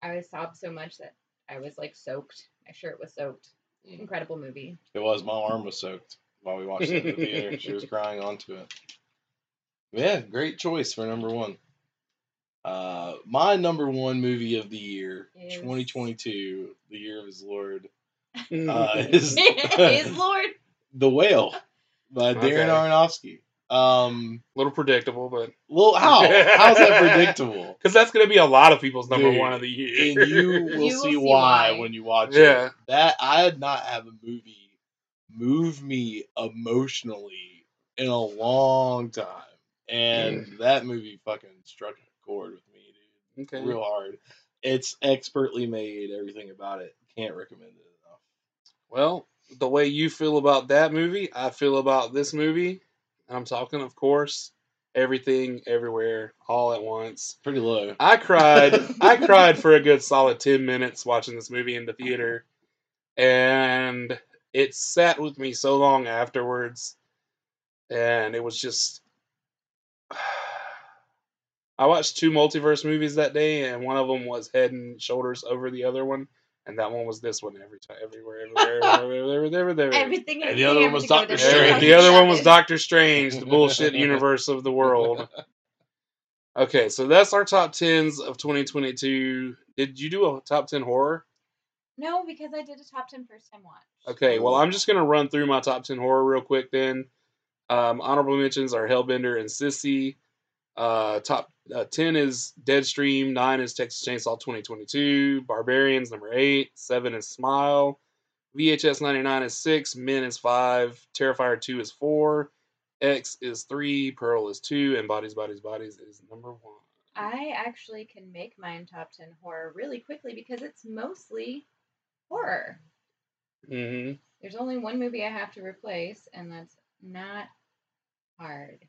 Speaker 2: I sobbed so much that I was like soaked. My shirt was soaked.
Speaker 4: Mm. [LAUGHS]
Speaker 2: Incredible movie.
Speaker 4: It was. My arm was soaked while we watched it in the theater. She was crying onto it. Yeah, great choice for number one. Uh, my number one movie of the year,
Speaker 2: Is-
Speaker 4: 2022, the year of his Lord, uh,
Speaker 3: Mm.
Speaker 4: is
Speaker 3: [LAUGHS]
Speaker 2: His Lord.
Speaker 4: The Whale by
Speaker 3: Okay.
Speaker 4: Darren Aronofsky. Um,
Speaker 3: little predictable, but
Speaker 4: well, how? How's that predictable?
Speaker 3: because that's gonna be a lot of people's number
Speaker 4: Dude,
Speaker 3: one of the year.
Speaker 4: and [LAUGHS] you will
Speaker 2: will
Speaker 4: see,
Speaker 2: see
Speaker 4: why,
Speaker 2: why.
Speaker 4: when you watch
Speaker 3: Yeah.
Speaker 4: it. That I did not have a movie move me emotionally in a long time, and that movie fucking struck a chord with me, dude,
Speaker 3: okay.
Speaker 4: real hard. It's expertly made. Everything about it can't recommend it enough.
Speaker 3: Well, the way you feel about that movie, I feel about this movie. I'm talking, of course, everything, everywhere, all at once.
Speaker 4: Pretty low.
Speaker 3: I cried. I cried for a good solid ten minutes watching this movie in the theater, and it sat with me so long afterwards, and it was just. [SIGHS] I watched two multiverse movies that day, and one of them was head and shoulders over the other one, and that one was this one every time, everywhere, everywhere, everywhere, everywhere,
Speaker 2: [LAUGHS]
Speaker 3: everywhere.
Speaker 2: Everything.
Speaker 4: And the other one was
Speaker 2: everything
Speaker 4: Dr.
Speaker 2: with
Speaker 4: Strange.
Speaker 2: everything.
Speaker 3: Every- the other one was Doctor Strange, the bullshit universe of the world. Okay, so that's our top tens of 2022. Did you do a top ten horror?
Speaker 2: No, because I did a top ten first time watch.
Speaker 3: Okay, well, I'm just gonna run through my top ten horror real quick. Then, um, honorable mentions are Hellbender and Sissy. Uh, top uh, ten is Deadstream. Nine is Texas Chainsaw 2022. Barbarians number eight. Seven is Smile. VHS 99 is six. Men is five. Terrifier two is four. X is three. Pearl is two. And Bodies, Bodies, Bodies is number one.
Speaker 2: I actually can make mine top 10 horror really quickly because it's mostly horror.
Speaker 3: Mm-hmm.
Speaker 2: There's only one movie I have to replace, and that's not hard.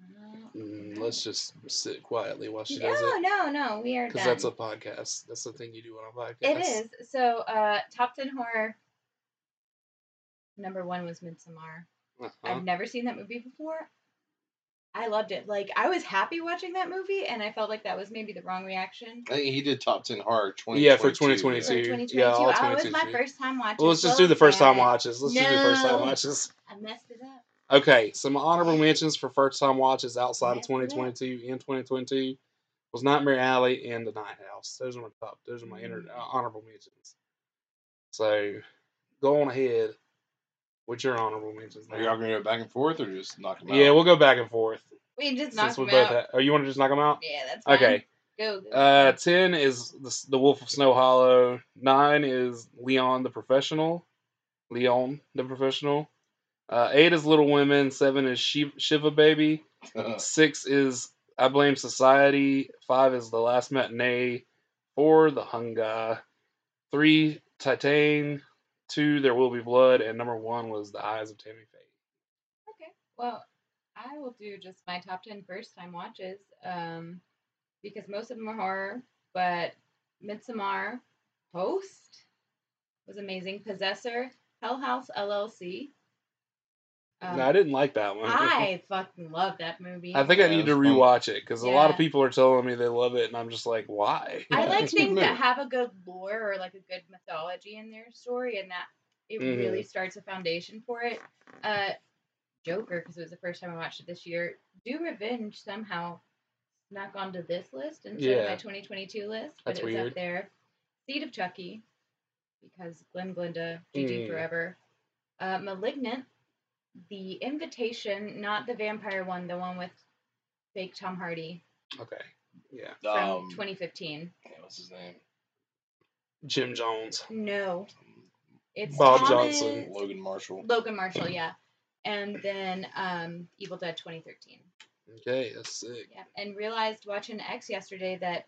Speaker 2: Uh,
Speaker 3: Mm, let's just sit quietly while she does
Speaker 2: No,
Speaker 3: it.
Speaker 2: no, no. We are
Speaker 3: Because
Speaker 2: done.
Speaker 3: that's a podcast. That's the thing you do on a podcast.
Speaker 2: It is. So, uh, top 10 horror. Number one was Midsommar.
Speaker 3: Uh-huh.
Speaker 2: I've never seen that movie before. I loved it. Like, I was happy watching that movie, and I felt like that was maybe the wrong reaction.
Speaker 4: I think he did top ten hard. 2022,
Speaker 3: Yeah, for
Speaker 2: for
Speaker 3: 2022.
Speaker 2: 2022.
Speaker 3: Yeah, all
Speaker 2: oh, it was
Speaker 3: 22.
Speaker 2: my first time watching.
Speaker 3: Well, let's just
Speaker 2: so
Speaker 3: do the first time
Speaker 2: damn it.
Speaker 3: watches. Let's just do the first time
Speaker 2: No.
Speaker 3: watches.
Speaker 2: I messed it up.
Speaker 3: Okay, so my honorable mentions for first time watches outside of
Speaker 2: Messed it up.
Speaker 3: 2022 and 2022 was Nightmare Alley and The Night House. Those are my top. Those are my inter- uh,
Speaker 2: Mm.
Speaker 3: honorable mentions. So go on ahead with your honorable mentions.
Speaker 4: Are
Speaker 3: now.
Speaker 4: y'all gonna go back and forth or just knock him out?
Speaker 3: Yeah, we'll go back and forth.
Speaker 2: We just knocked
Speaker 3: Since we
Speaker 2: him
Speaker 3: both
Speaker 2: out.
Speaker 3: ha- oh, you want to just knock them out?
Speaker 2: Yeah, that's fine.
Speaker 3: Okay.
Speaker 2: Go. go.
Speaker 3: Uh, ten is the, S- the Wolf of Snow Hollow. Nine is Leon the Professional. Leon the Professional. Uh, eight is Little Women. Seven is Shi Shiva Baby.
Speaker 4: [LAUGHS]
Speaker 3: Six is I Blame Society. Five is The Last Matinee. Four, The Hunga. Three, Titan. Two, There Will Be Blood. And number one was The Eyes of Tammy Faye.
Speaker 2: okay. Well, I will do just my top 10 first time watches um, because most of them are horror, but Midsommar, Host was amazing. Possessor, Hell House LLC. Um,
Speaker 3: no, I didn't like that [LAUGHS] one.
Speaker 2: I fucking love that movie.
Speaker 3: I think
Speaker 4: Yeah,
Speaker 3: I need
Speaker 4: it
Speaker 3: to
Speaker 4: was fun.
Speaker 3: rewatch it because a lot of
Speaker 2: Yeah.
Speaker 3: people are telling me they love it, and I'm just like, why?
Speaker 2: I
Speaker 4: Yeah,
Speaker 2: like
Speaker 4: it's a good
Speaker 2: things that
Speaker 4: movie.
Speaker 2: have a good lore or like a good mythology in their story, and that it
Speaker 3: Mhm.
Speaker 2: really starts a foundation for it. Uh, Joker, because it was the first time I watched it this year. Do Revenge somehow snuck onto this list instead of
Speaker 3: Yeah.
Speaker 2: my 2022 list, but
Speaker 3: That's
Speaker 2: it was
Speaker 3: weird.
Speaker 2: up there. Seed of Chucky, because Glenn Glinda, GG
Speaker 3: Mm.
Speaker 2: Forever. Uh, Malignant, The Invitation, not the vampire one, the one with fake Tom Hardy
Speaker 3: Okay. Yeah.
Speaker 2: from
Speaker 4: um,
Speaker 2: 2015.
Speaker 4: yeah, what's his name?
Speaker 3: Jim Jones.
Speaker 2: No. It's
Speaker 3: Bob
Speaker 2: Thomas-
Speaker 3: Johnson.
Speaker 4: Logan Marshall.
Speaker 2: Logan Marshall, yeah. And then um, Evil Dead 2013.
Speaker 3: Okay, that's sick.
Speaker 2: Yeah. And realized watching X yesterday that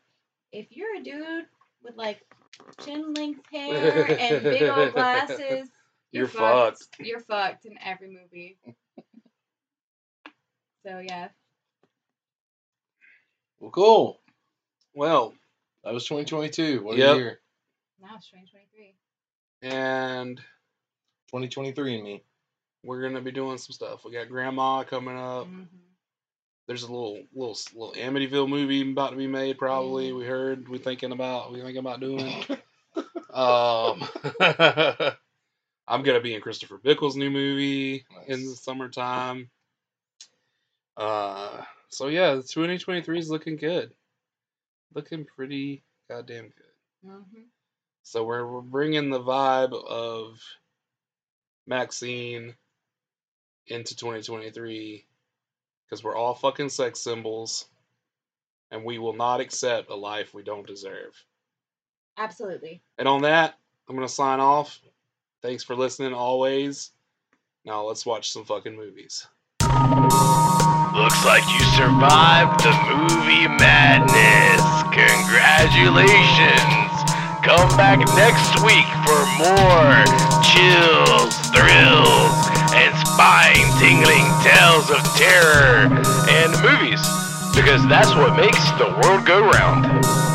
Speaker 2: if you're a dude with like chin length hair
Speaker 3: [LAUGHS]
Speaker 2: and big old glasses,
Speaker 3: You're fucked.
Speaker 2: You're fucked in every movie. So yeah,
Speaker 4: Well, cool.
Speaker 3: Well,
Speaker 4: That was 2022. What
Speaker 3: Yep.
Speaker 4: a year.
Speaker 5: Now it's 2023.
Speaker 3: and
Speaker 4: 2023 in me.
Speaker 3: we're gonna be doing some stuff. We got Grandma coming up.
Speaker 5: Mhm.
Speaker 2: Mm-hmm.
Speaker 3: There's a little little little Amityville movie about to be made. Probably we heard. We thinking about. We thinking about doing. um, [LAUGHS] I'm gonna be in Christopher Bickle's new movie in the
Speaker 4: Nice.
Speaker 3: summertime. Uh, so yeah, 2023 is looking good. Looking pretty goddamn good.
Speaker 2: Mm-hmm.
Speaker 5: Mhm.
Speaker 3: So we're, we're bringing the vibe of Maxine into 2023 because we're all fucking sex symbols and we will not accept a life we don't deserve.
Speaker 2: Absolutely.
Speaker 3: And on that, I'm going to sign off. Thanks for listening always. Now let's watch some fucking movies.
Speaker 1: Looks like you survived the movie madness. Congratulations! Come back next week for more chills, thrills, and spine tingling tales of terror and movies, because that's what makes the world go round.